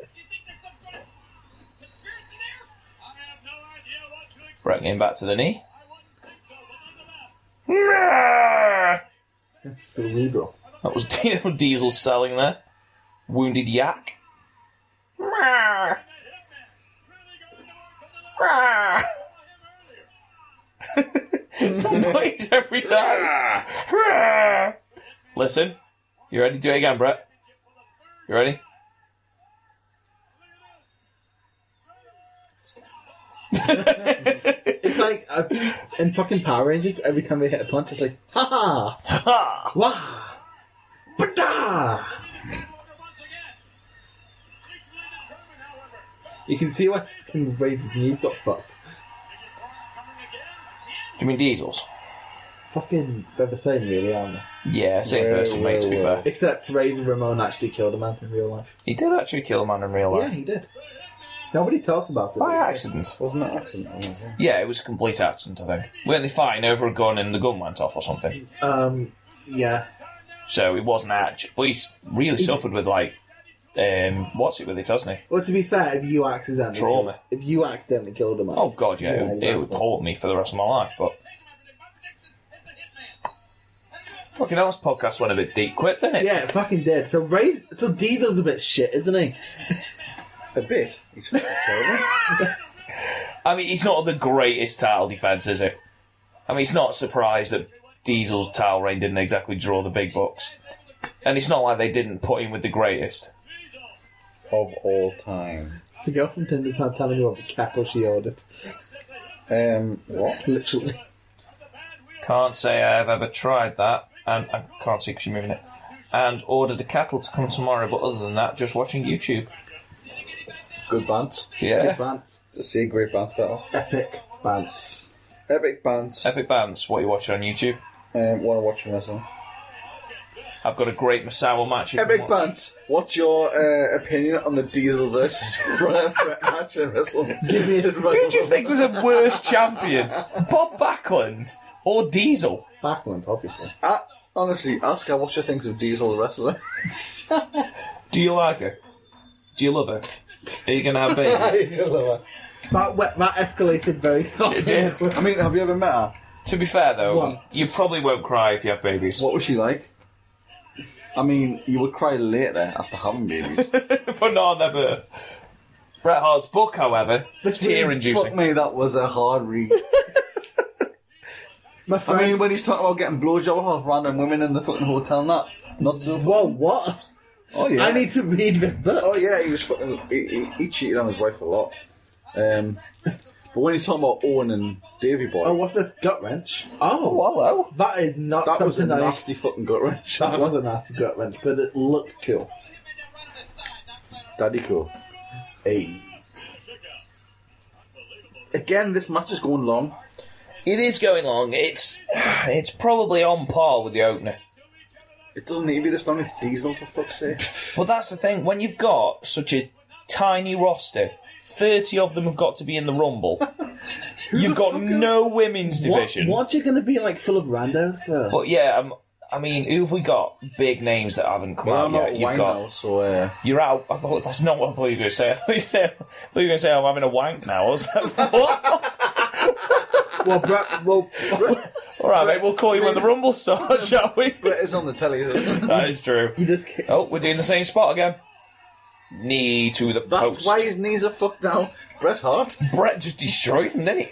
S5: conspiracy there? I have no idea what to expect.
S1: Bring him back to the knee.
S5: I wouldn't think so, but nonetheless,
S1: That
S3: That's cerebral.
S1: was Diesel, Diesel selling there. Wounded yak.
S5: that hitman really going to work on the left. I saw him earlier.
S1: It's the noise every time. Listen, you ready? Do it again, Brett. You ready?
S3: It's like uh, in fucking Power Rangers, every time they hit a punch, it's like, ha ha,
S1: Ha!
S3: wah, bada. You can see why fucking Razor's knees got fucked.
S1: Do you mean Diesel's?
S3: Fucking, they're the same, really, aren't they?
S1: Yeah, same
S4: Well,
S1: person, mate, to be
S4: well, well.
S1: fair.
S3: Except Razor Ramon actually killed a man in real life.
S1: He did actually kill a man in real
S3: Yeah,
S1: life.
S3: he did. Nobody talks about it.
S1: By accident.
S4: Wasn't that accident? Was it?
S1: Yeah, it was a complete accident, I think. Weren't they fighting over a gun and the gun went off or something?
S3: Um, yeah.
S1: So it wasn't actually. But he's really suffered with, like, um, what's it with it, hasn't he?
S3: Well, to be fair, if you accidentally
S1: Trauma.
S3: if you accidentally killed a man,
S1: Oh god, yeah, it,
S3: Yeah,
S1: would- it would
S3: exactly.
S1: haunt me for the rest of my life. But fucking hell, this podcast went a bit deep, quick, didn't it?
S3: yeah, it fucking did. So Razor, so Diesel's a bit shit, isn't he?
S4: A bit. He's fucking terrible.
S1: I mean, he's not the greatest title defense, is it? I mean, it's not a surprise that Diesel's title reign didn't exactly draw the big bucks, and it's not like they didn't put him with the greatest.
S4: of all time.
S3: The girl from Tinder's not telling me what the cattle she ordered.
S4: Um, what?
S3: Literally.
S1: Can't say I have ever tried that, and I can't see because you're moving it. And ordered a cattle to come tomorrow, but other than that, just watching YouTube.
S4: Good bants.
S1: Yeah,
S3: Bants.
S4: Just see a great bants battle.
S3: Epic Bants.
S4: Epic bants.
S1: epic bands. What you watch on YouTube?
S4: Um, want to watch from wrestling?
S1: I've got a great Masawa match. you can
S4: Epic
S1: watch.
S4: bants. What's your uh, opinion on the Diesel versus Brett match in wrestling? Give
S3: me a-
S1: Who do you think was a worse champion, Bob Backlund or Diesel?
S3: Backlund, obviously.
S4: honestly, ask her what she thinks of Diesel wrestling.
S1: Do you like her? Do you love her? Are you gonna have babies?
S4: I
S3: That, we- that escalated very fucking
S1: did.
S3: quickly.
S4: mean, have you ever met her?
S1: to be fair though,
S3: Once.
S1: you probably won't cry if you have babies.
S4: What was she like? I mean, you would cry later after having babies.
S1: but not on their birth. Bret Hart's book, however,
S3: That's really
S4: Fuck
S1: tear-inducing.
S4: me, that was a hard read.
S3: My
S4: I
S3: friend.
S4: mean, when he's talking about getting blowjob off random women in the fucking hotel, and that not so.
S3: Whoa, what?
S4: Oh yeah.
S3: I need to read this book.
S4: Oh yeah, he was fucking. He, he, he cheated on his wife a lot. Um, but when he's talking about Owen and Davy Boy,
S3: Oh, what's this? Gut wrench.
S11: Oh,
S4: hello.
S3: That is not
S4: That was a
S3: something that I.
S4: nasty fucking gut wrench.
S3: That was a nasty gut wrench, but it looked cool.
S4: Daddy cool. Hey. Again, this match is going long.
S1: It is going long. It's it's probably on par with the opener.
S4: It doesn't need to be this long. It's Diesel for fuck's sake.
S1: But that's the thing. When you've got such a tiny roster, thirty of them have got to be in the Rumble. you've got no women's
S3: What,
S1: division.
S3: what you gonna be like, full of randos? Uh,
S1: But yeah, um, I mean, who have we got? Big names that haven't come
S4: Well,
S1: out
S4: I'm
S1: yet.
S4: not
S1: You've
S4: wine
S1: got
S4: now, so uh,
S1: you're out. I thought that's not what I thought you were going to say. I thought you said- I thought you were going to say I'm having a wank now. I was like, what?
S3: well, Brett, well,
S1: All right, mate. We'll call you when the Rumble starts, shall we?
S4: Brett is on the telly, isn't it?
S1: That is true.
S3: you just ki-
S1: Oh, we're doing the same spot again. Knee to the
S4: That's
S1: post.
S4: why his knees are fucked down. Bret Hart.
S1: Brett just destroyed him, didn't he?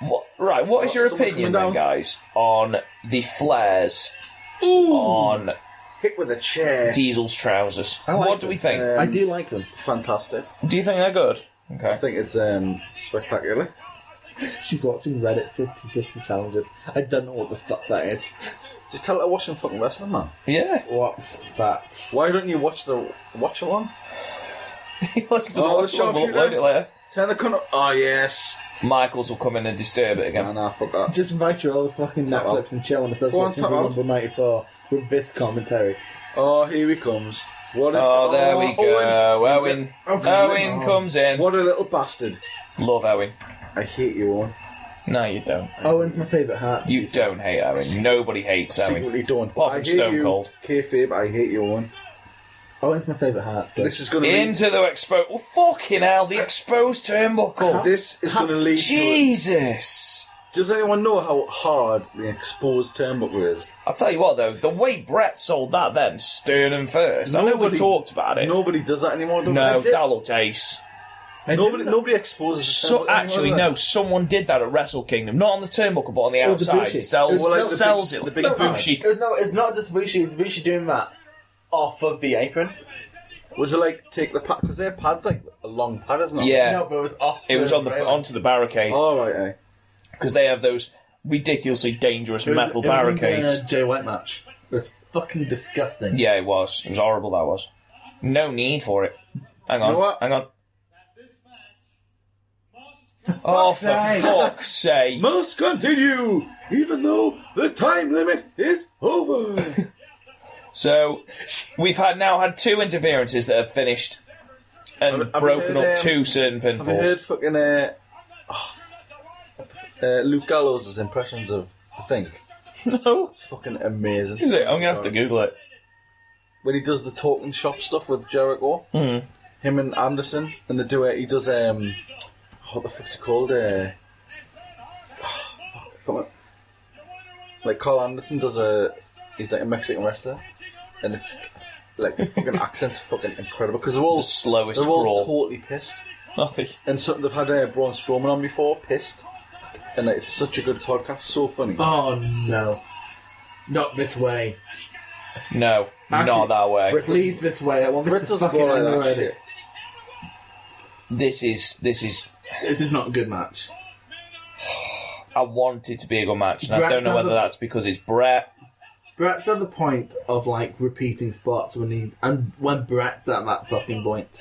S1: What, right, what is your
S4: someone's
S1: opinion
S4: coming
S1: then,
S4: down.
S1: guys, on the flares on
S4: hit with a chair.
S1: Diesel's trousers?
S3: like
S1: what do we
S3: it. Uh,
S1: think?
S4: Um,
S3: I do like them.
S4: Fantastic.
S1: do you think they're good?
S4: I
S1: Okay.
S4: think it's um, spectacular.
S3: She's watching Reddit 50-50 challenges. I don't know what the fuck that is.
S4: Just tell her to watch some fucking wrestling, man.
S1: Yeah.
S3: What's that?
S4: Why don't you watch the watch along?
S1: Let's do the
S4: Oh,
S1: watch
S4: the
S1: along, we'll
S4: sharpshooter.
S1: upload it later.
S4: Turn the corner. Oh yes.
S1: Michaels will come in and disturb it
S4: Nah,
S1: again.
S4: nah, fuck that.
S3: Just invite you over fucking
S4: Top
S3: Netflix
S4: up.
S3: and chill and it says
S4: Go on,
S3: watching
S4: top up.
S3: Rumble 94 with this commentary.
S4: Oh, here he comes. What? A,
S1: Oh, there we go. Owen.
S4: Owen.
S1: Owen, comes in.
S4: What a little bastard.
S1: Love Owen.
S4: I hate you, Owen.
S1: No, you don't.
S3: Owen's Oh, my favourite hat.
S1: You don't hate Owen. Nobody hates Owen.
S4: Secretly don't.
S1: Apart
S4: I
S1: from
S4: hate
S1: Stone
S4: you,
S1: Cold.
S4: Kayfabe. I hate you, Owen.
S3: Owen's Oh, my favourite hat. So.
S4: This is gonna lead.
S1: Into the exposed. Well, fucking hell, the exposed turnbuckle.
S4: This is gonna lead. To
S1: Jesus!
S4: Does anyone know how hard the exposed turnbuckle is?
S1: I'll tell you what, though, the way Brett sold that then, sternum first. I know we
S4: Nobody-
S1: talked about it.
S4: Nobody does that anymore. don't
S1: no,
S4: they?
S1: that'll taste.
S4: nobody. Nobody exposes. the
S1: So,
S4: turnbuckle anymore,
S1: actually,
S4: do they?
S1: no, someone did that at Wrestle Kingdom. Not on the turnbuckle, but on the
S3: was the
S1: outside.
S3: Bushi.
S1: Sells,
S3: It was- no, the big-
S1: sells it.
S4: the big
S1: like a
S4: Bushi.
S1: Bushi.
S3: It's no, it's not just Bushi, it's Bushi doing that off of the apron.
S4: Was it like take the pad? Because their pad's like a long pad, isn't it?
S1: Yeah,
S3: No, but it was off.
S1: it was on the
S3: railing.
S1: onto the barricade
S4: All right. Eh?
S1: because they have those ridiculously dangerous
S3: It was-
S1: metal
S3: it was in the,
S1: barricades.
S3: uh, Jay White match. It was fucking disgusting.
S1: Yeah, it was. It was horrible. That was. No need for it. Hang on.
S4: know what?
S1: Hang on. Oh, for fuck's sake!
S4: Must continue, even though the time limit is over.
S1: So we've had now had two interferences that have finished and
S4: Have- have
S1: broken
S4: we
S1: up
S4: heard, um,
S1: two certain
S4: Have you heard
S1: pinfalls.
S4: fucking uh, oh, uh, Luke Gallows' impressions of the thing?
S1: No,
S4: It's fucking amazing.
S1: is it? I'm gonna have to Google it.
S4: When he does the talking shop stuff with Jericho,
S1: Hmm.
S4: him and Anderson, and they do it. He does um, what the fuck's it called? Uh, fuck, come on. Like Carl Anderson does a, he's like a Mexican wrestler, and it's like the fucking accent's fucking incredible because they're all
S1: The slowest
S4: they're all
S1: crawl.
S4: totally pissed,
S1: Nothing.
S4: and so they've had uh, Braun Strowman on before, pissed, and like, it's such a good podcast, so funny.
S3: Oh no. Not this way.
S1: No, not
S3: Actually,
S1: that way.
S4: Brit-
S3: Please, this way. I want this
S4: Britt
S3: to
S4: doesn't
S3: fucking
S4: go
S3: end
S4: like that
S3: already.
S4: shit.
S1: This is this is.
S3: This is not a good match.
S1: I want it to be a good match, and I
S3: Brett's
S1: don't know whether
S3: number-
S1: that's because it's Brett.
S3: Brett's at the point of like repeating spots when he's and when Brett's at that fucking point.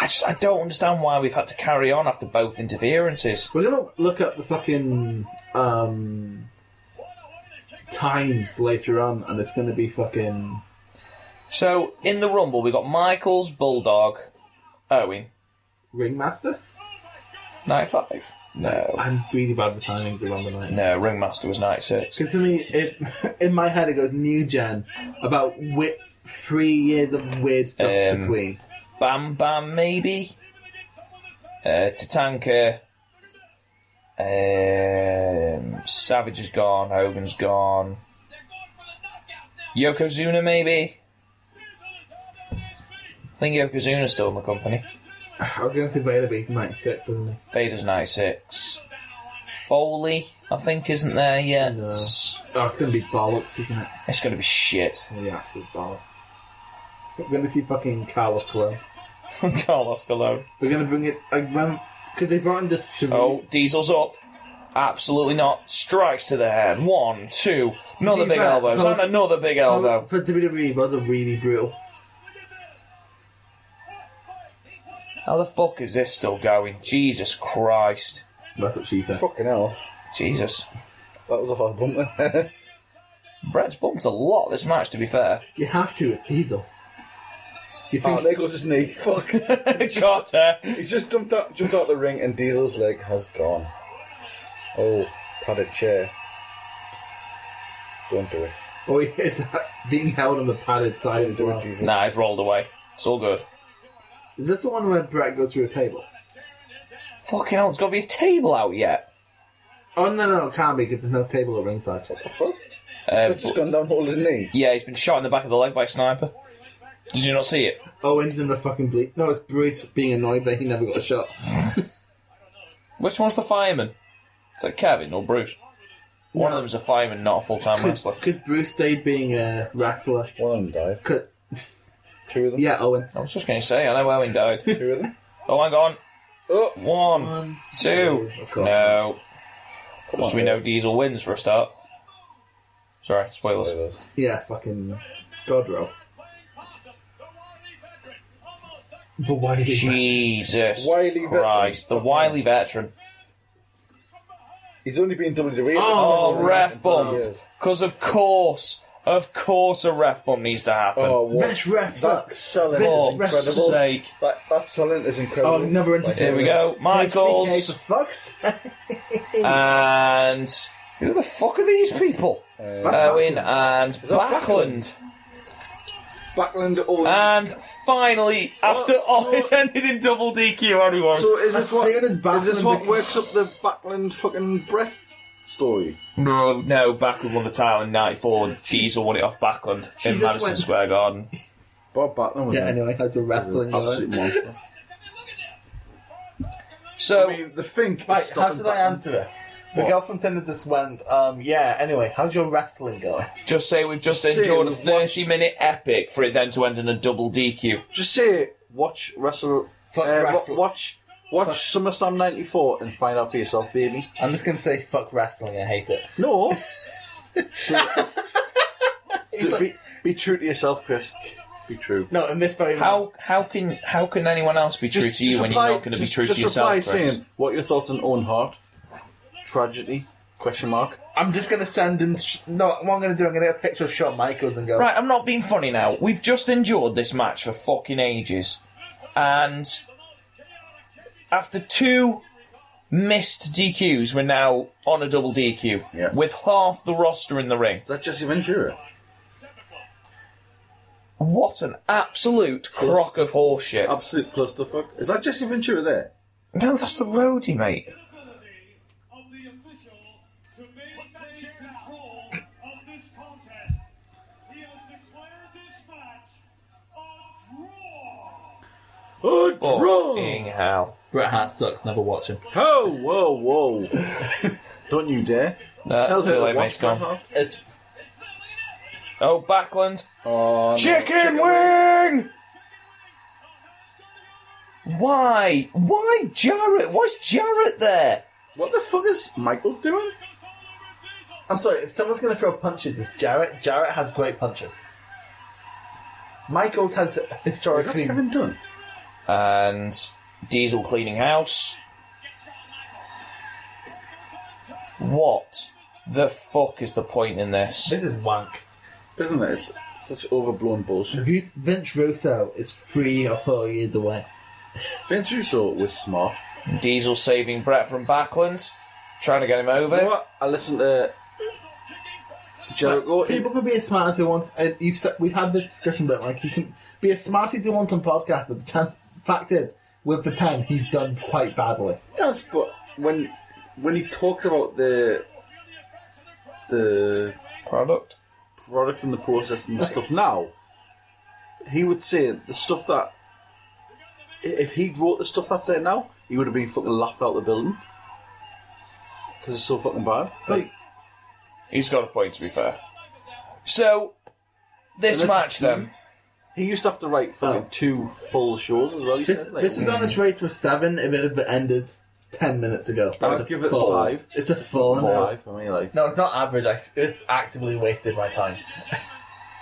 S1: I just I don't understand why we've had to carry on after both interferences.
S3: We're gonna look up the fucking um times later on, and it's gonna be fucking.
S1: So in the rumble, we got Michaels, Bulldog, Owen,
S3: Ringmaster?
S1: ninety-five. No,
S3: I'm really bad with timings around the night.
S1: no, Ringmaster was ninety-six.
S3: Because for me, it in my head it goes new gen about wi- three years of weird stuff
S1: Um,
S3: between.
S1: Bam Bam, maybe. Uh, Tatanka. Um, Savage is gone. Hogan's gone. Yokozuna, maybe. I think Yokozuna's still in the company.
S3: I was gonna say Vader, but he's 96, isn't he?
S1: Vader's 96. Foley, I think, isn't there yet.
S3: No. Oh, it's gonna be bollocks, isn't it?
S1: It's going to be shit.
S3: It's gonna be absolute bollocks. We're going to see fucking Carlos Colon.
S1: Carlos Colon.
S3: We're going to bring it. Like, when, could they brought in just Sheree?
S1: Oh, Diesel's up. Absolutely not. Strikes to the head. One, two. Another
S3: To be
S1: big
S3: fair,
S1: elbow.
S3: both-
S1: And another big elbow.
S3: For WWE, was a really brutal.
S1: How the fuck is this still going? Jesus Christ.
S3: That's what she said.
S4: Fucking hell.
S1: Jesus.
S4: That was a hard bump there.
S1: Brett's bumped a lot this match, to be fair.
S3: You have to. It's Diesel. You think
S4: oh, there goes his knee. Fuck.
S1: Carter.
S4: He's just jumped out, jumped out the ring, and Diesel's leg has gone. Oh, padded chair. Don't do it.
S3: Oh, yeah, it's being held on the padded side as
S4: Do it,
S3: well.
S4: Diesel.
S1: Nah, he's rolled away. It's all good.
S3: Is this the one where Brett goes through a table?
S1: Fucking hell, it's got to be a table out yet.
S3: Oh, no, no, it can't be because there's no table at ringside.
S4: What the fuck?
S1: Uh,
S4: That's just gone down hold his knee.
S1: yeah, he's been shot in the back of the leg by a sniper. Did you not see it?
S3: Owens Oh, in the fucking bleed. No, it's Bruce being annoyed that he never got a shot.
S1: Which one's the fireman? Is that Kevin or Bruce? One of them's a fireman, not a full time wrestler.
S3: Because Bruce stayed being a wrestler.
S4: One of them died.
S3: 'Cause-
S4: Two of them.
S3: yeah, oh, Owen.
S1: I was just going to say, I know Owen died.
S4: Two of them.
S1: oh, hang on.
S4: Oh,
S1: One,
S3: One,
S1: two.
S3: Of course.
S1: No.
S4: come
S1: Because we know Diesel wins for a start. Sorry, spoilers.
S4: Spoilers.
S3: Yeah, fucking Godrow. The
S1: Jesus
S4: Wily veteran.
S1: Christ, the wily veteran.
S4: He's only been WWE.
S1: Oh,
S4: E for
S1: ref
S4: 30
S1: bump.
S4: years.
S1: Because of course, of course, a ref bump needs to happen.
S4: Oh, what?
S3: This ref
S4: That
S3: sucks.
S4: selling
S3: Vince
S4: is
S1: For
S4: incredible.
S3: Russell's
S1: sake.
S4: That, that selling is incredible.
S3: Oh, never
S4: Like,
S3: interfered.
S1: Here we go,
S3: HBK
S1: Michaels,
S3: for fuck's sake.
S1: and who the fuck are these people?
S4: uh,
S1: Owen and
S4: that
S1: Backlund.
S4: Backlund all.
S1: And finally, after
S4: Well,
S1: all,
S4: Oh, so-
S1: it ended in double DQ, everyone.
S4: so is
S3: As
S4: this what?
S3: soon as
S4: is this
S3: Backlund
S4: what
S3: beca-
S4: works up the Backlund fucking Brett story?
S1: no, no, Backlund won the title in '94. and Diesel won it off Backlund in
S3: just
S1: Madison
S3: went-
S1: Square Garden.
S4: Bob Backlund was
S3: Yeah,
S4: an
S3: anyway, that's a wrestling
S4: absolute
S3: guy.
S4: monster.
S1: So,
S4: I mean, the Fink. is
S3: Right, how
S4: stopping
S3: should I
S4: Backlund.
S3: answer this? The girl from Tinder just went, um, yeah, anyway, how's your wrestling going?
S1: just say we've just
S4: Say
S1: enjoyed a
S4: we've watched-
S1: 30-minute epic for it then to end in a double DQ.
S4: Just say, watch Wrestle.
S3: Fuck
S4: uh, wa-
S3: wrestle.
S4: Watch, watch SummerSlam '94 and find out for yourself, baby.
S3: I'm just gonna say fuck wrestling, I hate it.
S4: No. Say- D- be, be true to yourself, Chris. Be true.
S3: No, in this very
S1: How how can how can anyone else be true to you when
S4: reply-
S1: you're not going to be
S4: just-
S1: true
S4: just
S1: to yourself,
S4: reply
S1: Chris?
S4: saying, "What are your thoughts on Own Heart? Tragedy? Question mark.
S3: I'm just gonna send him. Sh- no, what I'm gonna do, I'm gonna get a picture of Shawn Michaels and go.
S1: Right, I'm not being funny now. We've just endured this match for fucking ages. And after two missed DQs, we're now on a double DQ
S4: Yeah.
S1: with half the roster in the ring.
S4: Is that Jesse Ventura?
S1: What an absolute crock of horseshit.
S4: Absolute clusterfuck. Is that Jesse Ventura there?
S1: no, that's the roadie, mate.
S4: Oh,
S1: Fucking hell.
S3: Bret Hart sucks. Never watch him.
S4: Oh, whoa, whoa! Don't you dare!
S1: No, that's
S4: Tell
S1: too late,
S4: her to
S1: mate.
S4: watch
S1: It's gone.
S4: Grandma.
S3: It's
S1: Oh, Backlund.
S4: Oh, no.
S1: Chicken wing! Why? Why Jarrett? Why's Jarrett there?
S4: What the fuck is Michaels doing?
S3: I'm sorry. If someone's gonna throw punches, it's Jarrett. Jarrett has great punches. Michaels has
S4: Is that
S3: historically.
S4: Kevin Dunn?
S1: And Diesel cleaning house. What the fuck is the point in this?
S3: This is wank.
S4: Isn't it? It's such overblown bullshit.
S3: Vince- Vince Russo is three or four years away.
S4: Vince Russo was smart.
S1: Diesel saving Brett from Backlund, trying to get him over.
S4: You know what? I listened to Jericho.
S3: But people can be as smart as they want. And you've said, we've had this discussion, but like you can be as smart as you want on podcast. But the chance fact is, with the pen, he's done quite badly.
S4: Yes, but when when he talked about the the
S1: Product.
S4: product and the process and the stuff now, he would say the stuff that i- if he wrote the stuff that's there now, he would have been fucking laughed out the building because it's so fucking bad. Like
S1: He's got a point, to be fair. So, this
S4: And
S1: match
S4: that's-
S1: then
S4: He used to have to write fucking
S3: Oh.
S4: two full shows as well. He
S3: This,
S4: said, like, mm,
S3: this was on its way to a seven if it had ended ten minutes ago.
S4: I would
S3: It's
S4: give it a
S3: four.
S4: five.
S3: It's a four. now.
S4: five for me. Like
S3: No, it's not average. I, it's actively wasted my time.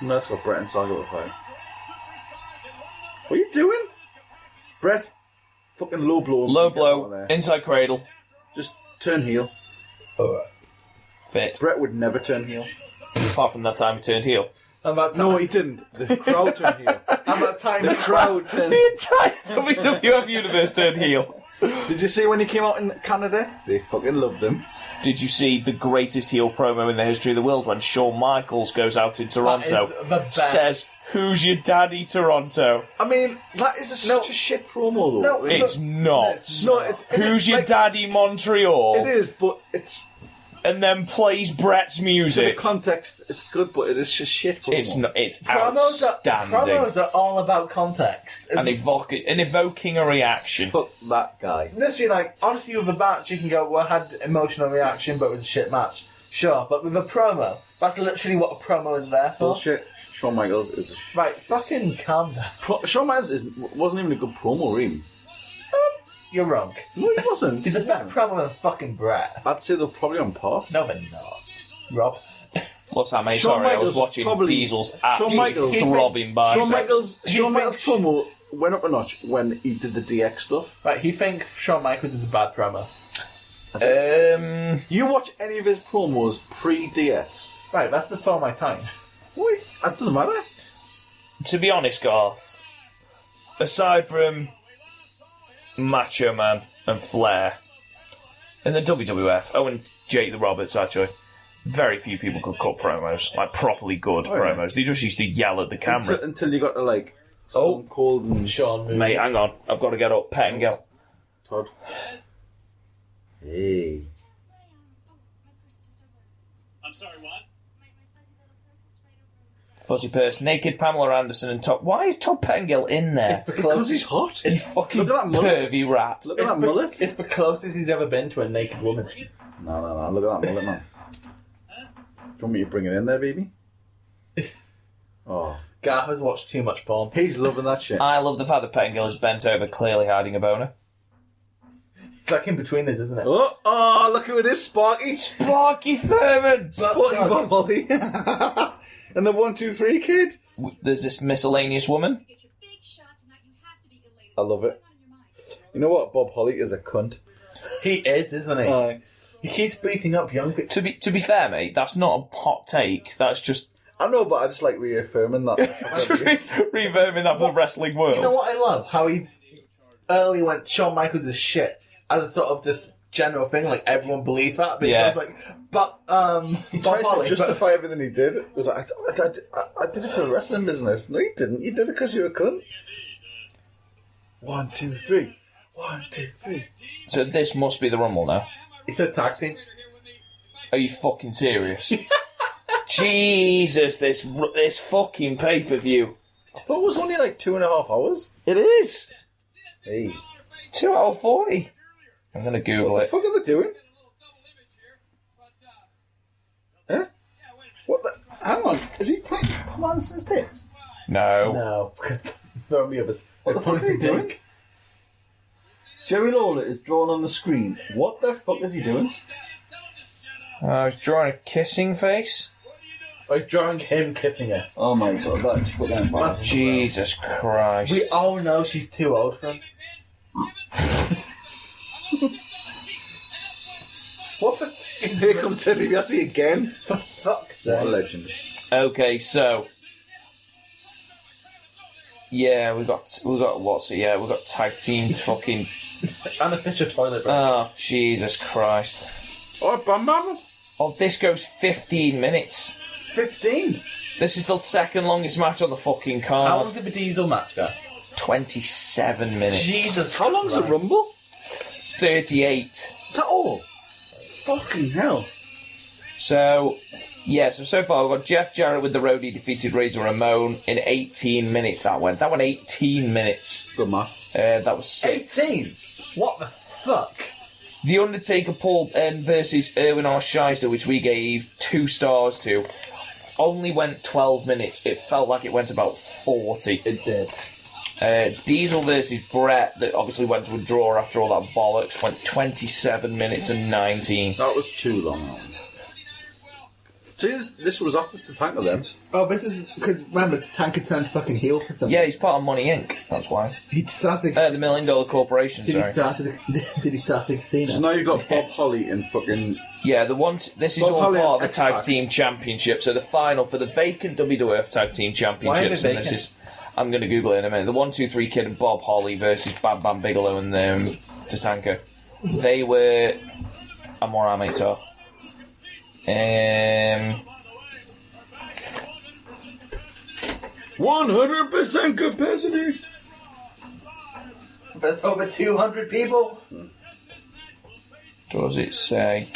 S4: no, that's got Brett and so I give it a five. What are you doing, Brett? Fucking low blow. him.
S1: Low
S4: Get out
S1: blow,
S4: of there.
S1: inside cradle,
S4: Just turn heel.
S1: fit.
S4: Brett would never turn heel.
S1: Apart from that time he turned heel.
S3: I'm about time.
S4: No, he didn't. The crowd turned heel.
S3: I'm about time.
S4: The crowd turned.
S1: The entire WWF universe turned heel.
S4: Did you see when he came out in Canada? They fucking loved him.
S1: Did you see the greatest heel promo in the history of the world when Shawn Michaels goes out in Toronto,
S3: That is the best.
S1: says, "Who's your daddy, Toronto?"
S4: I mean, that is a, such a shit promo,
S3: No,
S4: though. Like,
S1: It's not.
S4: no, it, it-
S1: Who's your
S4: like,
S1: daddy, Montreal?
S4: It is, but it's
S1: And then plays Brett's
S4: to the
S1: music.
S4: context. It's good, but it is just shit promo.
S1: It's not. It's
S3: Promos are,
S1: outstanding.
S3: promos are all about context.
S1: and evoking and evoking a reaction.
S4: Fuck that guy.
S3: Literally, like, honestly, with a match, you can go, well, I had emotional reaction, but it was a shit match. Sure, but with a promo, that's literally what a promo is there for.
S4: Bullshit. Shawn Michaels is a shit.
S3: Right, fucking calm down.
S4: Pro- Shawn Michaels is, wasn't even a good promo, really.
S3: You're wrong.
S4: No, he wasn't.
S3: He's a better promo than fucking Brett.
S4: I'd say they're probably on par.
S3: No, they're not. Rob.
S1: What's that, mate?
S4: Shawn
S1: Sorry, I was
S4: Michaels
S1: watching
S4: probably-
S1: Diesel's
S4: Shawn
S1: absolutely
S4: Michaels-
S1: throbbing biceps.
S4: Shawn Michaels,
S3: Do you
S4: Shawn Michaels
S3: think-
S4: promo went up a notch when he did the DX stuff.
S3: Right, he thinks Shawn Michaels is a bad promo.
S1: Um,
S4: You watch any of his promos pre DX?
S3: Right, that's before my time.
S4: Wait, that doesn't matter.
S1: to be honest, Garth, aside from Macho Man and Flair, in the WWF, oh, and Jake the Roberts, actually, very few people could cut promos, like properly good
S4: Oh, yeah.
S1: promos. They just used to yell at the camera.
S4: Until, until you got to like Stone Cold and
S3: Shawn
S1: Mate, hang on. I've got to get up. Pettingill.
S4: Todd. Hey.
S5: I'm sorry, what?
S1: Fuzzy Purse, Naked Pamela Anderson, and Top. Why is Todd Pettingill in there?
S3: It's the
S4: Because
S3: closest.
S4: he's hot.
S1: It's fucking
S4: Look at that mullet.
S1: pervy rat.
S4: Look at
S3: It's
S4: that
S3: the,
S4: mullet.
S3: it's the closest he's ever been to a naked woman.
S4: No, no, no. Look at that mullet, man. Do you want me to bring it in there, baby? Oh.
S3: Garth has watched too much porn.
S4: He's loving that shit.
S1: I love the fact that Pettingill is bent over, clearly hiding a boner.
S3: It's like in between us, isn't it?
S4: Oh, oh, look who it is, Sparky.
S1: Sparky Thurman!
S4: Sparky Bobby. and the one, two, three kid.
S1: There's this miscellaneous woman.
S12: Get your big shot tonight. You have to be elated.
S4: I love
S12: What's
S4: it.
S12: going on in your mind?
S4: You know what? Bob Holly is a cunt.
S3: He is, isn't he?
S4: Aye.
S3: he keeps beating up young people.
S1: To be to be fair, mate, that's not a hot take. That's just
S4: I know, but I just like reaffirming that.
S1: reverbing that for the wrestling world.
S3: You know what I love? How he early went Shawn Michaels is shit as a sort of just general thing, like everyone believes that. But
S1: Yeah.
S3: yeah. like, but um,
S4: He
S3: Bob
S4: tries to
S3: Holly, but-
S4: justify everything he did. It was like, I, I- I- I did it for the wrestling business. No, you didn't. You did it because you were a cunt. One, two, three. One, two, three.
S1: So this must be the rumble now.
S3: it's a tag team.
S1: Are you fucking serious? Jesus, this ru- this fucking pay per view.
S4: I thought it was only like two and a half hours.
S1: It is
S4: Hey,
S1: two hour forty. I'm gonna Google
S4: what the
S1: it.
S4: fuck are they doing? Huh? What the? Hang on. Is he playing Pam Anderson's tits?
S1: No.
S3: No, because there are others.
S4: What the fuck is he doing? Jerry Lawler is drawn on the screen. What the fuck is he doing?
S1: I was drawing a kissing face.
S3: Like drawing him kissing her.
S4: Oh my god, that's put that embarrassing.
S1: Jesus Christ.
S3: We all know she's too old for him. What for?
S4: Here comes Ted DiBiase again.
S3: for fuck's
S4: What a
S3: sake!
S4: legend.
S1: Okay, so yeah, we got we got what's it? Yeah, we got tag team fucking.
S3: And a Fisher toilet break.
S1: Oh Jesus Christ!
S4: Oh, Bam Bam.
S1: Oh, this goes 15 minutes.
S3: Fifteen.
S1: This is the second longest match on the fucking
S3: How
S1: card.
S3: long's the Diesel match go?
S1: 27 minutes.
S3: Jesus,
S4: How long's the
S3: Christ.
S4: Rumble?
S1: 38.
S4: Is that all? Fucking hell.
S1: So yeah, so so far we've got Jeff Jarrett with the roadie defeated Razor Ramon in 18 minutes. That went. That went 18 minutes.
S4: Good man.
S1: Uh, that was six.
S3: Eighteen. What the fuck?
S1: The Undertaker Paul um, versus Erwin R. Scheiser, which we gave two stars to. only went 12 minutes. It felt like it went about 40.
S3: It did.
S1: Uh, Diesel versus Brett, that obviously went to a draw after all that bollocks, went 27 minutes and 19.
S4: That was too long. that one. See, this, this was after the tank of them.
S3: Oh, this is because remember, Tanker turned fucking heel for something.
S1: Yeah, he's part of Money Inc. That's why.
S3: he started.
S1: Uh, the Million Dollar Corporation,
S3: did he
S1: sorry.
S3: start? a- Did he start a casino?
S4: So now you've got Bob Holly and fucking.
S1: Yeah, the one. t- this is
S4: Bob
S1: all
S4: Holly
S1: part of the
S4: and
S1: Tag
S4: X-Pac.
S1: Team Championship. So the final for the vacant WWF Tag Team Championships,
S3: Why are they
S1: and this
S3: vacant?
S1: is. I'm going to Google it in a minute. The one, two, three kid and Bob Holly versus Bam Bam Bigelow and um, Tatanka. They were. I'm more mates are. Um,
S4: 100% capacity!
S3: That's over two hundred people.
S1: does it say?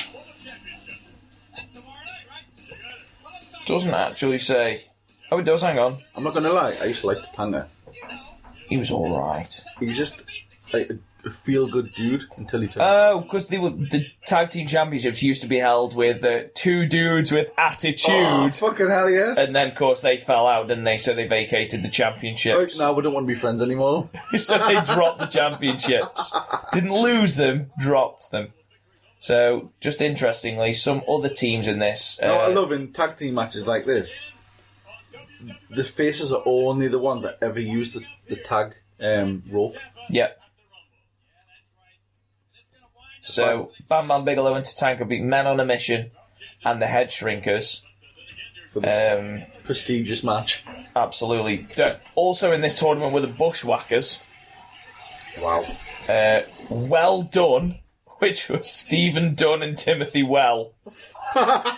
S1: Doesn't actually say. Oh, it does. Hang on.
S4: I'm not gonna lie, I used to like Tatanga.
S1: He was all right.
S4: He was just like a, a feel good dude until he turned.
S1: Oh, because they were the tag team championships used to be held with uh, two dudes with attitude,
S4: Oh, fucking hell yes!
S1: and then of course they fell out, didn't they? So they vacated the championships.
S4: now we don't want to be friends anymore.
S1: so they dropped the championships. Didn't lose them, dropped them. So just interestingly, some other teams in this.
S4: No, I
S1: uh,
S4: love in tag team matches like this. The faces are only the ones that ever used the, the tag um, rope.
S1: Yeah. So Bam Bam Bigelow and Tatanka beat Men on a Mission and the Head Shrinkers.
S4: for this
S1: Um,
S4: prestigious match.
S1: absolutely. Also in this tournament were the Bushwhackers.
S4: Wow.
S1: uh, Well Done, which was Stephen Dunn and Timothy Well.
S4: That's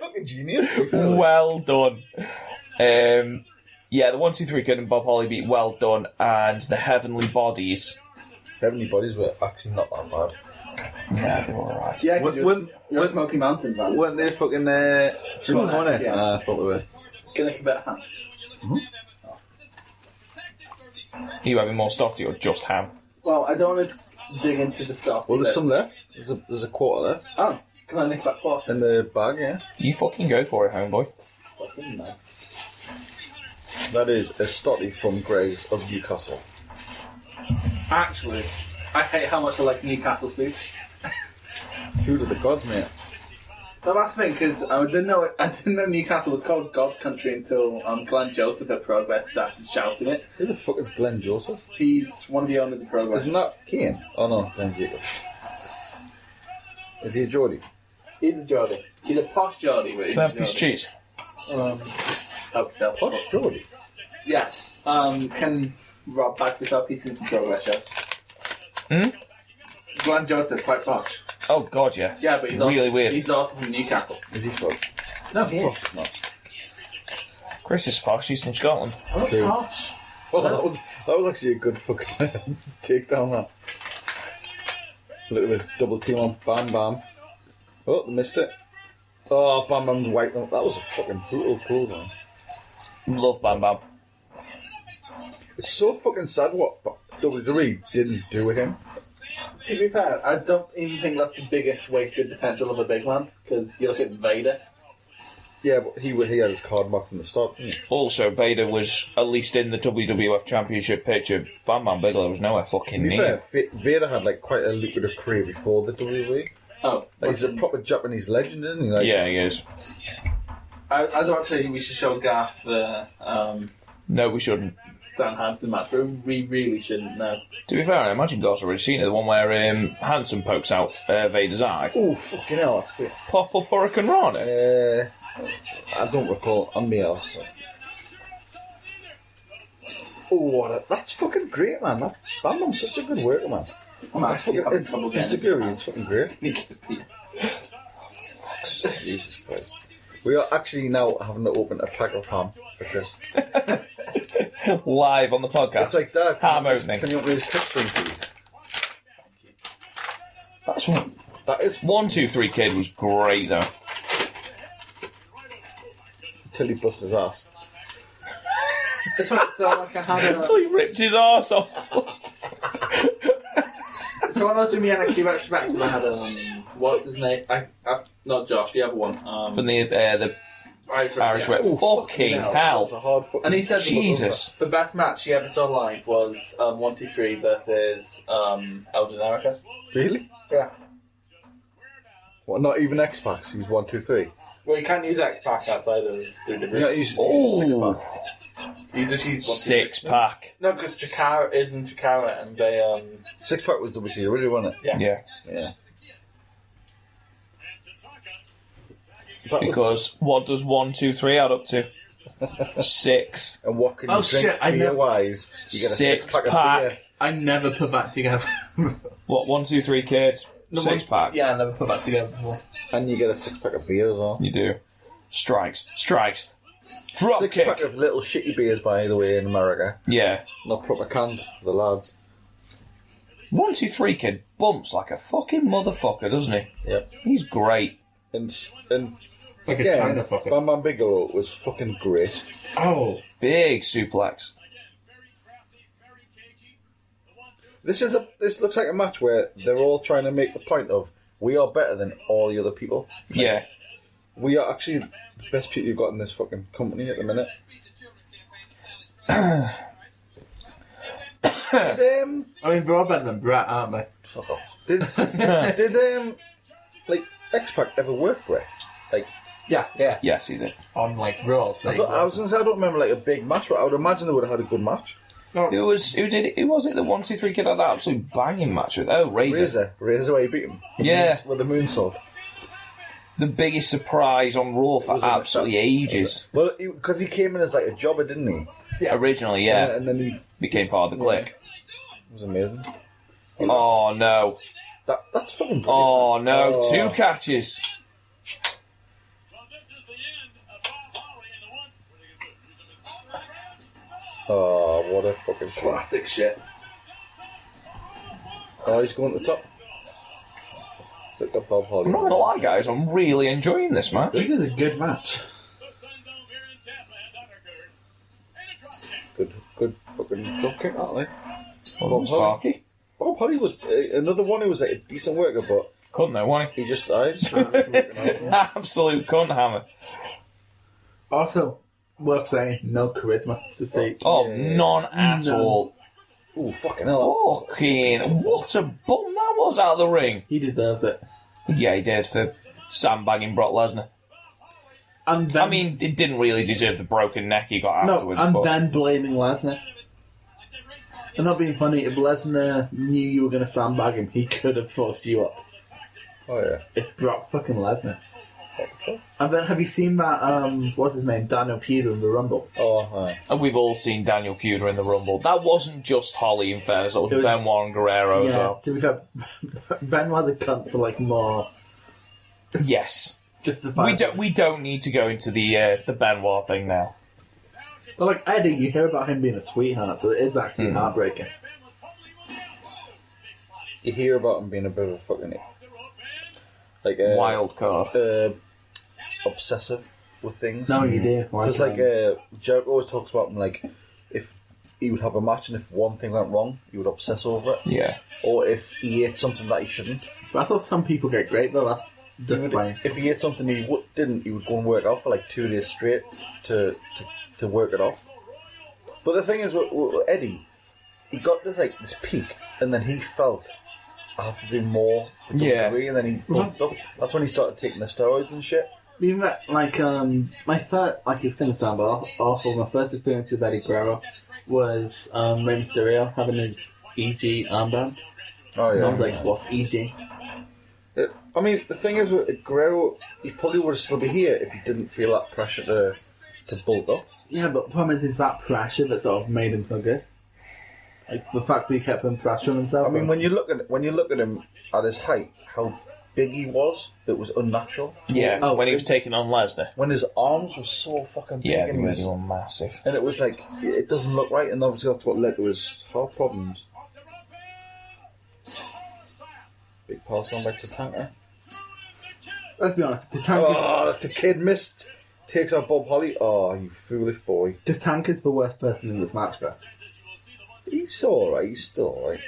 S4: fucking genius.
S1: Well done. Um, yeah, the one, two, three good and Bob Holly beat Well Done and the Heavenly Bodies.
S4: Heavenly Bodies were actually not that bad.
S1: Yeah, they were alright.
S3: Yeah,
S4: When-
S3: when,
S4: when- when-
S3: Smoky Mountain bands.
S4: Weren't they fucking uh, Jim
S3: Well,
S4: Hornet?
S3: yeah.
S4: Ah, I thought they were.
S3: Can I commit a hand?
S1: Are you having more stotty or just ham?
S3: Well, I don't want to dig into the stuff.
S4: Well, there's
S3: but-
S4: some left. There's a, there's a quarter left
S3: Oh, can I nick that quarter?
S4: in the bag, yeah.
S1: You fucking go for it, homeboy.
S3: Fucking nice.
S4: That is a stotty from Greg's of Newcastle.
S3: Actually, I hate how much I like Newcastle food.
S4: Food of the gods, mate.
S3: The last thing, because I didn't know I didn't know Newcastle was called God Country until um, Glenn Joseph at Progress started shouting it.
S4: Who the fuck is Glenn Joseph?
S3: He's one of the owners of Progress.
S4: Isn't that Kane? Oh no, Dan Jacob. Is he a Geordie?
S3: He's a Geordie. He's a posh Geordie, but he's
S1: Can I
S3: a
S1: have a piece of
S3: Geordie.
S1: cheese?
S3: Help yourself.
S4: Posh Geordie.
S3: Yeah. Um, can Rob back this up? He's in some Progress shows. Hmm? Glenn Joseph, quite posh.
S1: Oh, God, yeah.
S3: Yeah, but he's
S1: Really
S3: also,
S1: weird.
S3: He's also from Newcastle.
S4: Is he from?
S3: No, he is.
S4: No.
S1: Chris is posh, he's from Scotland.
S3: Oh,
S4: True.
S3: gosh.
S4: Oh, that was that was actually a good fucking take down that. A little bit of double team on Bam Bam. Oh, they missed it. Oh, Bam Bam wiped them. That was a fucking brutal goal, man.
S1: Love Bam Bam.
S4: It's so fucking sad what WWE didn't do with him.
S3: To be fair, I don't even think that's the biggest wasted potential of a big man, because you look at Vader.
S4: Yeah, but he he had his card marked from the start. didn't he?
S1: Also, Vader was at least in the WWF Championship picture. Bam Bam Bigelow was nowhere fucking
S4: To be
S1: near.
S4: fair, Fa- Vader had like quite a lucrative career before the WWE.
S3: Oh,
S4: Like, he's a proper Japanese legend, isn't he? Like,
S1: Yeah, he is.
S3: I, I was about to tell you we should show Garth the um,
S1: No, we shouldn't.
S3: Stan Hansen match, but we really shouldn't know.
S1: To be fair, I imagine Garth's already seen it. The one where um, Hanson pokes out uh, Vader's eye.
S4: Oh fucking hell, that's great.
S1: Pop up Hurricane Rana.
S4: Uh, I don't recall. I'm me off. Oh, what a, that's fucking great, man. That Bam Bam's such a good worker, man.
S3: I'm actually
S4: Fucking,
S3: having
S4: it's,
S3: trouble getting
S4: it's a good, it's fucking great.
S3: it.
S4: Jesus Christ. We are actually now having to open a pack of ham because
S1: Live on the podcast.
S4: it's like that.
S1: Ham
S4: Can you-
S1: opening.
S4: Can you open his kick for me, please?
S1: That's one.
S4: That is f-
S1: One, two, three kid was great though.
S4: till he busts his ass.
S3: This one so like I had a,
S1: Until he ripped his arse off.
S3: so when I was doing the NXT retrospective, I had um, what's his name? I, I, not Josh, the other one. Um,
S1: From the uh, the
S3: Irish Whip.
S1: Irish
S3: yeah.
S1: Whip.
S3: Ooh,
S4: Oh,
S1: Fucking
S3: that
S1: hell.
S3: was a hard fu- And he said,
S1: Jesus.
S3: The best match he ever saw live was um, 123 versus um, El Generico.
S4: Really?
S3: Yeah.
S4: What? Not even X Pax. He's one, two, three.
S3: Well, you can't use X Pac outside of
S4: You
S3: WWE.
S4: know, he's,
S1: Ooh.
S4: he's six pack.
S3: You just use 123.
S1: Six pack.
S3: No, because Chikara is in Chikara, and they um.
S4: Six pack was WCW, really, wasn't it?
S3: Yeah.
S1: Yeah.
S4: Yeah. That was,
S1: Because what does one, two, three add up to? Six.
S4: and what can you
S3: Oh,
S4: drink
S3: shit, I
S4: beer
S3: never-
S4: wise? You get a
S1: Six
S4: pack,
S1: pack.
S4: of beer.
S3: I never put back together.
S1: What, one, two, three kids? Six pack.
S3: yeah, I never put back together before.
S4: And you get a six pack of beer as well.
S1: You do. Strikes. Strikes. Drop
S4: Six
S1: kick.
S4: pack of little shitty beers, by the way, in America.
S1: Yeah.
S4: Not proper cans for the lads.
S1: One, two, three kid bumps like a fucking motherfucker, doesn't he?
S4: Yep.
S1: He's great.
S4: And and
S3: Like
S4: again, Bam Bam Bigelow was fucking great.
S3: Oh.
S1: Big suplex.
S4: This is a this looks like a match where they're all trying to make the point of we are better than all the other people.
S1: Yeah.
S4: We are actually the best people you've got in this fucking company at the minute. did um,
S3: I mean, they're all better than Brett, aren't they?
S4: fuck off. Did did um, like X Pac ever work Brett? Like
S3: Yeah, yeah.
S1: Yes, he did.
S3: On like Raws.
S4: I, thought, I was gonna say I don't remember like a big match, but I would imagine they would have had a good match.
S1: Who was who did who was it the one two three kid had that absolute banging match with? Oh, Razor.
S4: Razor, Razor, where he beat him. The
S1: Yeah.
S4: moons- with the moonsault.
S1: The biggest surprise on Raw for
S4: was a-
S1: absolutely ages.
S4: Well, because he, came in as like a jobber, didn't he?
S1: Originally, yeah.
S4: and then he
S1: Became part of the clique.
S4: it was amazing.
S1: Oh no.
S4: That that's fucking. Brilliant.
S1: Oh no.
S4: Oh.
S1: Two catches.
S4: Oh, what a fucking shot!
S3: Classic shit.
S4: Oh, he's going to the top. Look at Bob Holly.
S1: I'm not gonna lie, guys, I'm really enjoying this match.
S3: This is a good match.
S4: Good, good fucking drop kick, aren't they?
S1: Well done, Oh, Sparky.
S4: Bob Holly was uh, another one who was like a decent worker, but
S1: Couldn't though, won
S4: he just I just found him fucking
S1: he?
S4: awesome.
S1: Absolute cunt hammer.
S3: Also, worth saying, no charisma to see.
S1: Oh, none at all.
S4: Ooh, fucking hell!
S1: Fucking what a bum that was out of the ring.
S3: He deserved it.
S1: Yeah, he did for sandbagging Brock Lesnar.
S3: And then,
S1: I mean, it didn't really deserve the broken neck he got
S3: no,
S1: afterwards.
S3: and
S1: but
S3: then blaming Lesnar. And not being funny, if Lesnar knew you were going to sandbag him, he could have forced you up.
S4: Oh yeah.
S3: It's Brock fucking Lesnar. And then have you seen that, um, what's his name, Daniel Peter in the Rumble?
S4: Oh, aye.
S1: and we've all seen Daniel Pewter in the Rumble. That wasn't just Holly, in fairness. That was,
S3: It was-
S1: Benoit and Guerrero as well.
S3: to be fair, Ben was a cunt for like more
S1: Yes.
S3: justified.
S1: We don't. We don't need to go into the uh, the Benoit thing now.
S3: But like Eddie, you hear about him being a sweetheart, so it is actually heartbreaking.
S4: You hear about him being a bit of a fucking like a
S1: Wild card.
S4: uh, obsessive with things.
S3: No, you do. Hmm. Why
S4: Because
S3: can't
S4: like
S3: you?
S4: uh, Jericho always talks about him, like if he would have a match and if one thing went wrong, he would obsess over it.
S1: Yeah.
S4: Or if he ate something that he shouldn't,
S3: That's how some people get great though. That's
S4: he would-
S3: display.
S4: if he ate something he w- didn't, he would go and work out for like two days straight to to, to work it off. But the thing is, with, with with Eddie, he got this like this peak, and then he felt I have to do more. For
S1: Yeah.
S4: WWE," and then he bumped up. That's when he started taking the steroids and shit.
S3: Even that, like um, my first like it's gonna sound aw- awful. My first experience with Eddie Guerrero was um, Rey Mysterio having his EG armband.
S4: Oh yeah.
S3: And I was like, what's E EG?
S4: Uh, I mean, the thing is, with Guerrero, he probably would still be here if he didn't feel that pressure to to bulk up.
S3: Yeah, but the problem is, it's that pressure that sort of made him so good. Like the fact that he kept on pressuring himself.
S4: I mean, when you look at when you look at him at his height, how big he was, it was unnatural.
S1: Yeah.
S3: Oh,
S1: when he was taking on Lesnar.
S4: When his arms were so fucking big,
S1: Yeah,
S4: and,
S1: they
S4: he
S1: were,
S4: was,
S1: they were massive.
S4: and it was like it doesn't look right, and obviously that's what led to his heart problems. Big pass on by Tatanka.
S3: let's be honest, Tatanka's,
S4: Oh, that's a kid missed. Takes out Bob Holly. Oh, you foolish boy.
S3: Tatanka's the worst person in this match, though.
S4: He's all right. He's still all right.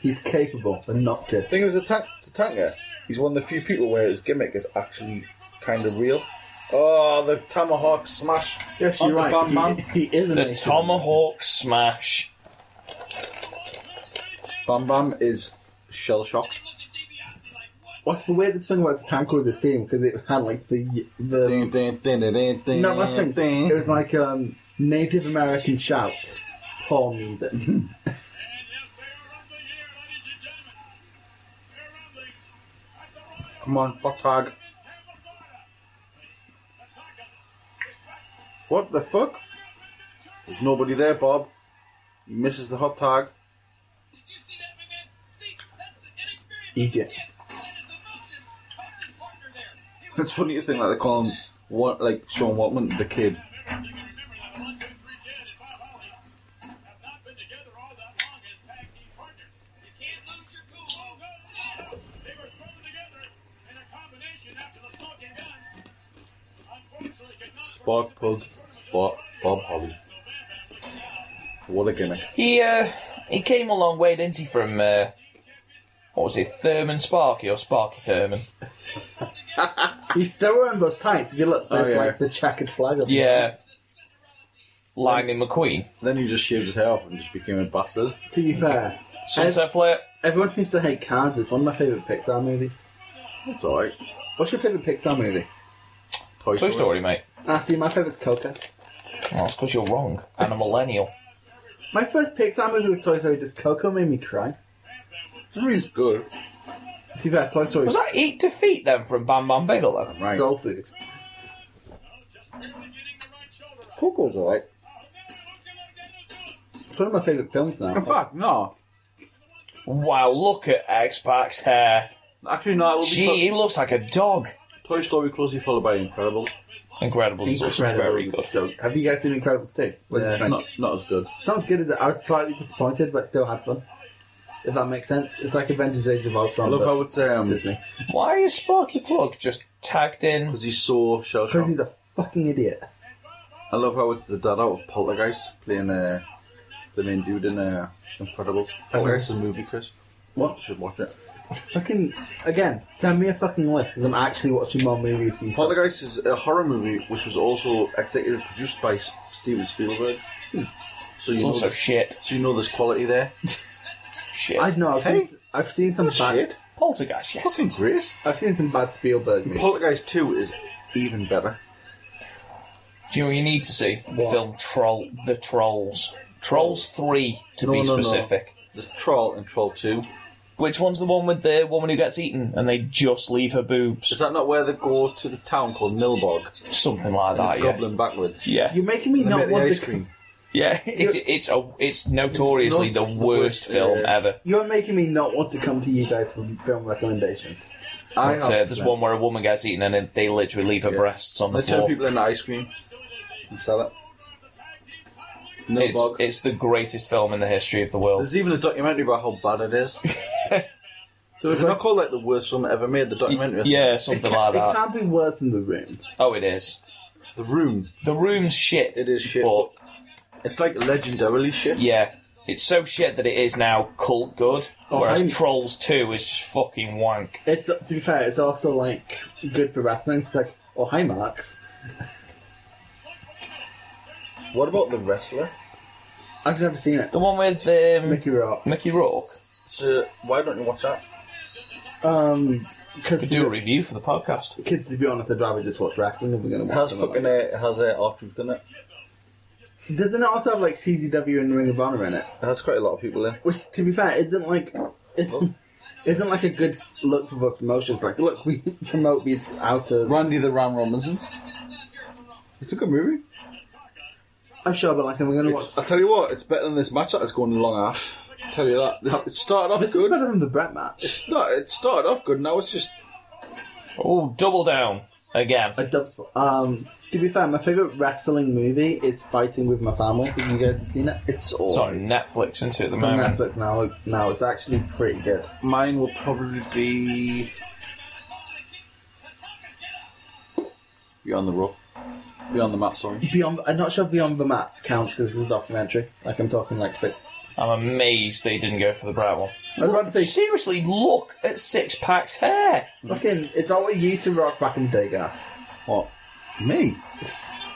S3: He's capable, but not good.
S4: thing was, Tatanka, he's one of the few people where his gimmick is actually kind of real. Oh, the tomahawk smash.
S13: Yes, you're
S4: Uncle
S13: right.
S4: Bum
S13: He-
S4: Bum.
S13: He, is an
S1: The
S13: ace.
S1: tomahawk smash.
S4: Bam Bam is shell shocked.
S13: What's the weirdest thing about the tank was this theme because it had like the the
S4: Ding, ding, ding, ding, ding, ding,
S13: no that's the
S4: ding.
S13: thing. It was like um Native American shout, horn music.
S4: Come on, hot tag. What the fuck? There's nobody there, Bob. He misses the hot tag.
S13: Egypt.
S4: It's funny to think like they call him what like Sean Waltman, the kid. Spark plug, Bob, Bob Holly. What a gimmick.
S1: He uh, he came a long way, didn't he? From uh, what was it, Thurman Sparky or Sparky Thurman?
S13: He's still wearing those tights. If you look, there's
S4: yeah.
S13: like the checkered flag on them.
S1: Yeah. Lightning McQueen.
S4: Then he just shaved his hair off and just became a bastard.
S13: To be fair,
S1: Sunset Flare.
S13: everyone seems to hate cards. It's one of my favourite Pixar movies.
S4: It's alright.
S13: What's your favourite Pixar movie?
S4: Toy,
S1: Toy Story, mate.
S13: Ah, see, my favourite's Coco.
S1: Well, it's because you're wrong. And a millennial.
S13: My first Pixar movie was Toy Story. Just Coco made me cry.
S4: I mean, it's good.
S13: To be fair, Toy Story
S1: Was that eat defeat then from Bam Bam Bigelow?
S4: Right.
S13: soul food.
S4: Coco's alright.
S13: It's one of my favourite films now.
S4: In fact, no.
S1: Wow, look at X Pac's hair.
S4: Actually, no. It will
S1: Gee,
S4: be
S1: he looks like a dog.
S4: to- Toy Story closely followed by Incredibles.
S1: Incredibles is also very
S13: Incredibles
S1: good.
S13: is so. Have you guys seen Incredibles 2? What did you think?
S4: Not, not as good.
S13: Sounds good, is it? I was slightly disappointed, but still had fun. If that makes sense, it's like Avengers: Age of
S4: I
S13: Ultron.
S4: love how
S13: but
S4: it's um
S13: Disney.
S1: Why is Sparky Plug just tagged in?
S4: because he's so shell
S13: Because
S4: shocked.
S13: he's a fucking idiot.
S4: I love how it's the dad out of Poltergeist playing uh, the main dude in uh, Incredibles. Poltergeist is a movie, Chris.
S13: What?
S4: You should watch it.
S13: Fucking again, send me a fucking list because I'm actually watching more movies. These days.
S4: Poltergeist is a horror movie which was also executive produced by S- Steven Spielberg. So
S1: It's
S4: you know,
S1: also
S4: there's,
S1: shit.
S4: so you know there's quality there.
S1: Shit.
S13: I know I've
S4: Hey. Oh,
S13: seen I've seen some bad
S4: Shit,
S1: Poltergeist, yes.
S4: fucking great.
S13: I've seen some bad Spielberg movies.
S4: Poltergeist Two is even better.
S1: Do you know what you need to see? The film Troll The Trolls. Trolls 3, to be specific.
S4: There's Troll and Troll Two.
S1: Which one's the one with the woman who gets eaten and they just leave her boobs?
S4: Is that not where they go to the town called Nilbog?
S1: Something like
S4: And
S1: that,
S4: it's
S1: Ah, yeah.
S4: goblin backwards.
S1: Yeah,
S13: You're making me
S4: And they
S13: not
S4: make the
S13: want
S4: ice
S13: to.
S4: cream.
S1: yeah. It's it's a it's notoriously
S4: not
S1: the
S4: the
S1: worst,
S4: worst,
S1: film
S4: yeah.
S1: ever.
S13: You're making me not want to come to you guys for film recommendations.
S4: I
S1: So
S4: have-
S1: there's one where a woman gets eaten and then they literally leave her
S4: Yeah.
S1: breasts on the
S4: They turn
S1: floor.
S4: people into ice cream and sell it.
S1: It's
S4: Nilbog.
S1: it's the greatest film in the history of the world.
S4: There's even a documentary about how bad it is.
S13: So
S4: It's
S13: it's
S4: not
S13: like,
S4: called like the worst film ever made. The documentary. isn't
S1: Yeah, something like
S13: it
S1: that.
S13: can't be worse than The Room.
S1: Oh, it is.
S4: it? The Room.
S1: The room's shit.
S4: It is shit.
S1: But
S4: It's like legendarily shit.
S1: yeah, it's so shit that it is now cult good. Whereas
S13: I'm-
S1: Trolls Two is just fucking wank.
S13: It's to be fair, it's also like good for wrestling. It's like, oh hi, Marks.
S4: What about the wrestler?
S13: I've never seen it.
S1: The one with um,
S13: Mickey Rourke.
S1: Mickey Rourke.
S4: So why don't you watch that?
S13: Um,
S1: Could
S13: because
S1: do a review for the podcast.
S13: kids, to be honest, I'd rather just watch wrestling if we're gonna
S4: It has
S13: watch something like
S4: fucking uh, it has uh, R Truth in it.
S13: that. Doesn't it also have like CZW and Ring of Honor in it?
S4: It has quite a lot of people in.
S13: Which, to be fair, isn't like isn't, isn't like a good s- look for those promotions. Like, look, we promote these out of.
S4: Randy the Ram Robinson. It's a good movie.
S13: I'm sure, but like, I'm gonna watch.
S4: It's, I tell you what, it's better than this match that is going long ass. I tell you that. This, it started off
S13: This is
S4: good.
S13: better than the Brett match.
S4: No, it started off good. Now it's just
S1: Oh, double down again.
S13: A dub spot. Um, to be fair, my favorite wrestling movie is Fighting with My Family. Think you guys have seen it?
S4: it's all.
S1: It's on Netflix, isn't it, at the
S13: It's on
S1: moment?
S13: Netflix now. Now it's actually pretty good.
S4: Mine will probably be Beyond the Rope. Beyond the Mat, sorry.
S13: Beyond, I'm not sure if Beyond the Mat counts because this is a documentary. Like I'm talking like fi-
S1: I'm amazed they didn't go for the brown one.
S13: I was about to say,
S1: Seriously, look at Six Pack's hair.
S13: Fucking, it's not what you used to rock back in the day, Gaff.
S4: What? Me?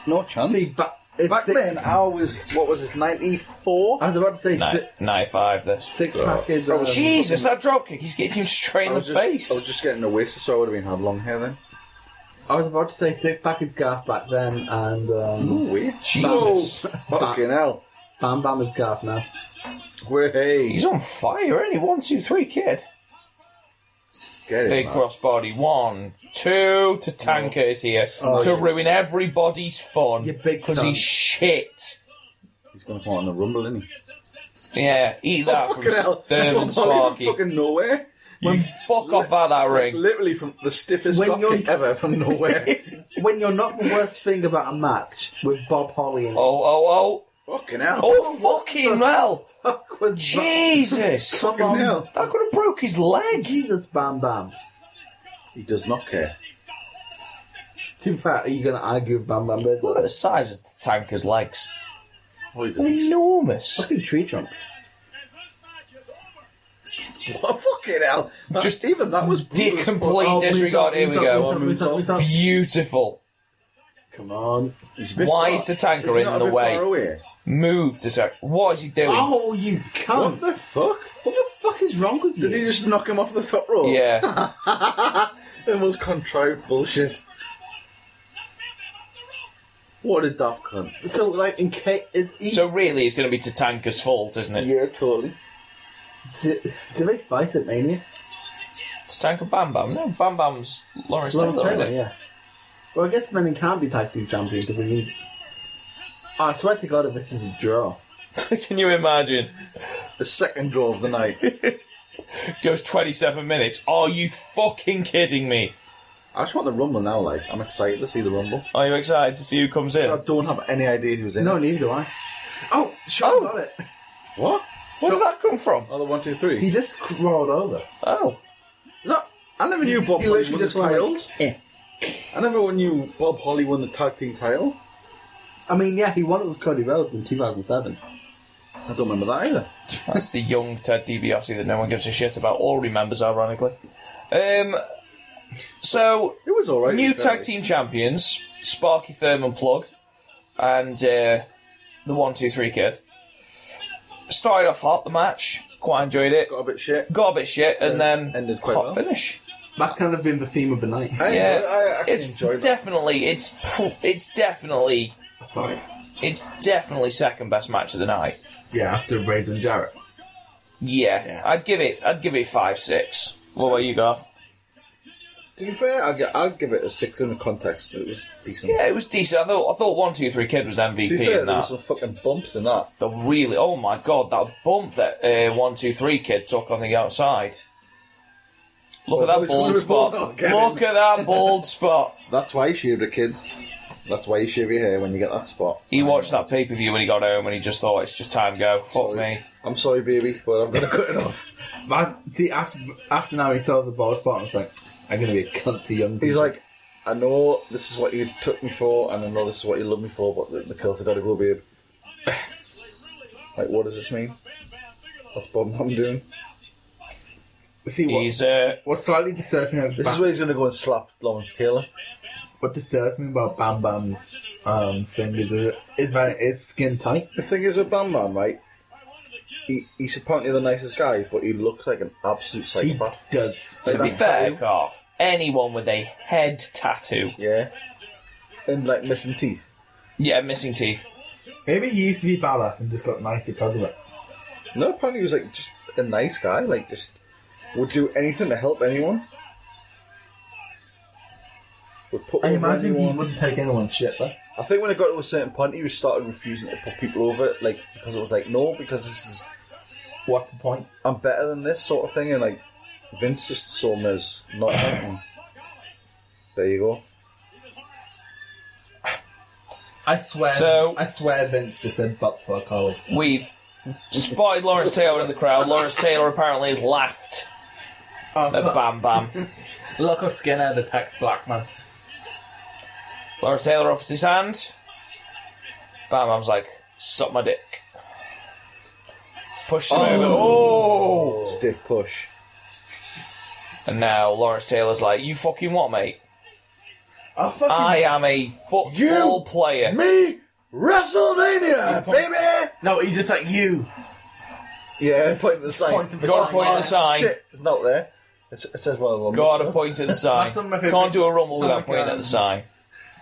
S4: No chance.
S13: See, back, it's
S4: Back
S13: six,
S4: then, I was, what was this, 94?
S13: I was about to say
S1: Ni-
S13: si-
S1: 95, this.
S13: six pack is.
S4: Oh,
S13: Um,
S1: Jesus, that dropkick, he's getting him straight in
S4: I
S1: the
S4: was just,
S1: face.
S4: I was just getting a waist, so I would have been had long hair then.
S13: I was about to say six pack is Gaff back then, and um,
S4: Ooh, wait.
S1: Jesus.
S4: Whoa. Fucking hell.
S13: Bam Bam is Gaff now.
S4: Way.
S1: He's on fire, ain't he? One, two, three, kid.
S4: Get it,
S1: Big
S4: man.
S1: crossbody. One, two, to Tanker is here to ruin everybody's fun
S13: You big
S1: because he's
S13: cunt.
S1: shit.
S4: He's going to come out in the rumble, isn't he?
S1: Yeah, eat that
S4: Oh, Fucking
S1: from
S4: hell.
S1: Sturm and Sparky.
S4: fucking nowhere.
S1: You fuck off out that ring.
S4: Literally from the stiffest
S13: When
S4: fucking
S13: you're-
S4: ever from nowhere.
S13: When you're not the worst thing about a match with Bob Holly and
S1: Oh, oh, oh.
S4: fucking hell.
S1: Oh, fucking hell.
S13: fuck was that?
S1: Jesus. Um,
S13: Come on.
S4: hell.
S1: That could have broke his leg.
S13: Jesus Bam Bam.
S4: He does not care.
S13: Too fat. Are you gonna argue with Bam Bam
S1: Look at
S13: Bigelow?
S1: the size of the Tanker's legs.
S4: Oh, he doesn't.
S1: Enormous.
S13: Fucking tree trunks.
S4: What fucking hell? That-
S1: Just
S4: even that was brutal
S1: Dear
S4: as
S1: complete
S13: Oh,
S1: disregard. Here we
S13: moonsault,
S1: go.
S4: One
S13: moonsault, moonsault, moonsault.
S1: Beautiful.
S13: Come on.
S4: fuck. He's a bit
S1: Why
S4: far-
S1: is the tanker
S4: he
S1: in
S4: not a
S1: the
S4: bit
S1: way?
S4: far away?
S1: Move to tank. What is he doing?
S13: Oh, you cunt.
S4: What the fuck?
S13: What the fuck is wrong with
S4: Did he
S13: you?
S4: just knock him off the top rope?
S1: Yeah.
S4: the most contrived bullshit. What a daft cunt.
S13: So, like, in case. Is he,
S1: so really, it's going to be Tatanka's fault, isn't it?
S4: Yeah, totally.
S13: do, do they fight at Mania?
S1: Tatanka Bam Bam. No, Bam Bam's Lawrence
S13: Lawrence
S1: Taylor,
S13: Taylor,
S1: isn't it?
S13: yeah. Well, I guess Manning can't be tag team champion because we need. Oh, I swear to God, if this is a draw,
S1: Can you imagine?
S4: The second draw of the night.
S1: Goes 27 minutes. Are you fucking kidding me?
S4: I just want the rumble now. Like, I'm excited to see the rumble.
S1: Are you excited to see who comes in?
S4: I don't have any idea who's in.
S13: no,
S4: it.
S13: neither do I. Oh, Sean
S1: Oh.
S13: got it.
S4: What?
S1: Where did that come from?
S4: Oh, the one, two, three.
S13: He just scrolled over.
S1: Oh,
S4: No, I never knew Bob
S13: He
S4: Holly
S13: literally
S4: won
S13: just
S4: the
S13: went. like,
S4: titles.
S13: eh.
S4: I never knew Bob Holly won the tag team title.
S13: I mean, yeah, he won it with Cody Rhodes in 2007.
S4: I don't remember that either.
S1: that's the young Ted DiBiase that no one gives a shit about or remembers, ironically. Um, so
S4: It was alright.
S1: New tag team champions: Sparky Thurman Plug and uh, the One Two Three Kid. Started off hot the match, quite enjoyed it.
S4: Got a bit shit.
S1: Got a bit shit, and
S4: Yeah,
S1: then
S4: ended quite
S1: hot
S4: well.
S1: finish.
S13: That's kind of been the theme of the night.
S4: I
S1: Yeah,
S4: enjoyed, I actually
S1: it's
S4: enjoyed that.
S1: definitely it's pr- it's definitely
S13: Sorry.
S1: it's definitely second best match of the night.
S13: Yeah, after Brazen Jarrett.
S1: Yeah, I'd give it I'd give it five six. What about you, Garth?
S4: To be fair, I'll, gi- I'll give it a six in the context. It was decent.
S1: Yeah, it was decent. I thought I thought One Two Three Kid was MVP
S4: to be fair,
S1: in
S4: there were
S1: that.
S4: some fucking bumps in that.
S1: the really oh my god that bump that uh, one two three kid took on the outside. Look
S4: Oh,
S1: at that
S4: it's
S1: bald
S4: gonna be bald
S1: spot.
S4: now, Kevin.
S1: Look at that bald spot.
S4: That's why you shave the kids. That's why you shave your hair when you get that spot.
S1: He watched that pay per view when he got home and he just thought it's just time to go. Fuck
S4: Sorry.
S1: me.
S4: I'm sorry, baby, but I'm gonna cut it off.
S13: See, after, after now he saw the ball spot and was like, I'm going to be a cunt to young people.
S4: He's like, I know this is what you took me for, and I know this is what you love me for, but the, the kills have got to go, babe. like, what does this mean? What's Bob Mom doing?
S13: See, what,
S1: He's uh,
S13: what slightly disturbs me about
S4: This is where he's gonna go and slap Lawrence Taylor.
S13: what disturbs me about Bam Bam's um, thing is, that is that it's skin tight.
S4: The thing is with Bam Bam, right? He, he's apparently the nicest guy, but he looks like an absolute
S13: He
S4: psychopath.
S13: does.
S1: to be
S4: that
S1: fair,
S4: tattoo.
S1: Garth. Anyone with a head tattoo,
S4: Yeah. And like missing teeth.
S1: yeah, missing teeth.
S13: Maybe he used to be badass and just got nicer because of it.
S4: No, apparently he was like just a nice guy, like just would do anything to help anyone. Would put
S13: I
S4: over
S13: imagine he
S4: anyone.
S13: wouldn't take anyone's shit though.
S4: I think when it got to a certain point, he was started refusing to put people over, like because it was like no, because this is
S13: What's the point?
S4: I'm better than this sort of thing, and like Vince just saw him as not. having him. there you go.
S13: I swear.
S1: So-
S13: I swear Vince just said butt fuck Holly.
S1: We've spotted Lawrence Taylor in the crowd. Lawrence Taylor apparently has laughed
S13: Oh,
S1: at Bam Bam.
S13: Look how Skinhead attacks Blackman.
S1: Lawrence Taylor offers his hand. Bam Bam's like, suck my dick. pushed him over. Oh!
S14: Stiff push.
S1: And now Lawrence Taylor's like, you fucking what, mate?
S14: I fucking
S1: I am a football
S14: You-
S1: player.
S14: me WrestleMania, baby.
S3: No, he just like you.
S14: Yeah, point at the sign.
S3: Point at the
S1: Go and
S3: sign.
S1: point at
S3: Oh,
S1: the sign.
S14: Shit, it's not there. It's, it says well.
S1: Go on and point at the sign.
S3: some of my favourite-
S1: Can't do a rumble
S3: some of
S1: without
S3: my
S1: pointing at the
S3: guys.
S1: sign.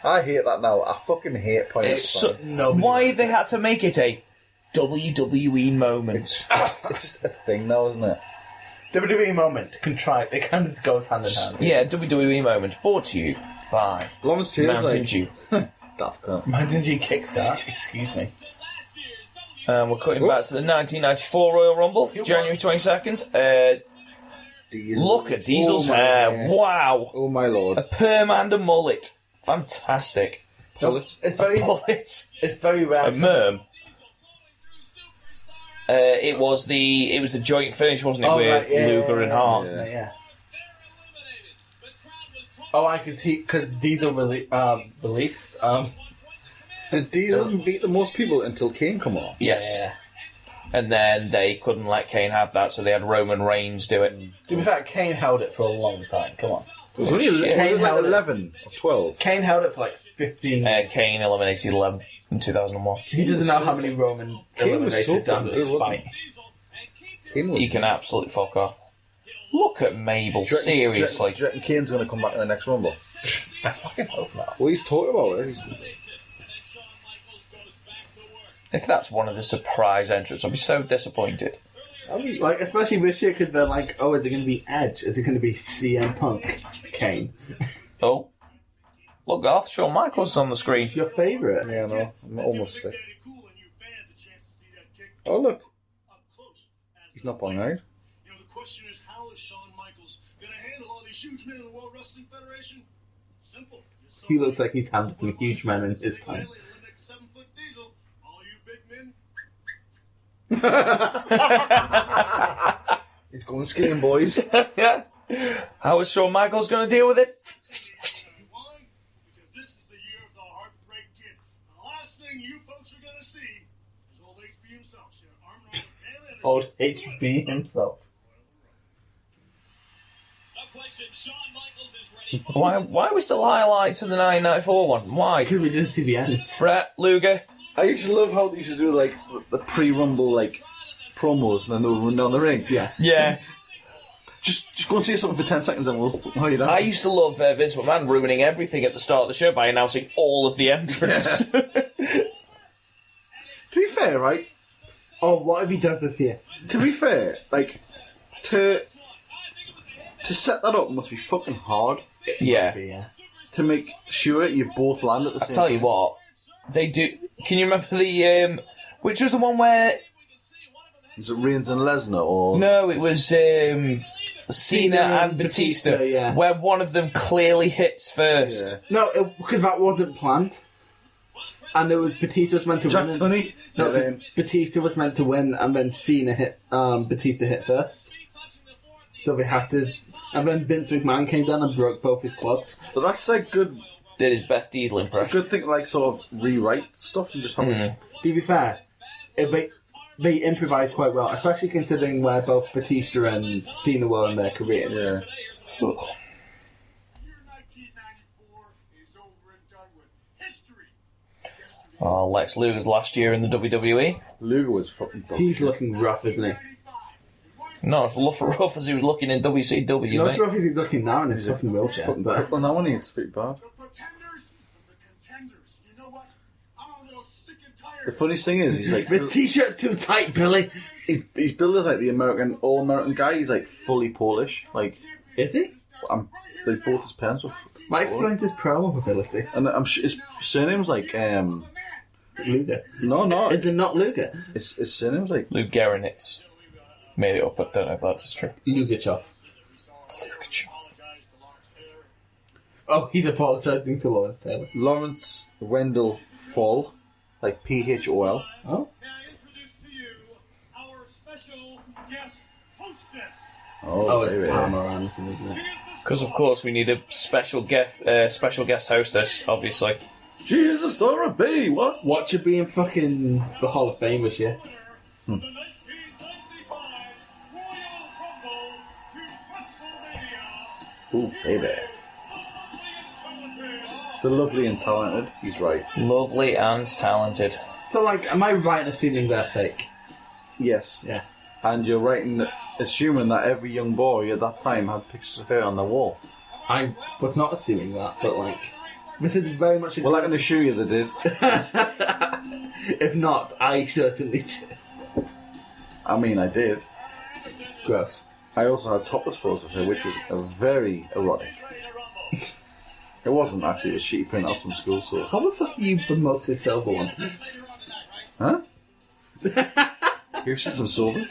S14: I hate that now. I fucking hate point
S1: It's
S14: at the
S1: so,
S14: sign.
S3: Nobody
S1: why
S3: likes
S1: they had to make it a WWE moment.
S14: It's, it's just a thing now, isn't it?
S3: WWE E moment, contrived. It kind of goes hand in hand.
S1: Uh, yeah, WWE moment brought to you by
S4: Lawrence Taylor's
S1: Mountain
S4: like,
S1: Dew.
S14: Daft cunt.
S3: Imagine you kickstart. Excuse me.
S1: Um, we're cutting back to the 1994 Royal Rumble, January 22nd. Uh,
S14: Diesel.
S1: look at Diesel's
S14: Oh my
S1: hair.
S14: God.
S1: Wow.
S4: oh my lord,
S1: Perm and a mullet. Fantastic.
S4: Bullet.
S3: It's very,
S1: Bullet.
S3: it's very rare.
S1: A merm. Uh, it was the it was the joint finish, wasn't it,
S3: Oh,
S1: with
S3: right, yeah,
S1: Luger
S3: yeah,
S1: and
S3: yeah,
S1: Hart?
S3: yeah, yeah. Oh, I cause he cause Diesel really um, released. Um,
S4: Did Diesel beat the most people until Kane come on?
S1: Yes.
S3: yeah.
S1: And then they couldn't let Kane have that, so they had Roman Reigns do it.
S3: To be fair, Kane held it for a long time. Come on,
S4: It was only
S1: Oh, shit.
S4: was it
S3: Kane held
S4: like
S3: it.
S4: eleven or twelve.
S3: Kane held it for like fifteen.
S1: Uh,
S3: years.
S1: Kane eliminated Lem in 2001.
S3: He doesn't know how many Roman
S4: Kane was so
S3: eliminated down to
S4: fucking good, wasn't
S3: spite.
S4: Kane was.
S1: He can absolutely fuck off. Look at Mabel,
S14: Do you reckon- do you reckon-
S1: seriously.
S14: do you reckon Kane's going to come back in the next rumble?
S3: I fucking hope not.
S4: Well, he's talking about it. He's,
S1: If that's one of the surprise entrants, I'll be so disappointed.
S3: Like especially this year, because they're like, oh, is it going to be Edge? Is it going to be CM Punk? Kane,
S1: Oh. Look, Garth Shawn Michaels is on the screen.
S3: your favorite?
S4: yeah, I know. I'm almost sick. Oh look, he's not buying out.
S5: You know, the question is, how is Shawn Michaels going to handle all these huge men in the World Wrestling Federation? Simple.
S3: He looks like he's handled some huge men in his time.
S5: Seven foot diesel. All you big men.
S14: He's going skiing, boys.
S1: Yeah. How is Shawn Michaels going to deal with it?
S5: Why? Because this is the year of the heartbreak kid. The last thing you folks are going to see is old HB himself. Share arm wrestling daily and-
S3: Old HB himself.
S5: The question, Shawn Michaels is ready.
S1: Why, why are we still highlighting the 1994 one? Why?
S3: Because we didn't see the end.
S1: Brett, Luger.
S4: I used to love how they used to do like the pre-rumble like promos, and then they would run down the ring.
S3: Yeah.
S1: Yeah.
S4: Just, just go and say something for ten seconds, and we'll fucking hide
S1: I
S4: that.
S1: used to love uh, Vince McMahon ruining everything at the start of the show by announcing all of the entrants.
S4: To be fair, right?
S3: Oh, what if he does this year?
S4: To be fair, like to to set that up must be fucking hard
S1: yeah.
S3: Yeah.
S4: to make sure you both land at the same.
S1: Tell you what, they do. Can you remember the um, which was the one where?
S4: Is it Reigns and Lesnar or
S1: No, it was um, Cena and
S3: and
S1: Batista,
S3: Batista, yeah.
S1: where one of them clearly hits first.
S3: No, it- because that wasn't planned. And it was Batista was meant to
S4: Jack
S3: win. and-
S4: Tunney?
S3: No,
S4: Yeah, then.
S3: Batista was meant to win, and then Cena hit. Um, Batista hit first, so they had to. And then Vince McMahon came down and broke both his quads.
S4: But that's like good,
S1: Did his best Diesel impression.
S4: good thing. Like sort of rewrite stuff and just have it.
S3: To be fair, it, they they improvised quite well, especially considering where both Batista and Cena were in their careers.
S4: Yeah.
S5: Year 1994 is over and done with. History. Yesterday,
S1: Oh, Lex Luger's last year in the E. WWE.
S4: Luger was fucking dog.
S3: He's looking rough, isn't he?
S5: 95. And why is
S1: Not as rough, rough as he was looking in WCW.
S3: No,
S1: mate.
S3: it's rough as he's looking now in his fucking wheelchair.
S4: Fucking
S3: But
S4: cripple now, isn't he? It's pretty bad.
S5: the pretenders of the contenders? You know what? I'm a little sick and tired.
S4: The funniest thing is, he's like
S3: this t-shirt's too tight, Billy.
S4: he's, he's billed as like the American all American guy. He's like fully Polish. Like
S3: Is he?
S4: I'm, like both his parents were.
S3: That explains his promo ability.
S4: And I'm sure his surname's like um
S3: Luger.
S4: no no
S3: Is it not Luger?
S4: his, his surname's like
S1: Lou Gehrenitz made it up. I don't know if that is true.
S3: Lugachoff. Oh, he's apologising to Lawrence Taylor.
S4: Lawrence Wendell Fall, like P H O L.
S3: Oh?
S5: Now I introduce to you our special guest hostess.
S3: Oh,
S4: Oh,
S3: it's
S4: baby.
S3: Pamela Anderson, isn't it?
S1: Because of course we need a special guest, uh, special guest hostess, obviously.
S4: She is a star of B. What?
S5: Hmm.
S3: What should be in fucking the Hall of Fame this year?
S5: The 1990
S4: Ooh, baby. The lovely and talented. He's right.
S1: Lovely and talented.
S13: So, like, am I right in assuming they're fake?
S4: Yes.
S13: Yeah.
S4: And you're right in assuming that every young boy at that time had pictures of her on their wall.
S13: I was not assuming that, but like, this is very much. A
S4: Well, I can assure you they did.
S13: if not, I certainly did.
S4: I mean, I did.
S13: Gross.
S4: I also had topless photos of her, which was a very erotic. It wasn't actually, it was sheet print out from school, so.
S13: How the fuck are you the mostly sober one?
S4: Huh? Here's some silver.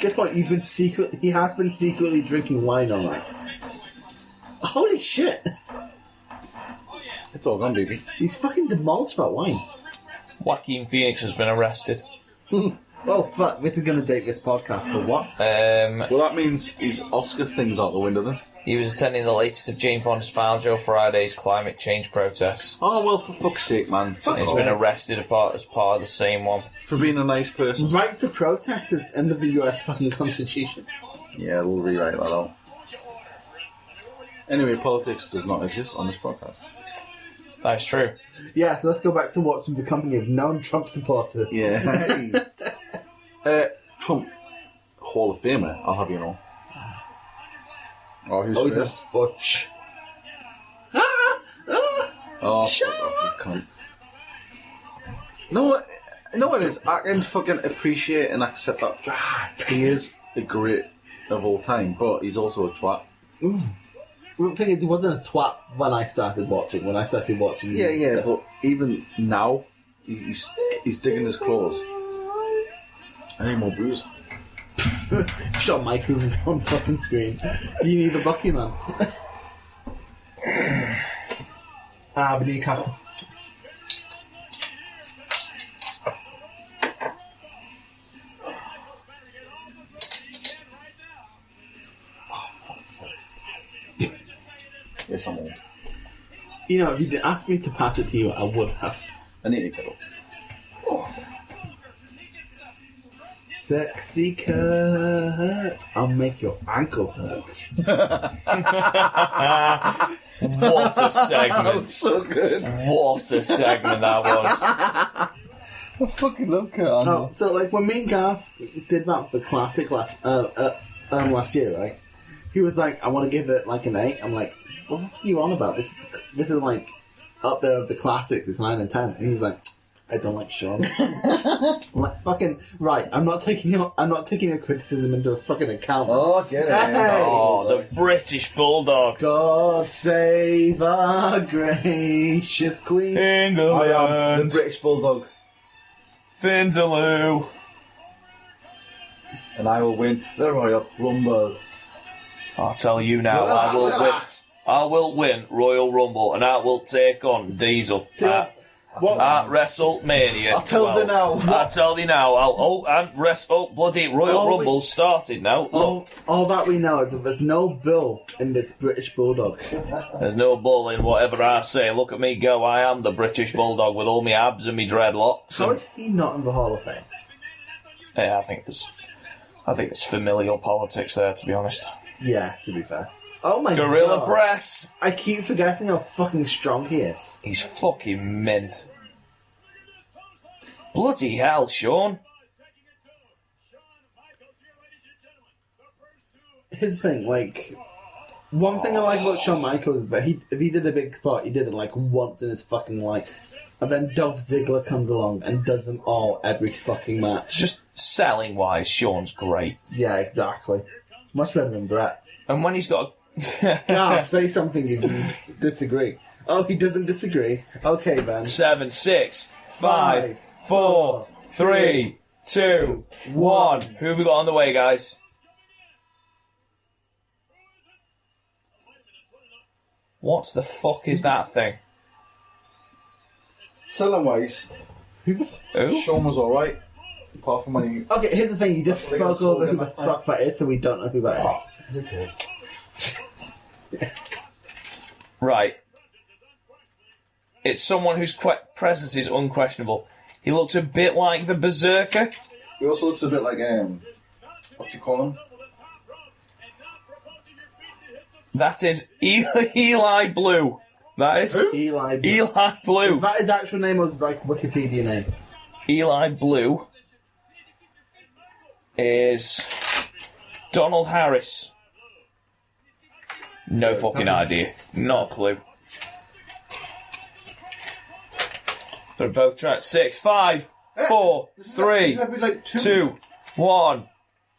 S13: Guess what? You've been secret. He has been secretly drinking wine all night. Holy shit!
S4: It's all gone, baby.
S13: He's fucking demolished that wine.
S1: Joaquin Phoenix has been arrested.
S13: Oh fuck! This is gonna date this podcast for what?
S1: Um,
S4: Well, that means his Oscar thing's out the window then.
S1: he was attending the latest of Jane Fonda's Joe Friday's climate change protests.
S4: Oh, well, for fuck's sake, man. Fuck
S1: He's
S4: off.
S1: been arrested apart as part of the same one.
S4: For being a nice person.
S13: Right to protest is under the U.S. fucking constitution.
S4: Yeah, we'll rewrite that out. Anyway, politics does not exist on this podcast.
S1: That's true.
S13: Yeah, so let's go back to watching the company of non-Trump supporters.
S4: Yeah. uh, Trump, Hall of Famer, I'll have you know. Oh, who's
S13: Oh, he's
S4: first?
S13: a- oh, shh. Ah, ah.
S4: Oh,
S13: Shut
S4: fuck off, you cunt. No, what- you know what it is? I can fucking appreciate and accept that. He is the great of all time, but he's also a twat.
S13: The thing is, he wasn't a twat when I started watching. When I started watching,
S4: Yeah, yeah, but even now, he- he's he's digging his claws. I need more booze.
S13: Shawn Michaels is on fucking screen. Do you need a Bucky man? ah, the Newcastle.
S4: Yes, I'm old.
S13: You know, if you'd asked me to pass it to you, I would have.
S4: I need to get up.
S13: Sexy cut. I'll make your ankle hurt.
S1: What a segment.
S4: So good.
S1: what a segment that was.
S4: I fucking love Kurt
S13: Oh, so like when me and Garth did that for classic last uh, uh, um, last year, right? He was like, "I want to give it like an 8. I'm like, "What the fuck are you on about? This is this is like up there with the classics. It's nine and ten. And he's like, "I don't like Sean." I'm like fucking right. I'm not taking your I'm not taking your criticism into fucking account.
S4: Oh, get it.
S13: Hey.
S1: Oh, the British Bulldog.
S13: God save our gracious queen.
S4: I am
S1: England,
S4: Oh, the British Bulldog,
S1: Vindaloo.
S4: and I will win the Royal Rumble.
S1: I'll tell you now, I will win. I will win Royal Rumble, and I will take on Diesel at, at WrestleMania.
S4: I'll tell thee
S1: 12.
S4: now.
S1: I'll tell thee now. I'll oh and rest oh bloody Royal
S13: Oh,
S1: Rumble started now.
S4: Oh,
S1: Look,
S13: All, all that we know is that there's no bill in this British bulldog.
S1: there's no bull in whatever I say. Look at me go. I am the British Bulldog with all my abs and my dreadlocks.
S13: How is he not in the Hall of Fame?
S1: Yeah, I think it's I think it's familial politics there. To be honest,
S13: Yeah, to be fair. Oh my
S1: Gorilla
S13: god.
S1: Press.
S13: I keep forgetting how fucking strong he is.
S1: He's fucking mint. Bloody hell, Sean.
S13: His thing, like, one thing I like about Shawn Michaels is that he, if he did a big spot, he did it like once in his fucking life. And then Dolph Ziggler comes along and does them all every fucking match.
S1: Just selling wise, Sean's great.
S13: Yeah, exactly. Much better than Brett.
S1: And when he's got
S13: Garth, say something if you disagree. Oh, he doesn't disagree. Okay, then.
S1: seven, six, five, four, three, two, one. Who have we got on the way, guys? What the fuck is that thing?
S4: Selling wise,
S1: Who?
S4: Sean was alright, apart from when he.
S13: Okay, here's the thing. You just
S4: That's the thing I
S13: spoke
S4: was
S13: over who
S4: holding
S13: the
S4: that
S13: fuck that is, so we don't know who that is.
S1: Right. It's someone whose que- presence is unquestionable. He looks a bit like the Berserker.
S4: He also looks a bit like, um, what do you call him?
S1: That is Eli, Eli Blue. That is
S13: Eli. Blue.
S1: Eli
S13: Is
S1: Blue.
S13: that his actual name or his, like Wikipedia name?
S1: Eli Blue is Donald Harris. No fucking idea. Not a clue. They're both trying. Six, five, four, three,
S15: Every like two.
S1: two, one,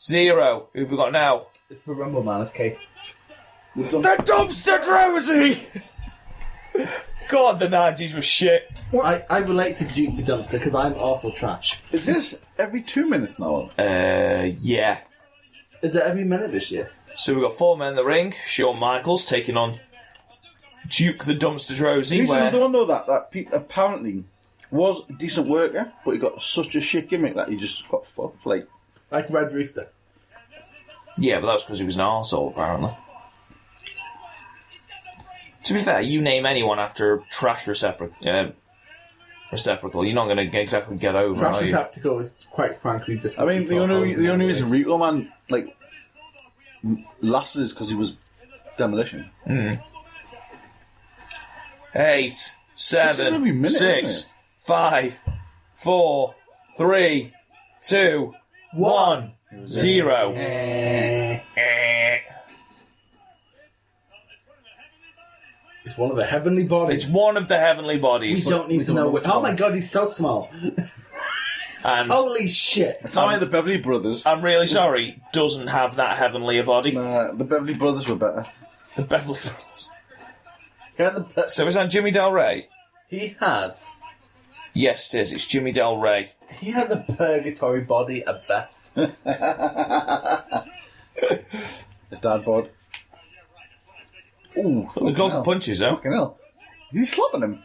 S1: zero. Who've we got now?
S13: It's the Rumble Man. It's Kate.
S1: The Dumpster Rosie! God, the 90s was shit.
S13: I, I relate to Duke the Dumpster because I'm awful trash.
S4: Is this every two minutes now?
S1: Uh, yeah.
S13: Is it every minute this year?
S1: So we've got four men in the ring. Shawn Michaels taking on Duke the Dumpster Rosie.
S4: He's
S1: Where
S4: another one though that that pe- apparently was a decent worker, but he got such a shit gimmick that he just got fucked. Like
S13: Like Red Rooster.
S1: yeah, but that's because he was an arsehole, apparently. To be fair, you name anyone after trash receptacle, uh, receptacle, you're not going to exactly get over,
S13: Trash
S1: are you?
S13: receptacle is quite frankly just.
S4: I mean, the only the only reason Rico Man like m- lasted is because he was demolition.
S1: Eight,
S4: This is every
S1: seven,
S4: minute,
S1: six,
S4: isn't it?
S1: five, four, three, two, one, zero. Eh.
S13: It's one of the heavenly bodies.
S1: It's one of the heavenly
S13: we
S1: bodies.
S13: don't need to know which. Oh my god, he's so small.
S1: and
S4: Oh,
S13: Holy shit.
S4: It's not like the Beverly Brothers.
S1: I'm really sorry, doesn't have that heavenly a body.
S4: Uh, the Beverly Brothers were better.
S1: The Beverly Brothers.
S13: He has. A,
S1: So is that Jimmy Del Rey?
S13: he has.
S1: Yes, it is. It's Jimmy Del Rey.
S13: He has a purgatory body at best.
S4: The dad bod. Ooh,
S1: The
S4: fucking
S1: golden
S4: hell.
S1: punches, though.
S4: Fucking hell. He's slapping him.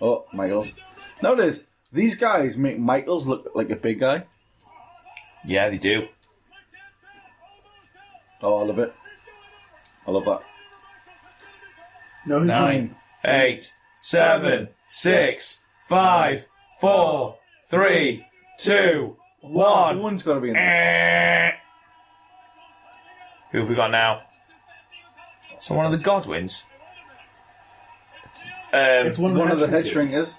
S4: Oh, Michaels. Notice, these guys make Michaels look like a big guy.
S1: Yeah, they do.
S4: Oh, I love it. I love that.
S13: No, he
S1: Nine, eight, seven, six, five, four, three, two, one.
S4: One's got to be in this.
S1: Eh. Who have we got now? So one of the Godwins. Um,
S13: It's one of
S4: One of the head
S13: head shrinkers.
S4: shrinkers.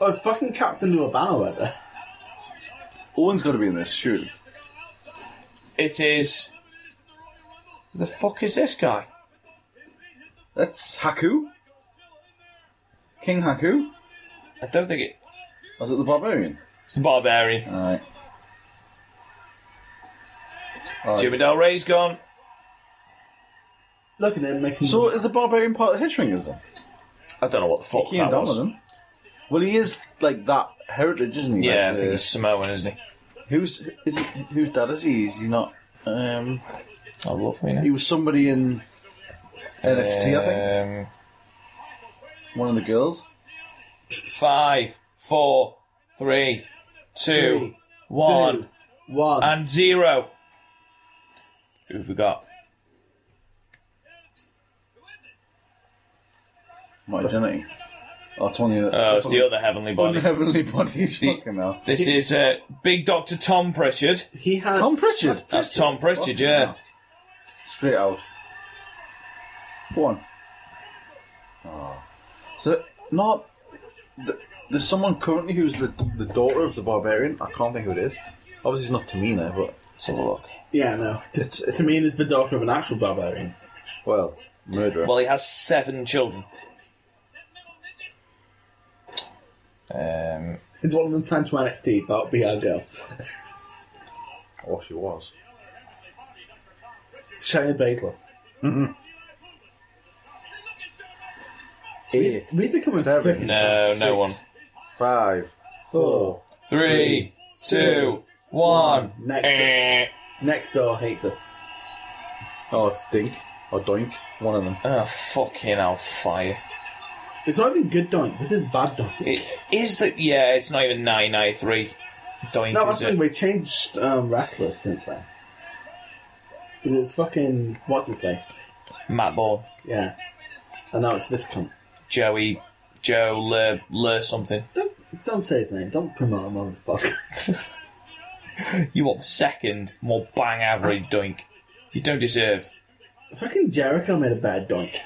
S13: Oh, it's fucking Captain Lou Albano right there.
S4: Owen's got to be in this, surely.
S1: It is. The fuck is this guy?
S4: That's Haku. King Haku.
S1: I don't think it.
S4: Was it the Barbarian?
S1: It's the Barbarian.
S4: Alright. Alright.
S1: Jimmy Del Rey's gone.
S13: Look at him making.
S4: So is the Barbarian part of the head shrinkers then?
S1: I don't know what the fuck
S4: He
S1: that
S4: and
S1: was.
S4: Donovan. Well, he is like that heritage, isn't he?
S1: Yeah, I
S4: Like,
S1: think
S4: the-
S1: he's Samoan, isn't he?
S4: who's is he, whose dad is he? Is he not? Um,
S1: I love me.
S4: he was somebody in NXT, I think.
S1: Um,
S4: One of the girls.
S1: five, four, three, two,
S13: Three,
S1: one,
S13: two, one.
S1: and zero. Who have we got?
S4: My Jenny. Oh, it's one of the.
S1: Oh, it's
S4: one
S1: the
S4: of
S1: other heavenly
S4: one of
S1: body.
S4: the heavenly bodies. Fucking hell.
S1: This is uh, Big Doctor Tom Pritchard.
S13: he has.
S4: Tom Pritchard.
S1: That's Tom Pritchard, yeah.
S4: Straight out. Go on. Oh. So not. th there's someone currently who's the the daughter of the barbarian. I can't think who it is. Obviously, it's not Tamina, but
S1: Let's have a look.
S13: Yeah, no.
S4: it's, it's
S13: Tamina's the daughter of an actual barbarian.
S4: Well, murderer.
S1: Well, he has seven children. Um,
S13: Is one of them signed to NXT? That'll be our girl.
S4: or she was.
S13: Shayna Baszler.
S4: Eight,
S13: We had to come and
S4: Seven.
S13: frickin'
S1: no, no
S4: Six.
S1: one.
S4: five,
S13: four.
S1: Three, two, one.
S13: Next.
S1: Eh.
S13: Next door hates us.
S4: Oh, it's Dink or Doink. One of them.
S1: Oh, fucking hell, fire.
S13: It's not even good doink. This is bad doink.
S1: It is the. Yeah, it's not even 993. Doink, is
S13: No, that's
S1: it?
S13: when we changed um, wrestlers since then. It's fucking what's his face?
S1: Matt Ball,
S13: Yeah, and now it's this cunt.
S1: Joey, Joe, Lur, Lur something.
S13: Don't don't say his name. Don't promote him on this podcast.
S1: You want the second more bang average doink. You don't deserve
S13: Fucking Jericho made a bad dunk.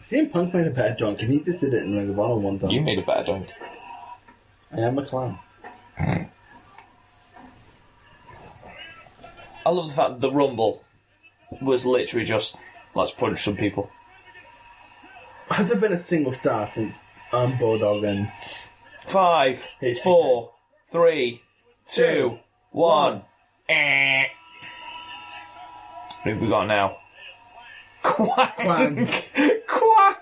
S13: CM Punk made a bad dunk, and he just did it in Ring of Honor one time.
S1: You made a better dunk.
S13: I am a clown.
S1: I love the fact that the Rumble was literally just let's punch some people.
S13: Has there been a single star since um, Bulldog and
S1: Five, four, three, two, one. Eh. Who have we got now? Quang. Quang.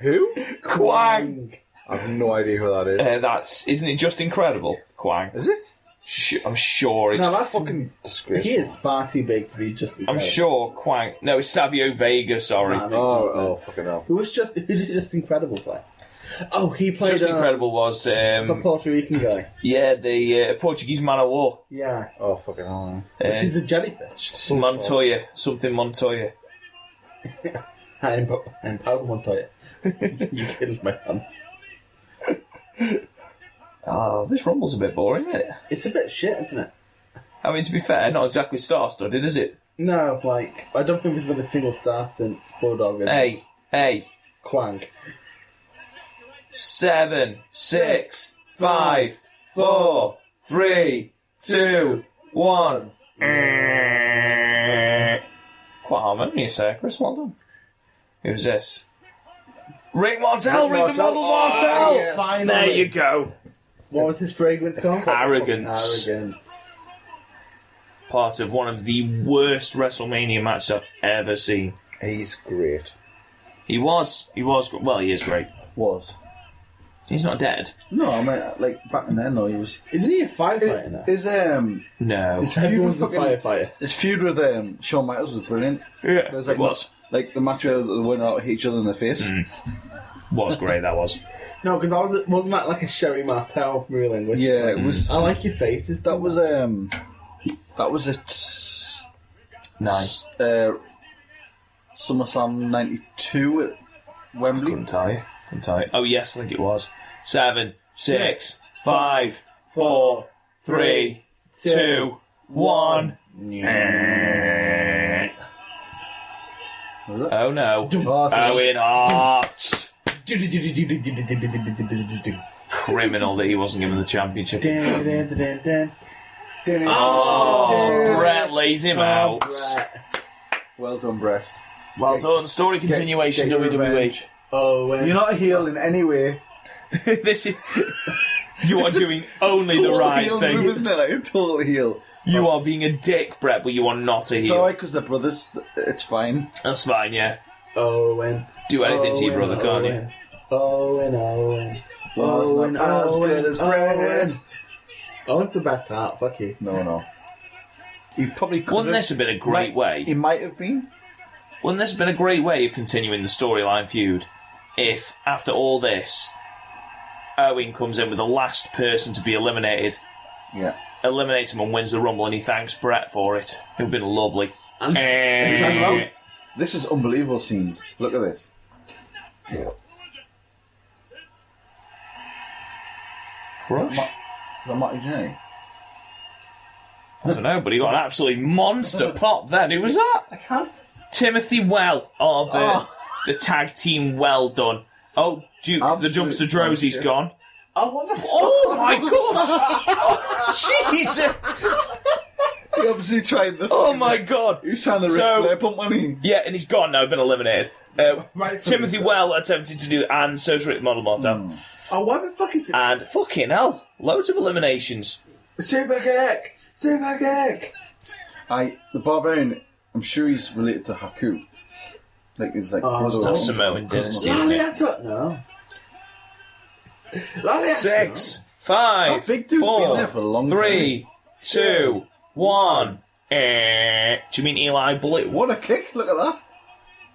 S4: Who?
S1: Quang.
S4: I have no idea who that is.
S1: Uh, that's isn't it just incredible? Quang.
S4: Is it?
S1: Sh- I'm sure it's.
S13: No, that's
S4: Fucking disgraceful.
S13: he is far too big to be just.
S1: I'm sure Quang. No, it's Savio Vega. Sorry.
S13: Nah, it makes
S4: Oh,
S13: no
S4: oh,
S13: sense.
S4: fucking hell.
S13: Who was just who did just incredible play? Oh, he played
S1: just
S13: uh,
S1: incredible was
S13: the
S1: um,
S13: Puerto Rican guy.
S1: yeah the uh, Portuguese man of war
S13: Yeah,
S4: Oh, fucking hell.
S1: Uh,
S13: she's a jellyfish.
S1: Montoya something Montoya.
S13: And and Paul Montoya. you killed my fun.
S1: Oh, this rumble's a bit boring, isn't it?
S13: It's a bit shit, isn't it?
S1: I mean, to be fair, not exactly star-studded, is it?
S13: No, like I don't think there's been a single star since Bulldog and
S1: Hey, hey,
S13: Quang.
S1: seven, six, five, four, three, two, one. Quite harmonious there, Chris. Well done. Who's this? Rick Martel, Rick, the
S4: Martel.
S1: Model Martel.
S13: Oh, Finally.
S1: There you go.
S13: What was his fragrance called?
S1: Arrogance.
S13: Arrogance.
S1: Part of one of the worst WrestleMania matches I've ever seen.
S4: He's great.
S1: He was, he was, well, he is great.
S4: Was.
S1: He's not dead.
S4: No, I mean, like, back then, though, he was.
S13: Isn't he a firefighter now?
S4: His, um,
S1: No.
S4: his feud with
S13: Everyone's a
S4: fucking,
S13: firefighter.
S4: his feud with um, Shawn Michaels was brilliant.
S1: Yeah,
S4: There's, like,
S1: it was.
S4: Like, the match where they went out at each other in the face.
S1: was great, that was.
S13: No, because I was wasn't that like a Sherry Martel from Real English?
S4: Yeah, it was.
S13: I like your faces.
S4: That was, um, that was a. T-
S1: Nice.
S4: uh, SummerSlam 92 at Wembley.
S1: Couldn't tell you. Couldn't tell you. Oh, yes, I think it was. Seven, six, five, four, three, two, one.
S4: Was it?
S1: Oh no.
S4: Oh,
S1: Owen Hart.
S13: Dun,
S1: Criminal that he wasn't given the championship.
S13: dun, dun, dun, dun.
S1: Oh, Brett lays him out.
S13: Brett.
S4: Well done, Brett.
S1: Well done. Story continuation, E.
S4: get your
S1: WWE.
S4: revenge.
S13: Oh,
S4: You're
S13: and
S4: not a heel in any way.
S1: this is. You are doing only the
S4: Total
S1: right
S4: heel Move,
S1: thing.
S4: isn't it? Like a total heel.
S1: You are being a dick, Brett, but you are not a
S4: It's
S1: heel.
S4: alright because they're brothers. th- It's fine.
S1: That's fine, yeah.
S13: Owen.
S1: Do anything to your
S13: Owen,
S1: brother, can't you?
S3: Oh,
S13: Owen, Owen, Owen.
S4: Well, it's not
S13: Owen,
S4: as good
S13: Owen,
S4: as Brett.
S13: Owen.
S3: Oh,
S13: Owen's the best heart, fuck you.
S4: No, no. He probably could.
S1: Wouldn't this have been a great way?
S4: He might have been.
S1: Wouldn't this have been a great way of continuing the storyline feud if, after all this, Owen comes in with the last person to be eliminated,
S4: Yeah.
S1: eliminates him and wins the Rumble, and he thanks Brett for it? It would have been lovely.
S13: And-
S1: Eh.
S13: well.
S4: This is unbelievable scenes. Look at this. Yeah.
S1: Crush?
S4: Ma- Is that Marty Jannetty?
S1: I don't know, but he got an absolute monster pop then. Who was that?
S13: How's-
S1: Timothy Well of uh,
S13: Oh.
S1: the tag team Well Done. Oh, Duke,
S4: Absolute
S1: the Jumpster Drosey's
S4: monster.
S1: gone.
S13: Oh, what the fuck?
S1: Oh my god! Oh, Jesus!
S4: He obviously tried the.
S1: Oh my god!
S4: He was trying the Ric
S1: So-
S4: Flair pump money.
S1: Yeah, and he's gone now, been eliminated. Uh,
S13: Right from
S1: Timothy
S13: the-
S1: Well attempted to do, and so did Rick Model Martel.
S4: Hmm.
S13: Oh, why the fuck is it?
S1: And fucking hell, loads of eliminations.
S13: Super kick! Super kick!
S4: I the barbarian. I'm sure he's related to Haku. Like it's like brother
S1: That's
S4: or-
S1: Oh, Samoan
S4: cousin or
S1: dynasty.
S4: something.
S1: Isn't it?
S13: Laliato! No. Laliato!
S1: Six, five,
S4: That big dude's
S1: four,
S4: been there for a long
S1: three, two, one. Eh, do you mean Eli Bullet? What?
S4: What a kick! Look at that.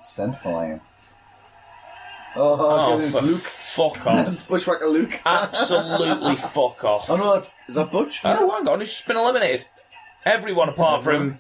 S4: Sent flying. Oh,
S1: Oh,
S4: goodness,
S1: for
S4: Luke.
S1: fuck off.
S4: That's bushwhacker Luke.
S1: Absolutely fuck off.
S4: Oh no, that, is that Butch?
S1: No, hang on, he's just been eliminated. Everyone apart
S4: Mm-hmm.
S1: from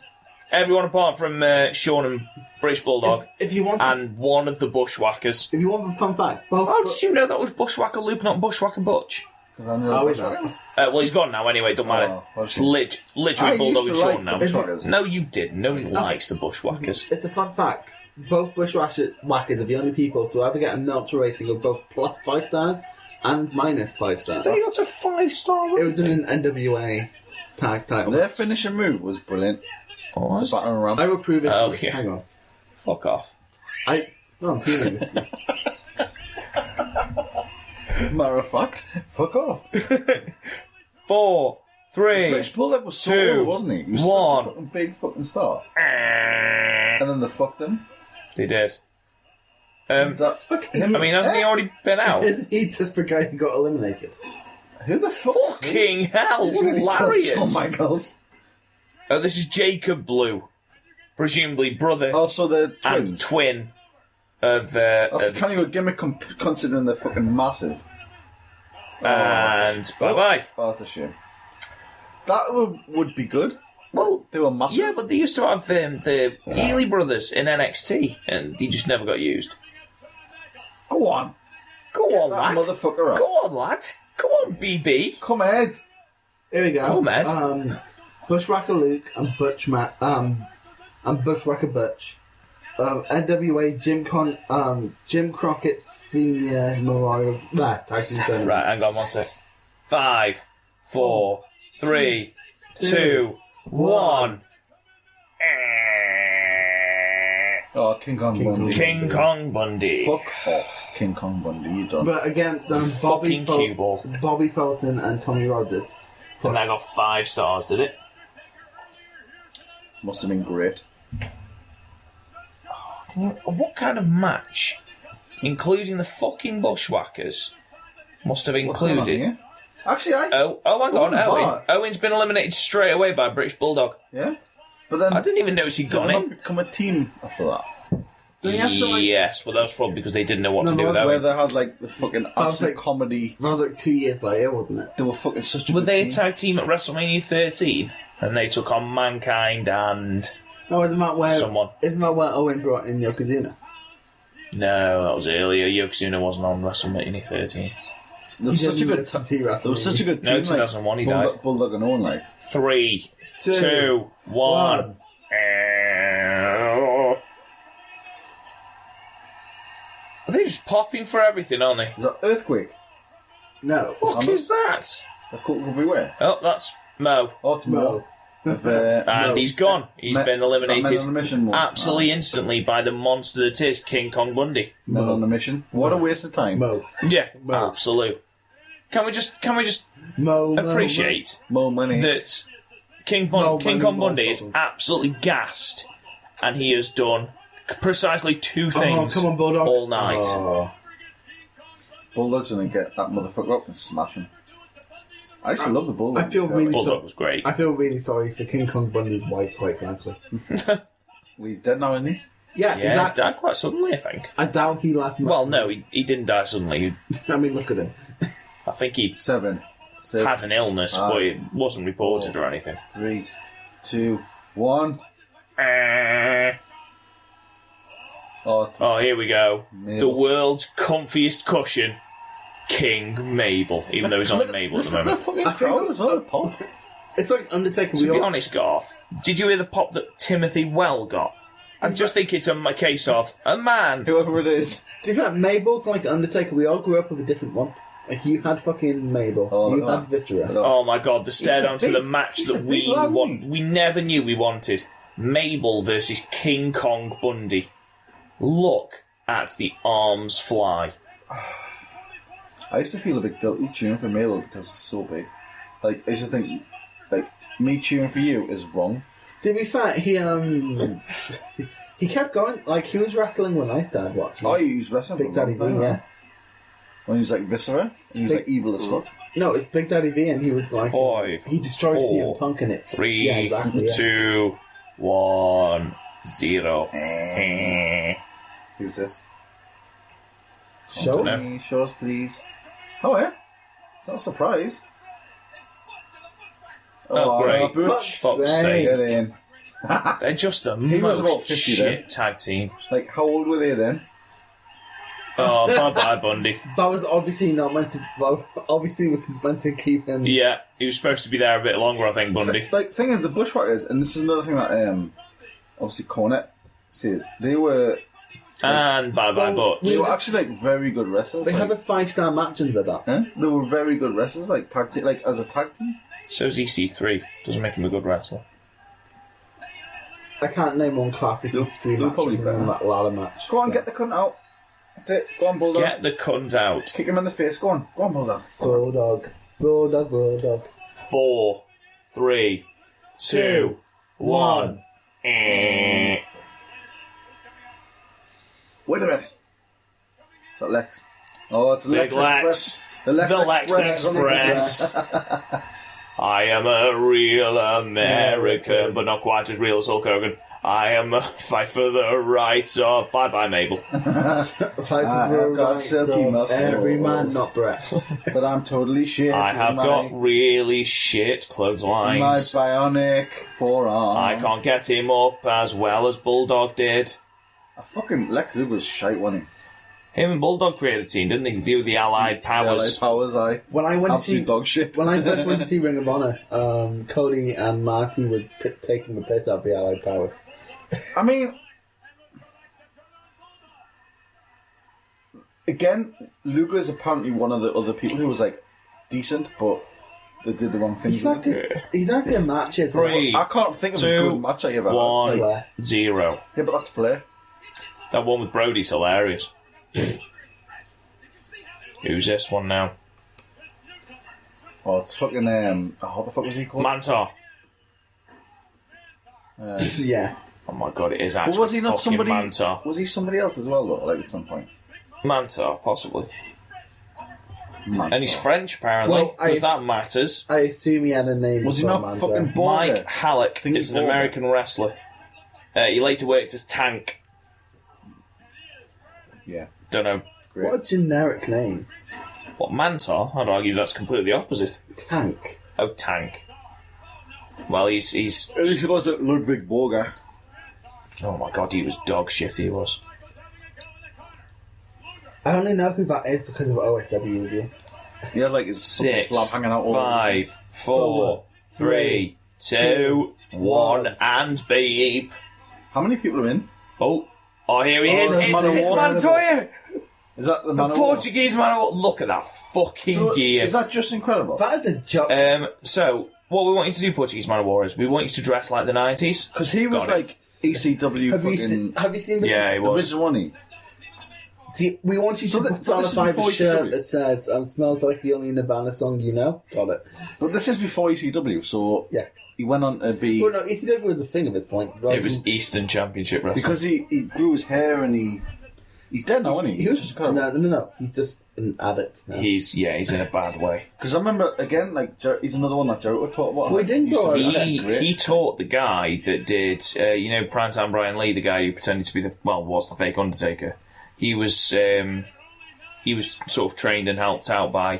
S1: everyone apart from uh, Sean and British Bulldog
S13: If you want to
S1: and one of the Bushwhackers.
S13: If you want the fun fact, both.
S1: How did you know that was Bushwhacker Luke, not Bushwhacker Butch?
S4: Because I know
S13: Oh, is
S4: Bushwhacker.
S13: that?
S1: Uh, well, he's gone now anyway, don't matter.
S4: Oh, okay.
S1: It's lit- literally
S4: I
S1: Bulldog
S4: used
S1: and
S4: to
S1: Sean
S4: like
S1: now.
S4: Bushwhackers. Mm-hmm.
S1: No, you didn't. Nobody likes the Bushwhackers.
S13: It's a fun fact. both Bushwhackers are the only people to ever get a Meltzer rating of both plus five stars and minus five stars.
S1: They got a five star
S13: It
S1: rating.
S13: was in an NWA tag title.
S4: Their finishing move was brilliant.
S1: Oh, that's-
S4: Battering around.
S13: I will prove it. to
S1: Oh,
S13: you.
S1: yeah.
S13: Hang on.
S1: Fuck off.
S13: I. No, I'm feeling this.
S4: Matter of fact, fuck off.
S1: Four, three.
S4: British Bulldog was so
S1: two,
S4: old, wasn't he? He was
S1: one.
S4: such a fucking big fucking star.
S1: they
S4: And then they fucked him.
S1: did. Um,
S4: Is that fucking Eh? him?
S1: I mean, hasn't he already been out?
S13: he just the guy who got eliminated.
S4: Who the fuck?
S1: Fucking hell,
S4: Who's gonna kill Shawn
S1: hilarious!
S4: Michaels.
S1: Oh, this is Jacob Blue, presumably brother
S4: Also, they're
S1: and
S4: Oh, twins.
S1: twin of, uh,
S4: That's
S1: of-
S4: kind of a gimmick com- considering they're fucking massive.
S1: and bye bye.
S4: Oh, that's a shame. That would, would be good.
S1: Well,
S4: They were massive.
S1: yeah, but they used to have um, the Ely brothers in NXT, and he just never got used.
S4: Go on.
S1: Go on,
S4: That
S1: lad.
S4: motherfucker up.
S1: Go on, lad. Go on, BB.
S4: Come ahead.
S13: Here we go.
S1: Cool, man.
S13: Um, Bushwhacker Luke and Butch Matt. Um, and Bushwhacker Butch. Um, NWA Jim Con. Um, Jim Crockett Senior Memorial. Nah, tag team tournament.
S1: Right, hang on one sec. Five, four, three, two, one. Eh.
S4: Oh, King Kong Bundy.
S1: King Kong Bundy.
S4: Fuck off, King Kong Bundy. You done.
S13: But against um, Bobby,
S1: fucking
S13: Fol-
S1: cue ball.
S13: Bobby Fulton and Tommy Rogers.
S1: And that got five stars, did it?
S4: Must have been great.
S1: What kind of match, including the fucking bushwhackers, must have
S4: What's going on
S1: included?
S4: here? Actually, I.
S1: Oh, oh, hang on,
S4: Ooh,
S1: Owen.
S4: what?
S1: Owen's been eliminated straight away by British Bulldog.
S4: yeah. But then.
S1: I didn't even notice he'd gone
S4: they
S1: in.
S4: become a team after that.
S13: Didn't he have to, like-
S1: Yes, but that was probably because they didn't know what to
S13: No,
S1: do
S13: no,
S1: with
S13: I
S4: Where
S1: Owen.
S4: they had like the fucking absolute
S13: like-
S4: comedy.
S13: That was like two years later, wasn't it?
S4: They were fucking such a
S1: Were
S4: good
S1: they a
S4: team.
S1: tag team at WrestleMania 13? And they took on Mankind and.
S13: No, isn't that where?
S1: Someone.
S13: Isn't that where Owen brought in Yokozuna?
S1: No, that was earlier. Yokozuna wasn't on WrestleMania 13.
S4: They were
S13: You
S4: such a
S13: didn't
S4: good.
S13: live to
S4: te-
S13: see
S4: they were such a good
S1: No,
S4: team.
S1: 2001 he
S4: like,
S1: died.
S4: Bulldog, Bulldog and Owen, like.
S1: Three, two,
S13: Two,
S1: one.
S13: one.
S1: They're just popping for everything, aren't they?
S4: Is that earthquake?
S13: No.
S1: Fuck is that?
S4: That could, could be where?
S1: Oh, that's Mo.
S4: Oh, it's
S13: No.
S4: Mo. Of, uh,
S1: And
S4: Mo.
S1: he's gone. He's
S4: Me-
S1: been
S4: Men
S1: eliminated
S4: on a mission one.
S1: absolutely instantly by the monster that is King Kong Bundy.
S4: Men on a mission. What a waste of time.
S13: Mo.
S1: Yeah,
S13: Mo.
S1: absolute. Can we just can we just
S13: Mo. Mo,
S1: appreciate
S4: Mo money.
S1: that King, Bun-
S13: No
S1: King
S13: money,
S1: Kong
S13: no
S1: Bundy is
S13: problem.
S1: absolutely gassed, and he has done precisely two
S13: Mo. Oh,
S1: things
S13: come on, Bulldog.
S1: all night.
S4: Oh. Bulldog's gonna get that motherfucker up and smash him. I actually love the Bulldog.
S13: I feel really
S1: Bulldog
S13: so-
S1: was great.
S13: I feel really sorry for King Kong Bundy's wife, quite frankly.
S4: Well, he's dead now, isn't he?
S13: Yeah,
S1: yeah,
S13: exact-
S1: he died quite suddenly, I think.
S13: I doubt he left. Mo-
S1: Well, no, he, he didn't die suddenly. He-
S13: I mean, look at him.
S1: I think he
S4: Seven, six,
S1: had an illness,
S4: Ah.
S1: but it wasn't reported or anything.
S4: three, two, one. Oh, it's
S1: Eh. Oh, here we go. The
S4: Mabel.
S1: world's comfiest cushion, King Mabel, even though he's
S4: Look
S1: on
S4: at-
S1: Mabel at the
S4: listen to
S1: moment.
S4: fucking crowd as well, Paul.
S13: It's like Undertaker.
S1: To
S13: we
S1: be
S13: all,
S1: honest, Garth, did you hear the pop that Timothy Well got? I just think it's a m- case of a man
S4: Whoever it is.
S13: to be fair, Mabel's like Undertaker. We all grew up with a different one. Like you had fucking Mabel.
S4: Oh,
S13: you
S4: look
S13: had
S4: at that.
S13: Viscera.
S4: Look.
S1: Oh my god, the stare
S4: He's a
S1: down to
S4: big-
S1: the match
S4: he's a
S1: that we
S4: big lad,
S1: want,
S4: isn't he?
S1: we never knew we wanted. Mabel versus King Kong Bundy. Look at the arms fly. Oh.
S4: I used to feel a bit guilty cheering for Mabel because it's so big. Like, I used to think, like, me cheering for you is wrong.
S13: To be fair, he um he kept going. Like he was wrestling when I started watching.
S4: Oh, you use wrestling. for
S13: Big
S4: a long
S13: Daddy V.
S4: time,
S13: Yeah.
S4: When he was like Viscera, and he was
S13: Big-
S4: like evil as fuck.
S13: No, it's Big Daddy V, and he was like
S1: Five,
S13: He destroyed
S1: four,
S13: CM Punk in it.
S1: Three,
S13: Yeah, exactly. Yeah.
S1: two, one, zero.
S4: Eh.
S1: Eh.
S4: Who's this?
S13: Show us.
S4: Hey, Show us, please. Oh, yeah. It's not a surprise.
S1: Oh, great.
S4: no, Butch.
S13: Fuck's
S1: Fuck's
S13: sake.
S1: sake.
S4: Get in.
S1: They're just the
S4: He
S1: most
S4: was about 50
S1: shit
S4: then.
S1: tag team.
S4: Like, how old were they then?
S1: Oh, bye bye, Bundy.
S13: That was obviously not meant to. That obviously was meant to keep him.
S1: Yeah, he was supposed to be there a bit longer, I think, Bundy.
S4: Like, thing is, the Bushwhackers, and this is another thing that, um, obviously, Cornet says they were
S1: And bye bye
S4: they
S1: butch.
S4: were actually like very good wrestlers.
S13: They
S4: like,
S13: have a five star match under their belt.
S4: huh? They were very good wrestlers, like tag team, like as a tag team.
S1: So's EC3. E Doesn't make him a good wrestler.
S13: I can't name one classic
S4: They'll-
S13: history
S4: they'll
S13: match
S4: probably
S13: other than
S4: fail.
S13: that Lala match.
S4: Go on, get the cunt out. That's it. Go on, bulldog.
S1: Get the cunt out.
S4: Kick him in the face. Go on, go on, bulldog.
S13: Bulldog. Bulldog, bulldog.
S1: Four, three, two, one. Eh.
S4: Wait a minute. Is that Lex? Oh, it's
S1: Big
S4: Lex
S1: Lex.
S4: Express. The Lex
S1: The Lex
S4: Express.
S1: Express. I am a real American, but not quite as real as Hulk Hogan. I am a fight for the rights of bye bye Mabel.
S13: Five
S4: I
S13: for the
S4: have got
S13: rights
S4: silky
S13: of
S4: muscles.
S13: Every man, not Brett.
S4: But I'm totally shit.
S1: I have
S4: my,
S1: got really shit
S4: my
S1: clotheslines.
S4: bionic forearm.
S1: I can't get him up as well as Bulldog did.
S4: I fucking Lex Luger was shite, wasn't he?
S1: Him and Bulldog created a team, didn't they? They were the Allied
S4: LA
S1: Powers.
S4: powers. I
S13: When I went to
S4: absolute
S13: see,
S4: dog shit.
S13: when I first went to see Ring of Honor, um, Cody and Marty were p- taking the piss out of the Allied Powers.
S4: I mean, again, Luger is apparently one of the other people who was like decent, but they did the wrong thing.
S13: He's not good. He's not good matches.
S1: Three,
S4: I can't think of a
S1: Two,
S4: good match I ever
S1: one,
S4: had. Like,
S13: Flair.
S1: zero.
S4: yeah, but that's Flair.
S1: That one with Brody's hilarious. Who's this one now?
S4: Oh, it's fucking um. Oh, what the fuck was he called?
S1: Mantar.
S4: Uh,
S13: Yeah.
S1: Oh my god, it is actually
S4: but was he not
S1: fucking
S4: somebody?
S1: Mantar.
S4: Was he somebody else as well though? Like at some point.
S1: Mantar, possibly.
S4: Man.
S1: And he's French, apparently,
S13: Well, I-
S1: because that matters.
S13: I assume he had a name.
S4: was he
S13: for
S4: not
S13: Manzo.
S4: fucking
S1: Mike
S4: Border?
S1: Halleck
S4: Think
S1: is
S4: he's
S1: an
S4: Border.
S1: American wrestler. Uh, he later worked as Tank.
S4: Yeah.
S1: Don't know.
S13: What a generic name.
S1: What, Mantar? I'd argue that's completely opposite.
S13: Tank.
S1: Oh, Tank. Well, he's he's.
S4: At least he wasn't Ludwig Borger.
S1: Oh my god, he was dog shit. He was.
S13: I only know who that is because of OSW review.
S4: He had like his fucking
S1: Six,
S4: flab hanging out all over.
S1: five, four, three, two, one, and beep.
S4: How many people are in?
S1: Oh, oh, here he
S4: Oh,
S1: is.
S4: there's
S1: It's,
S4: Man of
S1: it's
S4: War.
S1: Montoya,
S4: Is that the,
S1: the
S4: man of war?
S1: Portuguese man. of War. Look at that fucking
S4: So,
S1: gear.
S4: Is that just incredible?
S13: That is a joke.
S4: Uh,
S1: Um, so what we want you to do, Portuguese man of war, is we want you to dress like the nineties.
S4: Because he was
S1: Got it.
S4: like ECW
S13: have
S4: fucking
S13: you seen? Have you seen? This?
S1: Yeah, he was.
S4: original, wasn't he?
S13: See, we want you to
S4: So that-
S13: put
S4: so
S13: on a
S4: this is
S13: five
S4: before
S13: shirt
S4: ECW.
S13: that says um, "Smells like the only Nirvana song you know." Got it.
S4: But this is before ECW, so
S13: Yeah.
S4: he went on to be
S13: Well, no, E ECW was a thing at this point.
S1: It was E Eastern Championship Wrestling.
S4: because he, he grew his hair and he he's dead now, isn't he?
S13: He was no, no, no, no. He's just an addict. Now.
S1: he's yeah, he's in a bad way.
S4: Because I remember again, like Jer- he's another one that Jericho talked about.
S13: Well, he
S4: like,
S13: didn't
S4: used to
S13: grow
S4: be
S13: out
S4: that
S1: He,
S4: great.
S1: he taught the guy that did, uh, you know, Primetime Brian Lee, the guy who pretended to be the well was the fake Undertaker. He was um, he was sort of trained and helped out by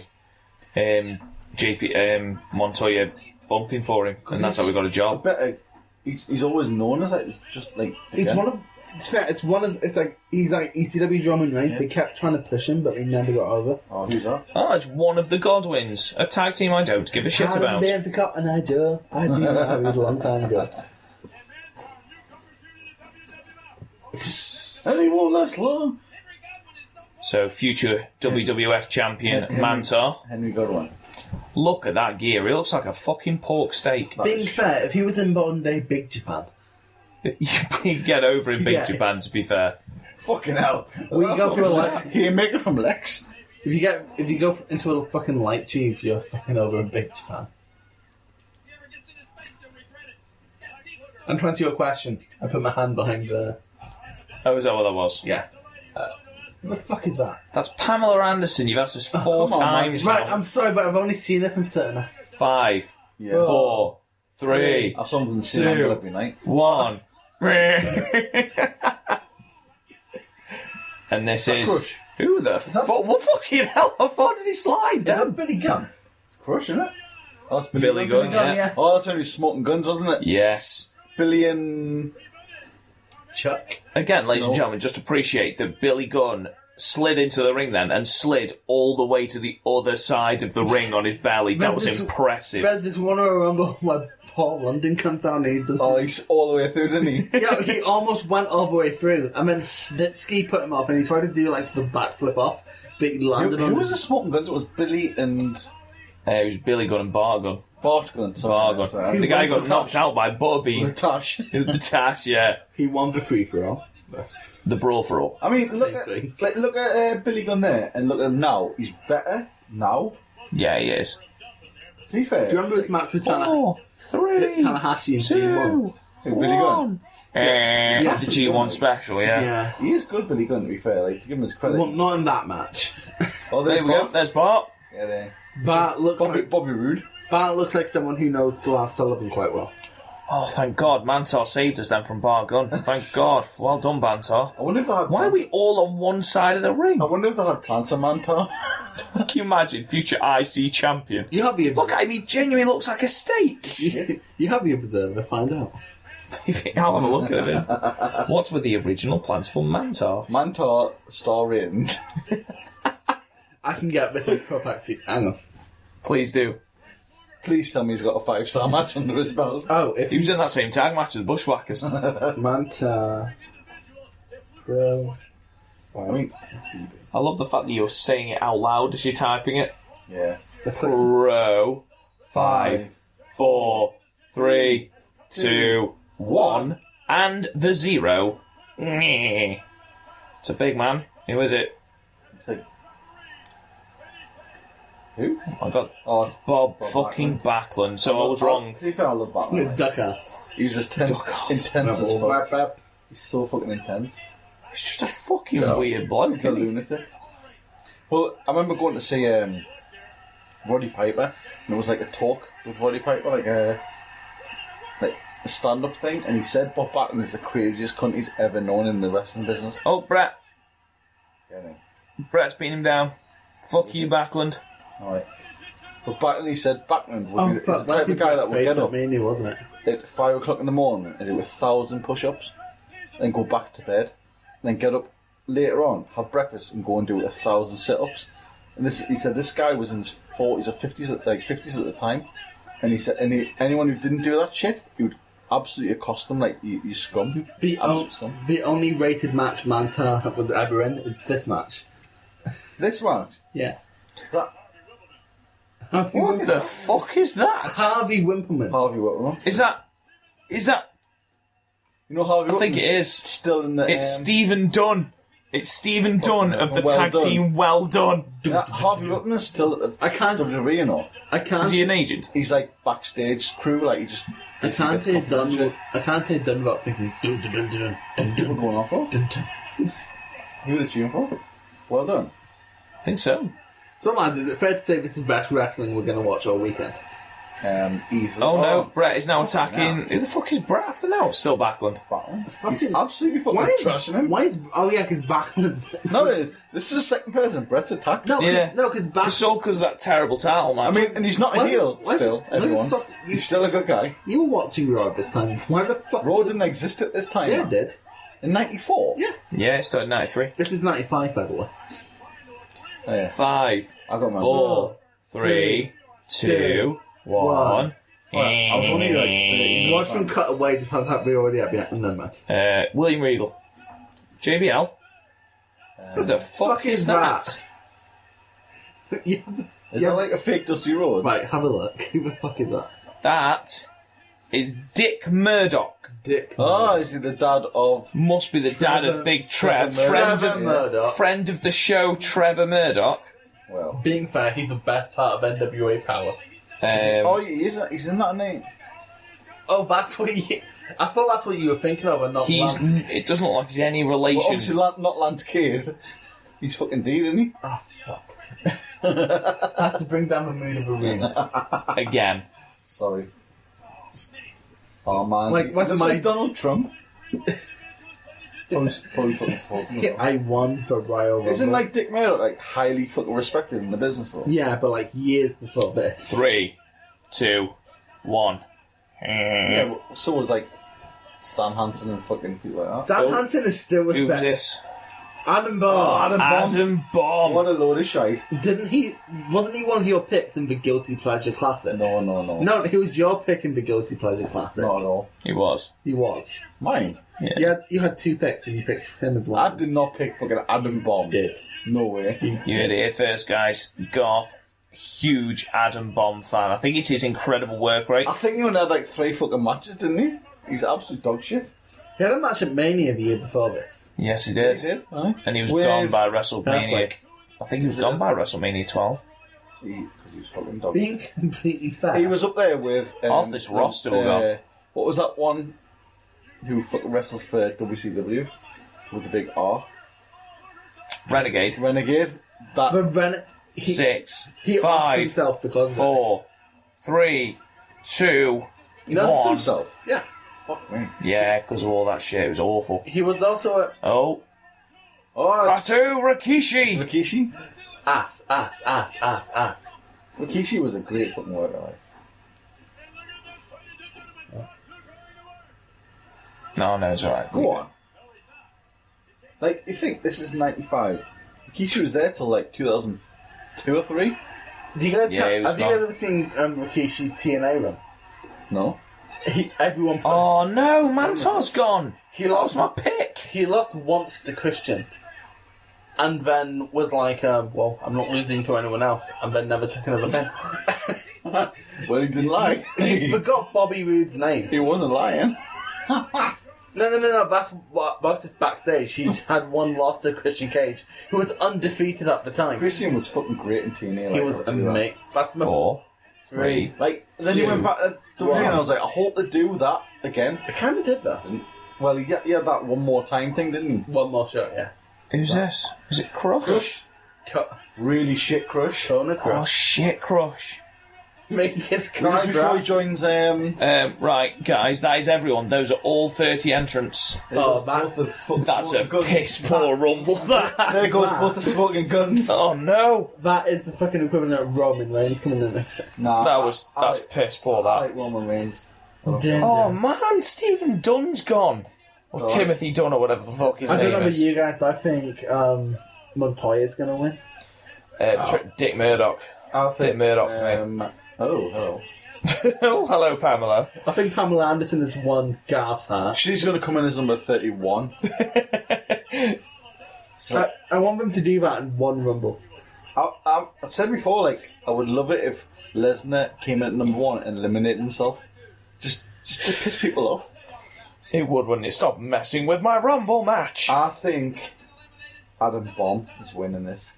S1: um, JP um, Montoya bumping for him, and that's how we got a
S4: I
S1: job.
S4: bet uh, he's, he's always known as like it's just like
S13: He's
S4: again,
S13: one of. It's fair. It's one of. It's like he's like E ECW Drummond, right? They kept trying to push him, but he never got over.
S4: oh who's that?
S1: Oh, it's one of the Godwins, a tag team I don't give a shit
S13: Had
S1: about.
S13: a man forgot an idea. I knew that I was a long time ago.
S4: And he won't last long.
S1: So future WWF champion Mantar.
S4: Henry Godwin.
S1: Look at that gear. He looks like a fucking pork steak.
S13: Being fair, if he was in modern day Big Japan,
S1: You'd get over in Big
S13: Yeah.
S1: Japan, to be fair.
S4: Fucking hell!
S13: We
S4: That
S13: go
S4: fucking
S13: for a
S4: was-
S13: laugh.
S4: He make it from Lex.
S13: if you get if you go into a fucking light tube, you're fucking over in Big Japan. I'm trying to do a question. I put my hand behind the.
S1: Oh, is that what that was?
S13: Yeah. Uh, what the fuck is that?
S1: That's Pamela Anderson. You've asked us four
S4: come on, man.
S1: times.
S13: Right,
S1: now.
S13: I'm sorry, but I've only seen it from certain.
S1: Five,
S4: Yeah.
S1: four, three,
S4: I saw him in the cinema every night.
S1: one. and this is
S4: Crush.
S1: who the fuck? What fucking hell? How far did he slide?
S13: Is
S1: down?
S13: that Billy Gunn?
S4: Crush, isn't it? Oh, that's Billy,
S1: Billy Gunn, yeah.
S4: Oh, that's when he was smoking guns, wasn't it?
S1: Yes.
S4: Billy and
S13: Chuck.
S1: Again, ladies and
S4: No.
S1: gentlemen, just appreciate that Billy Gunn slid into the ring then and slid all the way to the other side of the ring on his belly. That was
S16: There's this-
S1: impressive.
S16: There's this one I remember when Paul London comes down and he does.
S4: Oh, he's all the way through, didn't he?
S16: yeah, he almost went all the way through. I mean, Snitsky put him off and he tried to do like the backflip off, but he
S4: who,
S16: landed on
S4: who was the
S16: his.
S4: smoking guns? It was Billy and
S1: Uh, it was Billy Gunn and Bargun.
S4: Bart Guns.
S1: Bargun. the guy got knocked out by Bobby.
S4: Tosh.
S1: the Tash, yeah.
S13: He won the free for all.
S1: The brawl for all.
S4: I mean, look
S13: Same thing.
S4: at like, look at uh, Billy Gunn there, and look at him now. He's better now.
S1: Yeah, he is.
S4: To be fair,
S13: Do you remember his match with
S4: Oh.
S13: Tana-
S1: Four, three,
S13: Tanahashi in
S1: two,
S13: G1?
S4: Who, Billy Gunn.
S1: Eh,
S4: Yeah.
S1: the G1 special, yeah.
S13: Yeah.
S4: He is good, Billy Gunn. To be fair, like to give him his credit.
S13: Well, not in that match.
S4: oh,
S1: There we go.
S4: Bart.
S1: There's Bart.
S4: Yeah, there.
S13: Bart looks
S4: Bobby,
S13: like
S4: Bobby Roode.
S13: Bart looks like someone who knows Lars Sullivan quite well.
S1: Oh, thank God. Mantar saved us then from Bargun. Thank God. Well done, Mantar.
S4: I wonder if they had.
S1: Why are
S4: plans-
S1: we all on one side of the ring?
S4: I wonder if they had plans for Mantar.
S1: Can you imagine future IC champion?
S13: You have your
S1: Look at him, he genuinely looks like a steak.
S13: you have your observer. Find out.
S1: I'll have a look at him. What were the original plans for Mantar?
S4: Mantar star ratings.
S13: I can get this in perfect. for you. Hang on.
S1: Please do.
S4: Please tell me he's got a five star match under his belt.
S13: Oh, if
S1: He
S13: you
S1: was in that same tag match as the Bushwhackers. I
S13: Manta Pro.
S4: I mean,
S1: love the fact that you're saying it out loud as you're typing it.
S4: yeah.
S13: That's like
S1: Pro, five, four, three, two, one, and the zero. Nyeh. It's a big man. Who is it?
S4: It's like. Who?
S1: I got
S4: Oh, it's
S1: Bob,
S4: Bob
S1: fucking Backlund. So I was
S4: Oh,
S1: wrong.
S4: To be fair, I love Batman.
S13: a duck ass.
S4: He was just ten- intense as fuck. He's so fucking intense.
S1: He's just a fucking
S4: Yeah.
S1: weird bloke.
S4: He's a
S1: Isn't he?
S4: lunatic. Well, I remember going to see um, Roddy Piper, and it was like a talk with Roddy Piper, like a like a stand-up thing, and he said Bob Backlund is the craziest cunt he's ever known in the wrestling business.
S1: Oh, Brett.
S4: Yeah,
S1: Brett's beating him down. Fuck you, Backlund.
S4: all right. But Backlund, he said Backlund would
S13: Oh,
S4: be the,
S13: fuck,
S4: is the type of guy that would get up
S13: Mania, wasn't it?
S4: at five o'clock in the morning and do a thousand push-ups, then go back to bed, then get up later on, have breakfast, and go and do a thousand sit-ups. And this, he said, this guy was in his forties or fifties, like fifties at the time, and he said, any anyone who didn't do that shit, he would absolutely accost them like you, you scum.
S13: The,
S4: Absolute
S13: o-
S4: scum.
S13: the only rated match Manta was ever in is this match.
S4: This match,
S13: Yeah.
S4: that
S13: Harvey,
S1: What the fuck is that?
S4: Um,
S13: Harvey Wimpleman.
S4: Harvey Whitman.
S1: Is that. Is that.
S4: You know Harvey.
S1: I think
S4: Whitman's
S1: it is.
S4: still in the.
S1: It's
S4: um,
S1: Stephen Dunn. It's Stephen Dunn of the
S4: well
S1: tag
S4: done.
S1: team Well Done.
S4: that Harvey Whitman's still at the.
S13: I can't-
S4: WWE, you know.
S13: I
S1: Is
S13: can't.
S1: he an agent?
S4: He's like backstage crew, like he just.
S13: I can't
S4: basically
S13: hear
S4: gets coffees and shit.
S13: done. I can't hear done without thinking. Dun, dun, dun, dun, dun,
S4: People
S13: dun,
S4: going off of.
S13: dun, dun.
S4: Who was cheering for? Well done.
S1: I think so.
S13: So, lads, is it fair to say this is the best wrestling we're going to watch all weekend?
S4: Um, easily.
S1: Oh no, Brett is now attacking. Who the fuck is Brett after now? It's Still Backlund.
S4: Fucking, He's absolutely fucking
S13: Why is
S4: trashing him.
S13: Why is oh yeah, because backwards.
S4: No, it- this is the second person Brett's attacked.
S13: No,
S1: Yeah.
S13: yeah. no, because back.
S1: It's all because of that terrible title
S4: I
S1: match.
S4: mean, and he's not a
S13: Why-
S4: heel
S13: why-
S4: still,
S13: why the
S4: everyone.
S13: fuck- you-
S4: he's still a good guy.
S13: You were watching Raw this time. Why the fuck?
S4: Raw didn't exist at this time.
S13: Yeah, it did.
S4: In 94?
S13: Yeah.
S1: yeah, it started 93.
S13: This is ninety-five, by the way.
S4: Oh, yeah.
S1: Five,
S4: I don't remember.
S1: four, three, two, one.
S4: Well, I was only like 30.
S13: Watch them cut away to have that we already have yet. No match.
S1: Uh, William Regal. JBL. Who the fuck,
S13: fuck
S1: is
S13: is
S1: that?
S13: that? You have the-
S4: Is
S13: yeah.
S4: that like a fake Dusty Rhodes?
S13: Right, have a look. Who the fuck is that?
S1: That is Dick Murdoch.
S13: Dick.
S4: Oh, is he the dad of.
S1: Must be the dad of
S13: Trevor-
S1: Big Trev.
S4: Trevor
S1: Friend
S13: Trevor
S1: of,
S13: Murdoch.
S1: friend of the show, Trevor Murdoch.
S4: Well.
S13: Being fair, he's the best part of NWA Power.
S4: oh,
S1: Um,
S4: he is, he's in that name.
S13: Oh, that's what you. I thought that's what you were thinking of, and not
S1: he's.
S13: Lance.
S1: It doesn't look like he's any
S4: Well,
S1: relation.
S4: obviously, Lan- not Lance Cade. He's fucking dead, isn't he?
S13: Oh fuck. I have to bring down the mood of a room.
S1: again.
S4: Sorry. Oh man.
S13: Like,
S4: He
S13: what's
S4: looks
S13: my-
S4: like Donald Trump? probably, probably fucking supporting him.
S13: I won the Royal Rumble.
S4: Isn't like Dick Murdoch like highly fucking respected in the business though?
S13: yeah, but like years before this.
S1: Three, two, one.
S4: Yeah, well, so was like Stan Hansen and fucking people like that.
S13: Stan
S4: Bill-
S13: Hansen is still
S1: Who's
S13: respected.
S1: this?
S17: Adam Bomb.
S4: Oh, Adam Bomb.
S18: Adam Bomb.
S4: What a load of shite.
S13: Didn't he? Wasn't he one of your picks in the Guilty Pleasure Classic?
S4: No, no, no.
S13: No, he was your pick in the Guilty Pleasure Classic.
S4: No, no.
S1: He was.
S13: He was.
S4: Mine.
S13: You, had, you had two picks and you picked him as well.
S4: I did not pick fucking Adam Bomb.
S13: did.
S4: No way.
S1: You heard it here first, guys. Garth, huge Adam Bomb fan. I think it's his incredible work rate.
S4: I think he only had like three fucking matches, didn't he? He's absolute dog shit.
S13: He had a match at Mania the year before this.
S1: Yes, he
S4: He
S1: did.
S4: did, aye.
S1: And he was
S4: With-
S1: gone by WrestleMania.
S13: Earthquake.
S1: I think he was gone by WrestleMania 12.
S4: He, 'cause he was fucking dog
S13: Being completely fair,
S4: He was up there with. Um,
S1: Off this roster we're
S4: uh,
S1: going.
S4: What was that one who fucking wrestled for WCW with the big R?
S1: Renegade.
S4: Renegade? That.
S13: But Ren- he,
S1: Six,
S13: he asked
S1: five,
S13: himself because of it.
S1: four, three, two,
S4: he knocked
S1: one.
S4: himself.
S13: Yeah.
S4: Fuck me.
S1: Yeah, because of all that shit. It was awful.
S13: He was also a
S1: Oh,
S4: Oh, that's
S1: Fatu Rikishi!
S4: Rikishi.
S13: ass, ass, ass, ass, ass.
S4: Rikishi was a great fucking worker. Like.
S1: No, no, it's alright.
S4: Go on. Like, you think this is 95. Rikishi was there till like 2002 or 3?
S13: Do you guys
S1: Yeah, he
S13: have,
S1: was
S13: have you
S1: gone.
S13: guys ever seen um, Rikishi's TNA run?
S4: No.
S13: He, everyone,
S1: Oh no, Mantar's gone!
S13: he lost
S1: My pick!
S13: he lost once to Christian, and then was like, uh, "Well, I'm not losing to anyone else," and then never took another pin.
S4: Well, he didn't lie.
S13: he
S4: he
S13: forgot Bobby Roode's name.
S4: wasn't lying.
S13: No, no, no, no. That's what. That's just backstage. He had one loss to Christian Cage, who was undefeated at the time.
S4: Christian was fucking great in TNA. Like,
S13: He was
S4: I'll do that.
S13: amazing. That's my
S4: Oh,
S1: Four,
S13: three.
S1: three.
S4: Like, then he
S13: Two.
S4: went back to WWE and I
S13: Wow.
S4: was like, I hope they do that again.
S13: I kind of did that.
S4: Well, he had, he had that one more time thing, didn't he?
S13: One more shot, yeah.
S1: Who's this? Is it Crush?
S4: Crush.
S13: Co-
S4: Really shit crush. Was
S13: Kona
S1: Oh
S13: crush.
S1: shit, Crush.
S13: Making kids
S4: Oh, this
S13: cry.
S4: before
S13: bro.
S4: he joins, um...
S1: Um, right, guys, that is everyone. Those are all 30 entrants.
S13: Oh,
S4: both the
S13: that's,
S4: fucking
S1: That's a
S4: smoking guns.
S1: piss poor rumble, that.
S4: There goes both the smoking guns.
S1: Oh no!
S13: that is the fucking equivalent of Roman Reigns coming in this.
S4: Nah,
S1: That was,
S4: I-
S1: that's
S4: I-
S1: piss poor,
S4: I
S1: that.
S4: like Roman Reigns.
S1: Oh man, Stephen Dunn's gone.
S4: Oh.
S1: Or Timothy Dunn or whatever the fuck his
S13: I don't
S1: name
S13: know about
S1: is.
S13: you guys, but I think um, Montoya's going to win.
S1: Uh, Tr- Dick Murdoch.
S4: I
S1: Dick Murdoch for me.
S4: um, Oh, hello.
S1: oh, hello, Pamela.
S13: I think Pamela Anderson has won Garth's heart.
S4: She's going to come in as number 31.
S13: I, I want them to do that in one Rumble.
S4: I, I've, I've said before, like, I would love it if Lesnar came in at number one and eliminated himself. Just, just to piss people off.
S1: It would, wouldn't it? Stop messing with my Rumble match.
S4: I think Adam Bomb is winning this.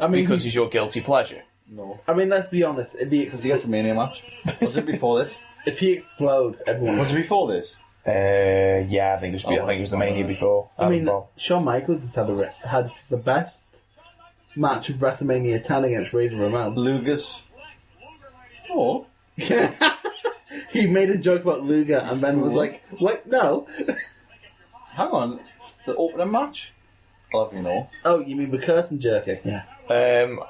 S13: I mean,
S1: Because he's your guilty pleasure.
S4: No.
S13: I mean, let's be honest. If he,
S4: Because
S13: ex-
S4: he gets a Mania match. Was it before this?
S13: if he explodes, everyone's.
S4: Was it before this?
S1: Uh, yeah, I think it was.
S4: Oh.
S1: I think it was the Mania before.
S13: I mean,
S1: Rumble.
S13: Shawn Michaels has had, a re- had the best match of WrestleMania 10 against Razor Ramon.
S4: Lugas. Oh.
S13: He made a joke about Luger and then was like, "Wait, no."
S4: Hang on. The opening match? I'll have you know.
S13: oh, you mean the curtain jerking? Yeah.
S1: um,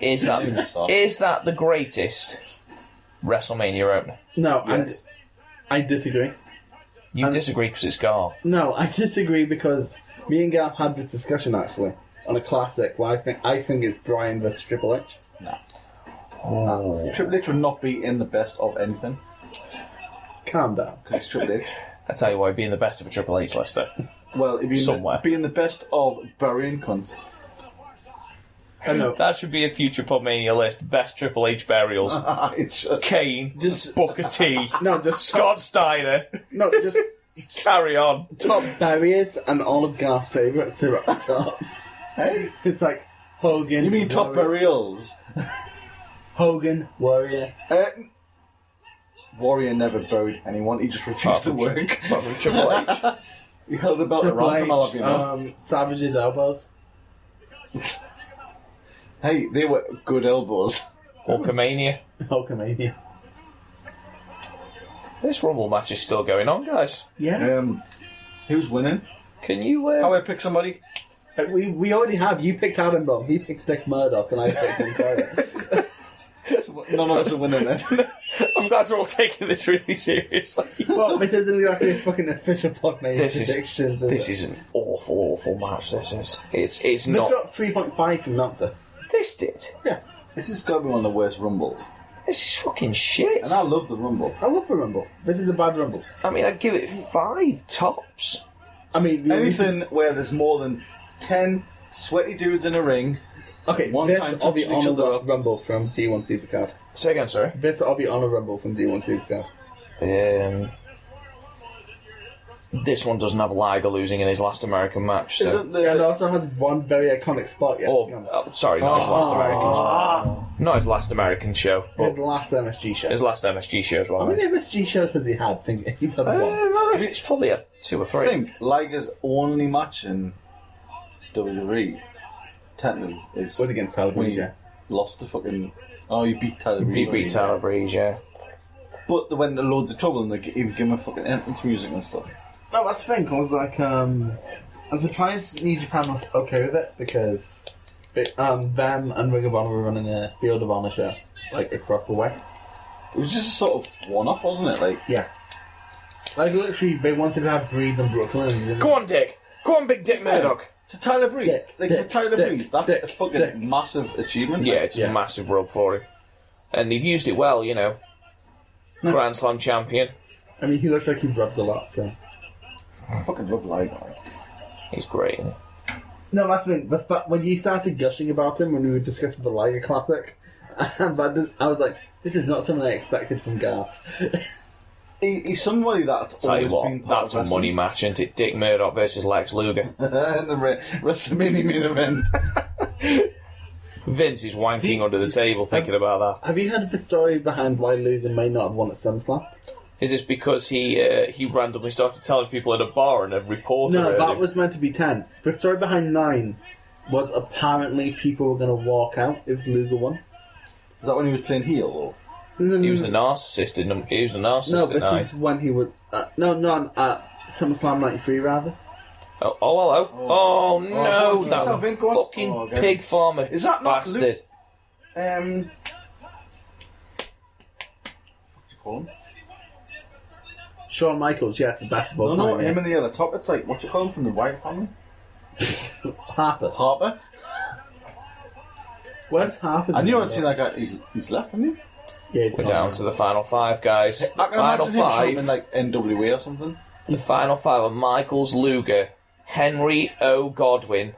S1: is that
S4: Even so.
S1: is that the greatest WrestleMania opener?
S13: No,
S4: Yes.
S13: I I disagree.
S1: You disagree because it's Garth.
S13: No, I disagree because me and Gav had this discussion actually on a classic where I think I think it's Brian versus Triple H.
S4: Nah. Nah. Triple H would not be in the best of anything.
S13: Calm down.
S4: Because it's Triple H.
S1: I tell you what, being the best of a Triple H list, though.
S4: Well, it'd be in
S1: Somewhere.
S4: The, being the best of burying cunts.
S13: I know.
S1: That should be a future Podmania list. Best Triple H burials.
S13: Uh.
S4: It's just-
S1: Kane,
S13: Just-
S1: Booker T,
S13: No, just
S1: Scott Steiner.
S13: No, just
S1: Carry on.
S13: top barriers and all of Garth's favourites are at the top.
S4: Hey?
S13: It's like Hogan.
S4: You mean top
S13: Warrior-
S4: burials?
S13: Hogan Warrior.
S4: Uh, Warrior never buried anyone, he just refused to
S1: from Tri-
S4: work.
S1: apart from Triple H.
S4: He held the belt
S13: Triple
S4: around
S13: H,
S4: him, I'll have you know.
S13: um, Savage's elbows.
S4: Hey, they were good elbows.
S1: Hulkamania.
S13: Oh, Hulkamania.
S1: This Rumble match is still going on, guys.
S13: Yeah.
S4: Um, who's winning?
S1: Can you? Uh,
S4: How I pick somebody?
S13: Uh, We, we already have. You picked Adam Bomb, he picked Dick Murdoch, and I picked Ontario.
S4: None of us are winning then.
S1: I'm glad we're all taking this really seriously.
S13: well, this isn't exactly a fucking official Podmania
S1: This is-
S13: predictions.
S1: this
S13: it?
S1: is an awful awful, awful match this is. It's it's
S13: They've
S1: not.
S13: got 3.5 from Nocta.
S1: This did.
S13: Yeah.
S4: This has got to be one of the worst rumbles,
S1: This is fucking shit.
S4: and I love the rumble.
S13: I love the Rumble. This is a bad Rumble.
S1: I mean, I'd give it five tops.
S13: I mean, the-
S4: Anything where there's more than ten sweaty dudes in a ring.
S13: Okay,
S4: One
S13: this
S4: time
S13: are the
S4: touching each other
S13: honour
S4: up.
S13: rumbles from D1 Supercard.
S1: Say again, sorry.
S13: This are the honour rumbles from D1 Supercard.
S1: Um, this one doesn't have Liger losing in his last American match. So.
S4: Isn't
S13: And it
S4: the
S13: also has one very iconic spot. Yeah,
S1: Or, oh, sorry, not his last American. Not his last American show, but
S13: his last MSG show.
S1: his last MSG show as well.
S13: How many MSG shows has he had? Think he's had one.
S1: Um, I reckon it's probably a two or
S4: I
S1: three.
S4: think Liger's only match in WWE technically is
S13: Was against Tyler
S4: when
S13: Breeze,
S4: he
S13: yeah.
S4: lost to fucking. Oh, you beat Tyler Breeze.
S1: He beat
S4: yeah.
S1: Tyler Breeze, yeah.
S4: But they went to loads of trouble and they g- even gave him a fucking entrance music and stuff.
S13: No, that's the thing. I was like, um, I'm surprised New Japan was okay with it because but, um, them and Ring of Honor were running a Field of Honor show like across the way.
S4: It was just a sort of one off, wasn't it? Like,
S13: Yeah, like literally, they wanted to have Breeze in Brooklyn. And they didn't.
S1: Go on, Dick. Go on, Big Dick Murdoch.
S4: to Tyler Breeze.
S13: Dick,
S4: like,
S13: Dick,
S4: for Tyler
S13: Dick,
S4: Breeze, that's
S13: Dick,
S4: a fucking
S13: Dick.
S4: massive achievement.
S1: Yeah,
S4: Like,
S1: it's a massive rub for him. And they've used it well, you know. Grand Slam champion.
S13: I mean, he looks like he rubs a lot, so.
S4: I fucking love Liger. like.
S1: He's great. isn't he?
S13: No, that's the thing. The fa- when you started gushing about him when we were discussing the Liger Classic, and that just- I was like, this is not something I expected from Garth.
S4: He, he's somebody that's
S1: Tell you
S4: always been
S1: what,
S4: part
S1: that's
S4: of
S1: a money match, isn't it? Dick Murdoch versus Lex Luger.
S4: wrestling. in the re- WrestleMania main event.
S1: Vince is wanking under the
S4: um,
S1: table thinking about that.
S13: have you heard of the story behind why Luger may not have won at SummerSlam?
S1: Is this because he uh, he randomly started telling people at a bar and a reporter?
S13: No,
S1: heard
S13: that
S1: him?
S13: was meant to be 10. The story behind 9 was apparently people were going to walk out if Luger won.
S4: Is that when he was playing heel? Or?
S1: he was the narcissist. In the, he was the
S13: no,
S1: narcissist.
S13: this
S1: at night.
S13: is when he was. Uh, no, no, uh, SummerSlam 93, rather.
S1: Oh, oh, hello. Oh, no,
S4: go on,
S1: that
S4: yourself, Vin, go on.
S1: fucking
S4: Oh, okay.
S1: pig farmer
S4: Is that not
S1: bastard.
S4: Luke? Um, what do you call him?
S13: Shawn Michaels, yes, the best of
S4: No,
S13: all time.
S4: no, him
S13: yes.
S4: and the other top. It's like what you call him from the Wyatt family,
S13: Harper.
S4: Harper.
S13: Where's Harper?
S4: I knew I'd seen that guy. He's, he's left, hasn't he?
S13: Yeah, he's
S1: We're
S13: not.
S1: down to the final five, guys.
S4: I can
S1: final
S4: imagine him shooting
S1: five.
S4: in like NWA or something.
S1: The final five are Michaels, Luger, Henry O. Godwin,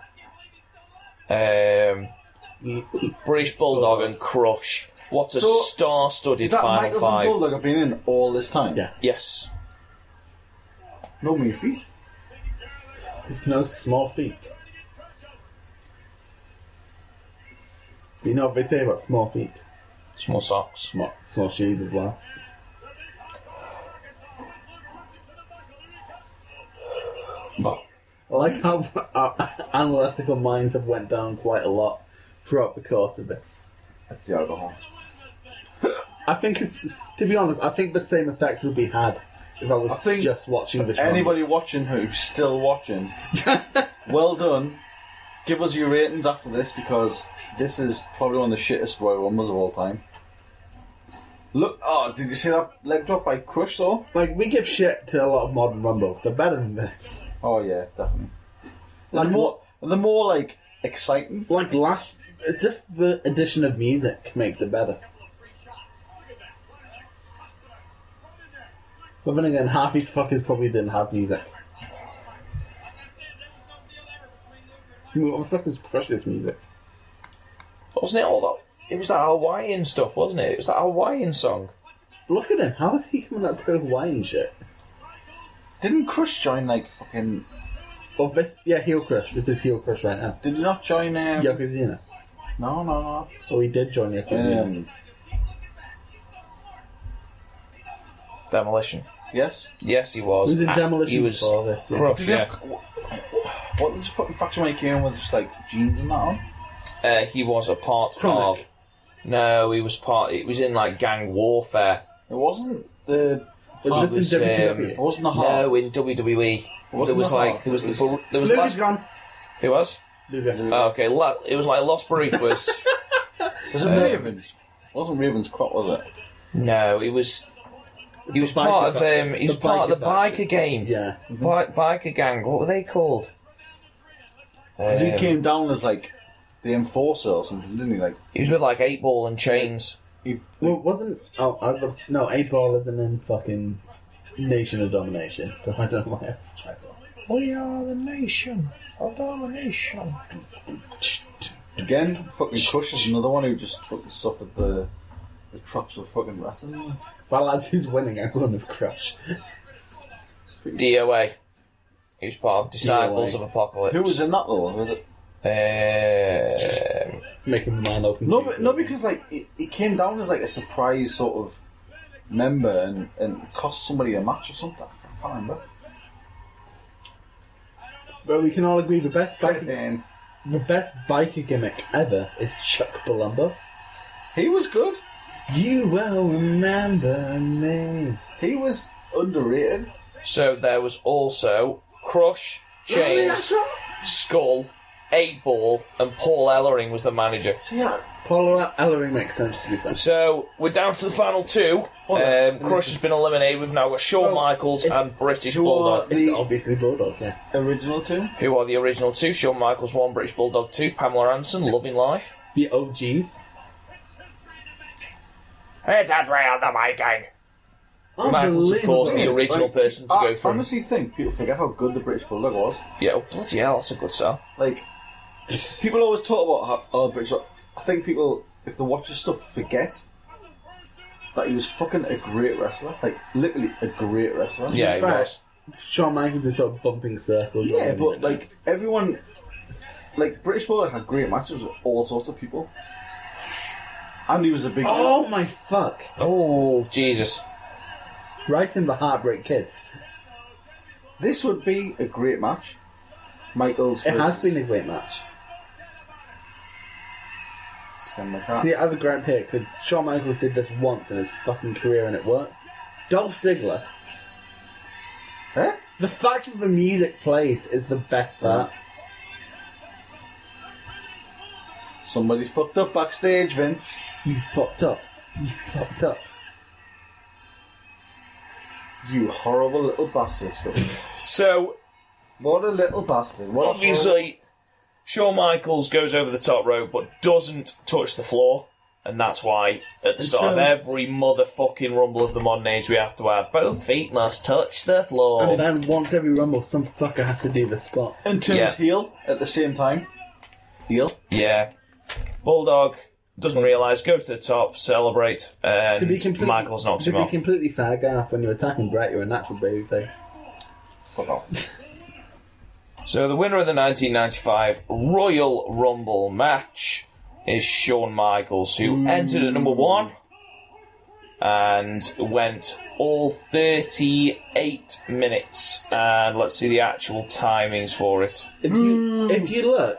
S1: um, British Bulldog, and Crush. What a
S4: So,
S1: star-studded
S4: Is that
S1: final
S4: Michaels
S1: five!
S4: and Bulldog have been in all this time?
S13: Yeah.
S1: Yes,
S4: No mere feet.
S13: It's no small feet. You know what they say about small feet?
S1: small socks.
S13: Small, small shoes as well.
S1: But
S13: I like how our analytical minds have went down quite a lot throughout the course of this.
S4: That's the alcohol.
S13: I think it's, to be honest, I think the same effect would be had if I was
S4: I think
S13: just watching this.
S4: Anybody watching who's still watching, well done. Give us your ratings after this because this is probably one of the shittest Royal Rumbles of all time. Look, oh, did you see that leg drop by Crush though?
S13: Rumble. like we give shit to a lot of modern rumbles. They're better than this.
S4: Oh yeah, definitely.
S13: Like
S4: the more, the more like exciting.
S13: Like last, just the addition of music makes it better. But then again, half these fuckers probably didn't have music. I mean, What the fuck is Crush's music?
S1: wasn't it all that? It was that Hawaiian stuff, wasn't it? It was that Hawaiian song.
S13: Look at him. How is he coming out to Hawaiian shit?
S4: Didn't Crush join like fucking?
S13: Oh, this, yeah, heel crush. This is heel crush right now.
S4: Did he not join? Um,
S13: Yokozuna.
S4: No, no,
S13: Oh, he did join
S4: no.
S13: Yokozuna.
S4: Um,
S1: Demolition.
S4: yes.
S1: Yes, he was.
S13: He was in
S1: Ah,
S13: Demolition
S1: He was
S13: before this, yeah.
S1: Crush.
S4: Did he
S1: Yeah,
S4: have- wh- What was the fucking faction when he came in with just like jeans and that on?
S1: uh, he was a part
S13: Chronic.
S1: of. No, he was part. It was in like gang warfare.
S4: It wasn't the.
S13: Was
S1: It was,
S13: this in
S1: um,
S4: It
S13: WCW?
S4: wasn't the heart.
S1: No, in WWE.
S4: Wasn't
S1: there was
S4: the
S1: like
S4: Hart,
S1: there was
S4: it
S1: the
S4: was-
S1: Bar- there was
S13: Luger's
S1: last,
S13: gone.
S1: it was
S13: Luger.
S1: oh, okay. La- it was like Los Barriquas.
S4: Was it Ravens? It wasn't Ravens crop, was it?
S1: no, it was he was
S13: biker
S1: part of
S13: faction.
S1: um he was
S13: The
S1: part of
S13: biker
S1: the
S13: faction.
S1: biker game.
S13: Yeah.
S1: Bi- biker gang. What were they called? Um,
S4: Because he came down as like the enforcer or something, didn't he? Like
S1: He was with like eight ball and chains.
S4: he,
S13: Well, wasn't oh I was about to- no eight ball isn't in fucking Nation of Domination, so I don't know why I was trying
S1: We are the nation of domination.
S4: again, fucking Cush is another one who just fucking suffered the the traps of fucking wrestling.
S13: Well, lads, who's winning? Everyone is crushed.
S1: DOA. He was part of Disciples
S13: DOA.
S1: of Apocalypse.
S4: Who was in that though? Was it?
S1: Um,
S13: Making my mind open.
S4: No, but no, because like he, he came down as like a surprise sort of member and, and cost somebody a match or something. I can't remember.
S13: But we can all agree the best bike,
S4: Um,
S13: the best biker gimmick ever is Chuck Palumbo.
S4: he was good.
S13: You will remember me.
S4: He was underrated.
S1: so there was also Crush, Chains, Skull, Eight Ball, and Paul Ellering was the manager.
S13: So yeah, Paul Ellering makes sense to be fair.
S1: So we're down to the final two. Um, Crush has been eliminated. We've now got Shawn Michaels and British
S4: who are
S1: Bulldog,
S13: It's
S4: The-
S13: obviously Bulldog, yeah.
S4: Original two.
S1: who are the original two. Shawn Michaels one, British Bulldog two. Pamela Anderson, Loving Life.
S13: The OGs.
S1: It's Adrian the Viking. Michaels, of
S13: Unbelievable.
S1: course, the original
S4: Like,
S1: person to
S4: I
S1: go from.
S4: honestly think people forget how good the British Bulldog was.
S1: Yeah, oh, bloody hell, that's a good sell.
S4: Like, people always talk about how oh, the British. Bulldog- I think people, if they watch this stuff, forget that he was fucking a great wrestler. Like, literally a great wrestler.
S1: Yeah, he
S13: fact-
S1: was.
S13: Shawn Michaels is sort of bumping circles.
S4: Yeah,
S13: around
S4: but
S13: him.
S4: like everyone, like British Bulldog had great matches with all sorts of people, and he was a big.
S13: oh my fuck!
S1: Oh, Jesus.
S13: Right in the Heartbreak Kids.
S4: This would be a great match. Michaels.
S13: It has been a great match.
S4: a.
S13: See, I have a great pick because Shawn Michaels did this once in his fucking career and it worked. Dolph Ziggler.
S4: Huh?
S13: The fact that the music plays is the best part.
S4: Somebody fucked up backstage, Vince.
S13: You fucked up. You fucked up.
S4: You horrible little bastard.
S1: So,
S4: what a little bastard. What a
S1: obviously, Shawn Michaels goes over the top rope but doesn't touch the floor. And that's why, at the start of
S4: terms-
S1: every motherfucking rumble of the modern age, we have to have both feet must touch the floor.
S13: And then once every rumble, some fucker has to do the spot.
S4: horrible- And turns
S1: Yeah.
S4: heel at the same time. Heel.
S1: yeah. Bulldog doesn't realise, goes to the top, celebrate,
S13: To
S1: and
S13: be completely,
S1: Michaels knocks
S13: to
S1: him
S13: be
S1: off.
S13: completely fair, Garth, when you're attacking Brett, you're a natural babyface.
S4: Fuck off.
S1: So the winner of the 1995 Royal Rumble match is Shawn Michaels, who entered at number one and went all 38 minutes. And let's see the actual timings for it.
S13: If
S1: Hmm.
S13: you if you look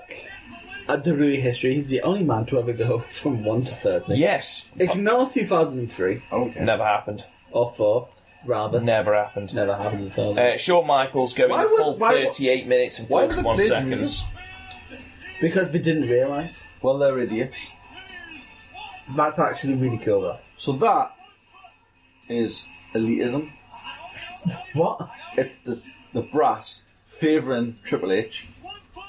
S13: at WWE history, he's the only man to ever go from one to thirty.
S1: Yes,
S13: Ignore 2003
S4: Okay.
S1: never happened.
S13: or four, rather.
S1: Never happened.
S13: Never happened at all.
S1: Uh, Shawn Michaels going
S4: Why
S1: a
S4: would-
S1: full
S4: why would-
S1: 38 minutes and
S4: why would they
S1: 41
S4: play
S1: seconds.
S4: music?
S13: because we didn't realise.
S4: Well, they're idiots.
S13: That's actually really cool, though.
S4: So that is elitism.
S13: What?
S4: It's the the brass favouring Triple H.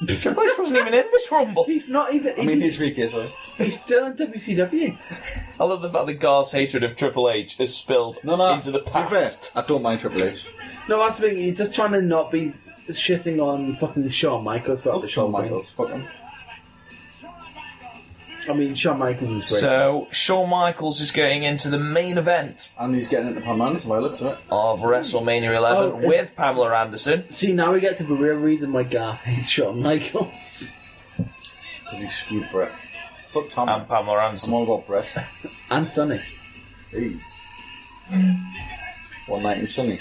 S1: Triple H wasn't even in this Rumble.
S13: He's not even.
S4: I mean,
S13: he's,
S4: he's weak, sorry.
S13: he's still in WCW.
S1: I love the fact that Garth's hatred of Triple H has spilled
S4: No, no.
S1: into the
S4: to be fair,
S1: past.
S4: I don't mind Triple H.
S13: No, that's the thing. He's just trying to not be shitting on fucking Shawn Michaels
S1: Oh,
S13: throughout the
S4: Fuck Shawn
S13: Shawn
S4: Michaels. Fuck him.
S13: I mean, Shawn Michaels is great.
S1: So Shawn Michaels is going into the main event
S4: And he's getting into Pam Anderson by the looks of it.
S1: of WrestleMania 11
S13: Oh, it-
S1: with Pamela Anderson.
S13: See, now we get to the real reason why Garth hates Shawn Michaels
S4: Because he screwed Brett. Fuck Tom.
S1: And Pamela
S4: I'm
S1: Anderson.
S4: all about Brett.
S13: and Sonny.
S4: Hey. One night in Sunny.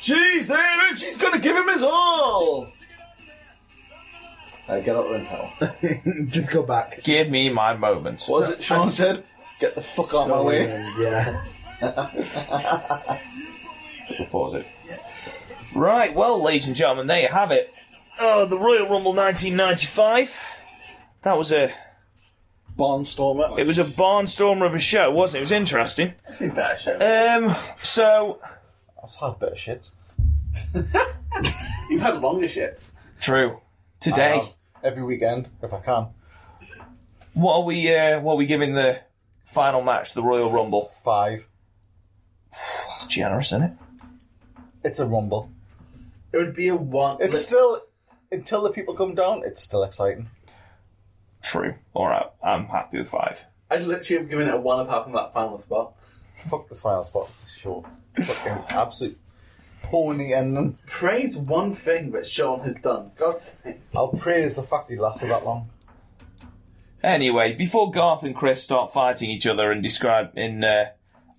S4: She's there and she's gonna give him his all! Uh, get out there and tell.
S13: just go back.
S1: Give me my moment.
S4: Was it Sean said? Get the fuck out of my way.
S13: And, yeah.
S1: Pause it. Right, well, ladies and gentlemen, there you have it. Oh, the Royal Rumble 1995. That was a.
S4: Barnstormer.
S1: It was a barnstormer of a show, wasn't it? It was interesting. Um, so
S4: I've had better shit.
S3: You've had longer shits.
S1: True. Today,
S4: Every weekend, if I can.
S1: what are we? Uh, what are we giving the final match, the Royal Rumble?
S4: Five.
S1: That's generous, isn't it?
S4: It's a rumble.
S3: It would be a one.
S4: It's still until the people come down. It's still exciting.
S1: True. All right, I'm happy with five.
S3: I'd literally have given it a one apart from that final spot.
S4: Fuck this final spot. It's sure. Fucking absolute pony ending.
S3: Praise one thing that Sean has done. God's sake.
S4: I'll praise the fact he lasted that long.
S1: Anyway, before Garth and Chris start fighting each other and describe in uh,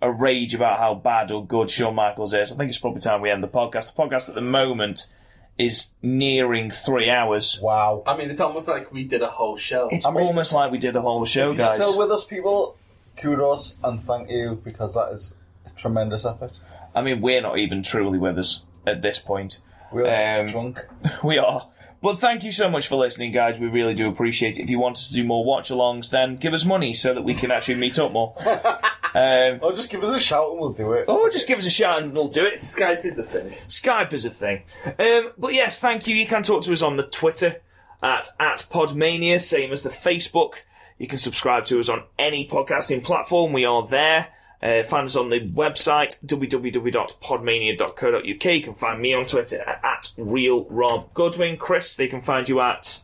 S1: a rage about how bad or good Shawn Michaels is, I think it's probably time we end the podcast. The podcast at the moment is nearing three hours.
S4: Wow.
S3: I mean, it's almost like we did a whole show.
S1: It's almost like we did a whole show,
S4: If
S1: guys.
S4: you're still with us, people, kudos and thank you because that is a tremendous effort.
S1: I mean, we're not even truly with us at this point.
S4: We're
S1: Um,
S4: drunk.
S1: We are. But thank you so much for listening, guys. We really do appreciate it. If you want us to do more watch alongs, then give us money so that we can actually meet up more. Um,
S4: Oh, just give us a shout and we'll do it.
S1: or oh, just give us a shout and we'll do it.
S3: Skype is a thing.
S1: Skype is a thing. Um, but yes, thank you. You can talk to us on the Twitter at, at Podmania, same as the Facebook. You can subscribe to us on any podcasting platform. We are there. Uh, find us on the website www.podmania.co.uk. You can find me on Twitter at real Rob Goodwin. Chris, they can find you at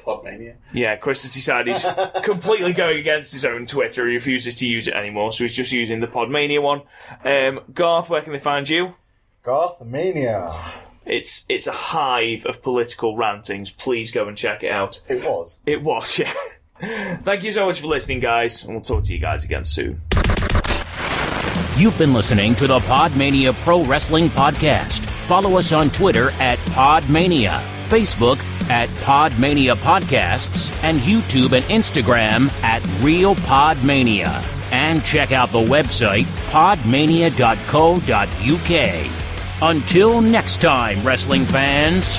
S3: Podmania.
S1: yeah. Chris has decided he's completely going against his own Twitter. He refuses to use it anymore, so he's just using the Podmania one. Um, Garth, where can they find you?
S4: Garth Mania.
S1: It's it's a hive of political rantings. Please go and check it out.
S4: It was.
S1: It was, yeah. Thank you so much for listening, guys, and we'll talk to you guys again soon.
S19: You've been listening to the Podmania Pro Wrestling Podcast. Follow us on Twitter at Podmania, Facebook at Podmania Podcasts, and YouTube and Instagram at Real Podmania. And check out the website podmania.co.uk. Until next time, wrestling fans.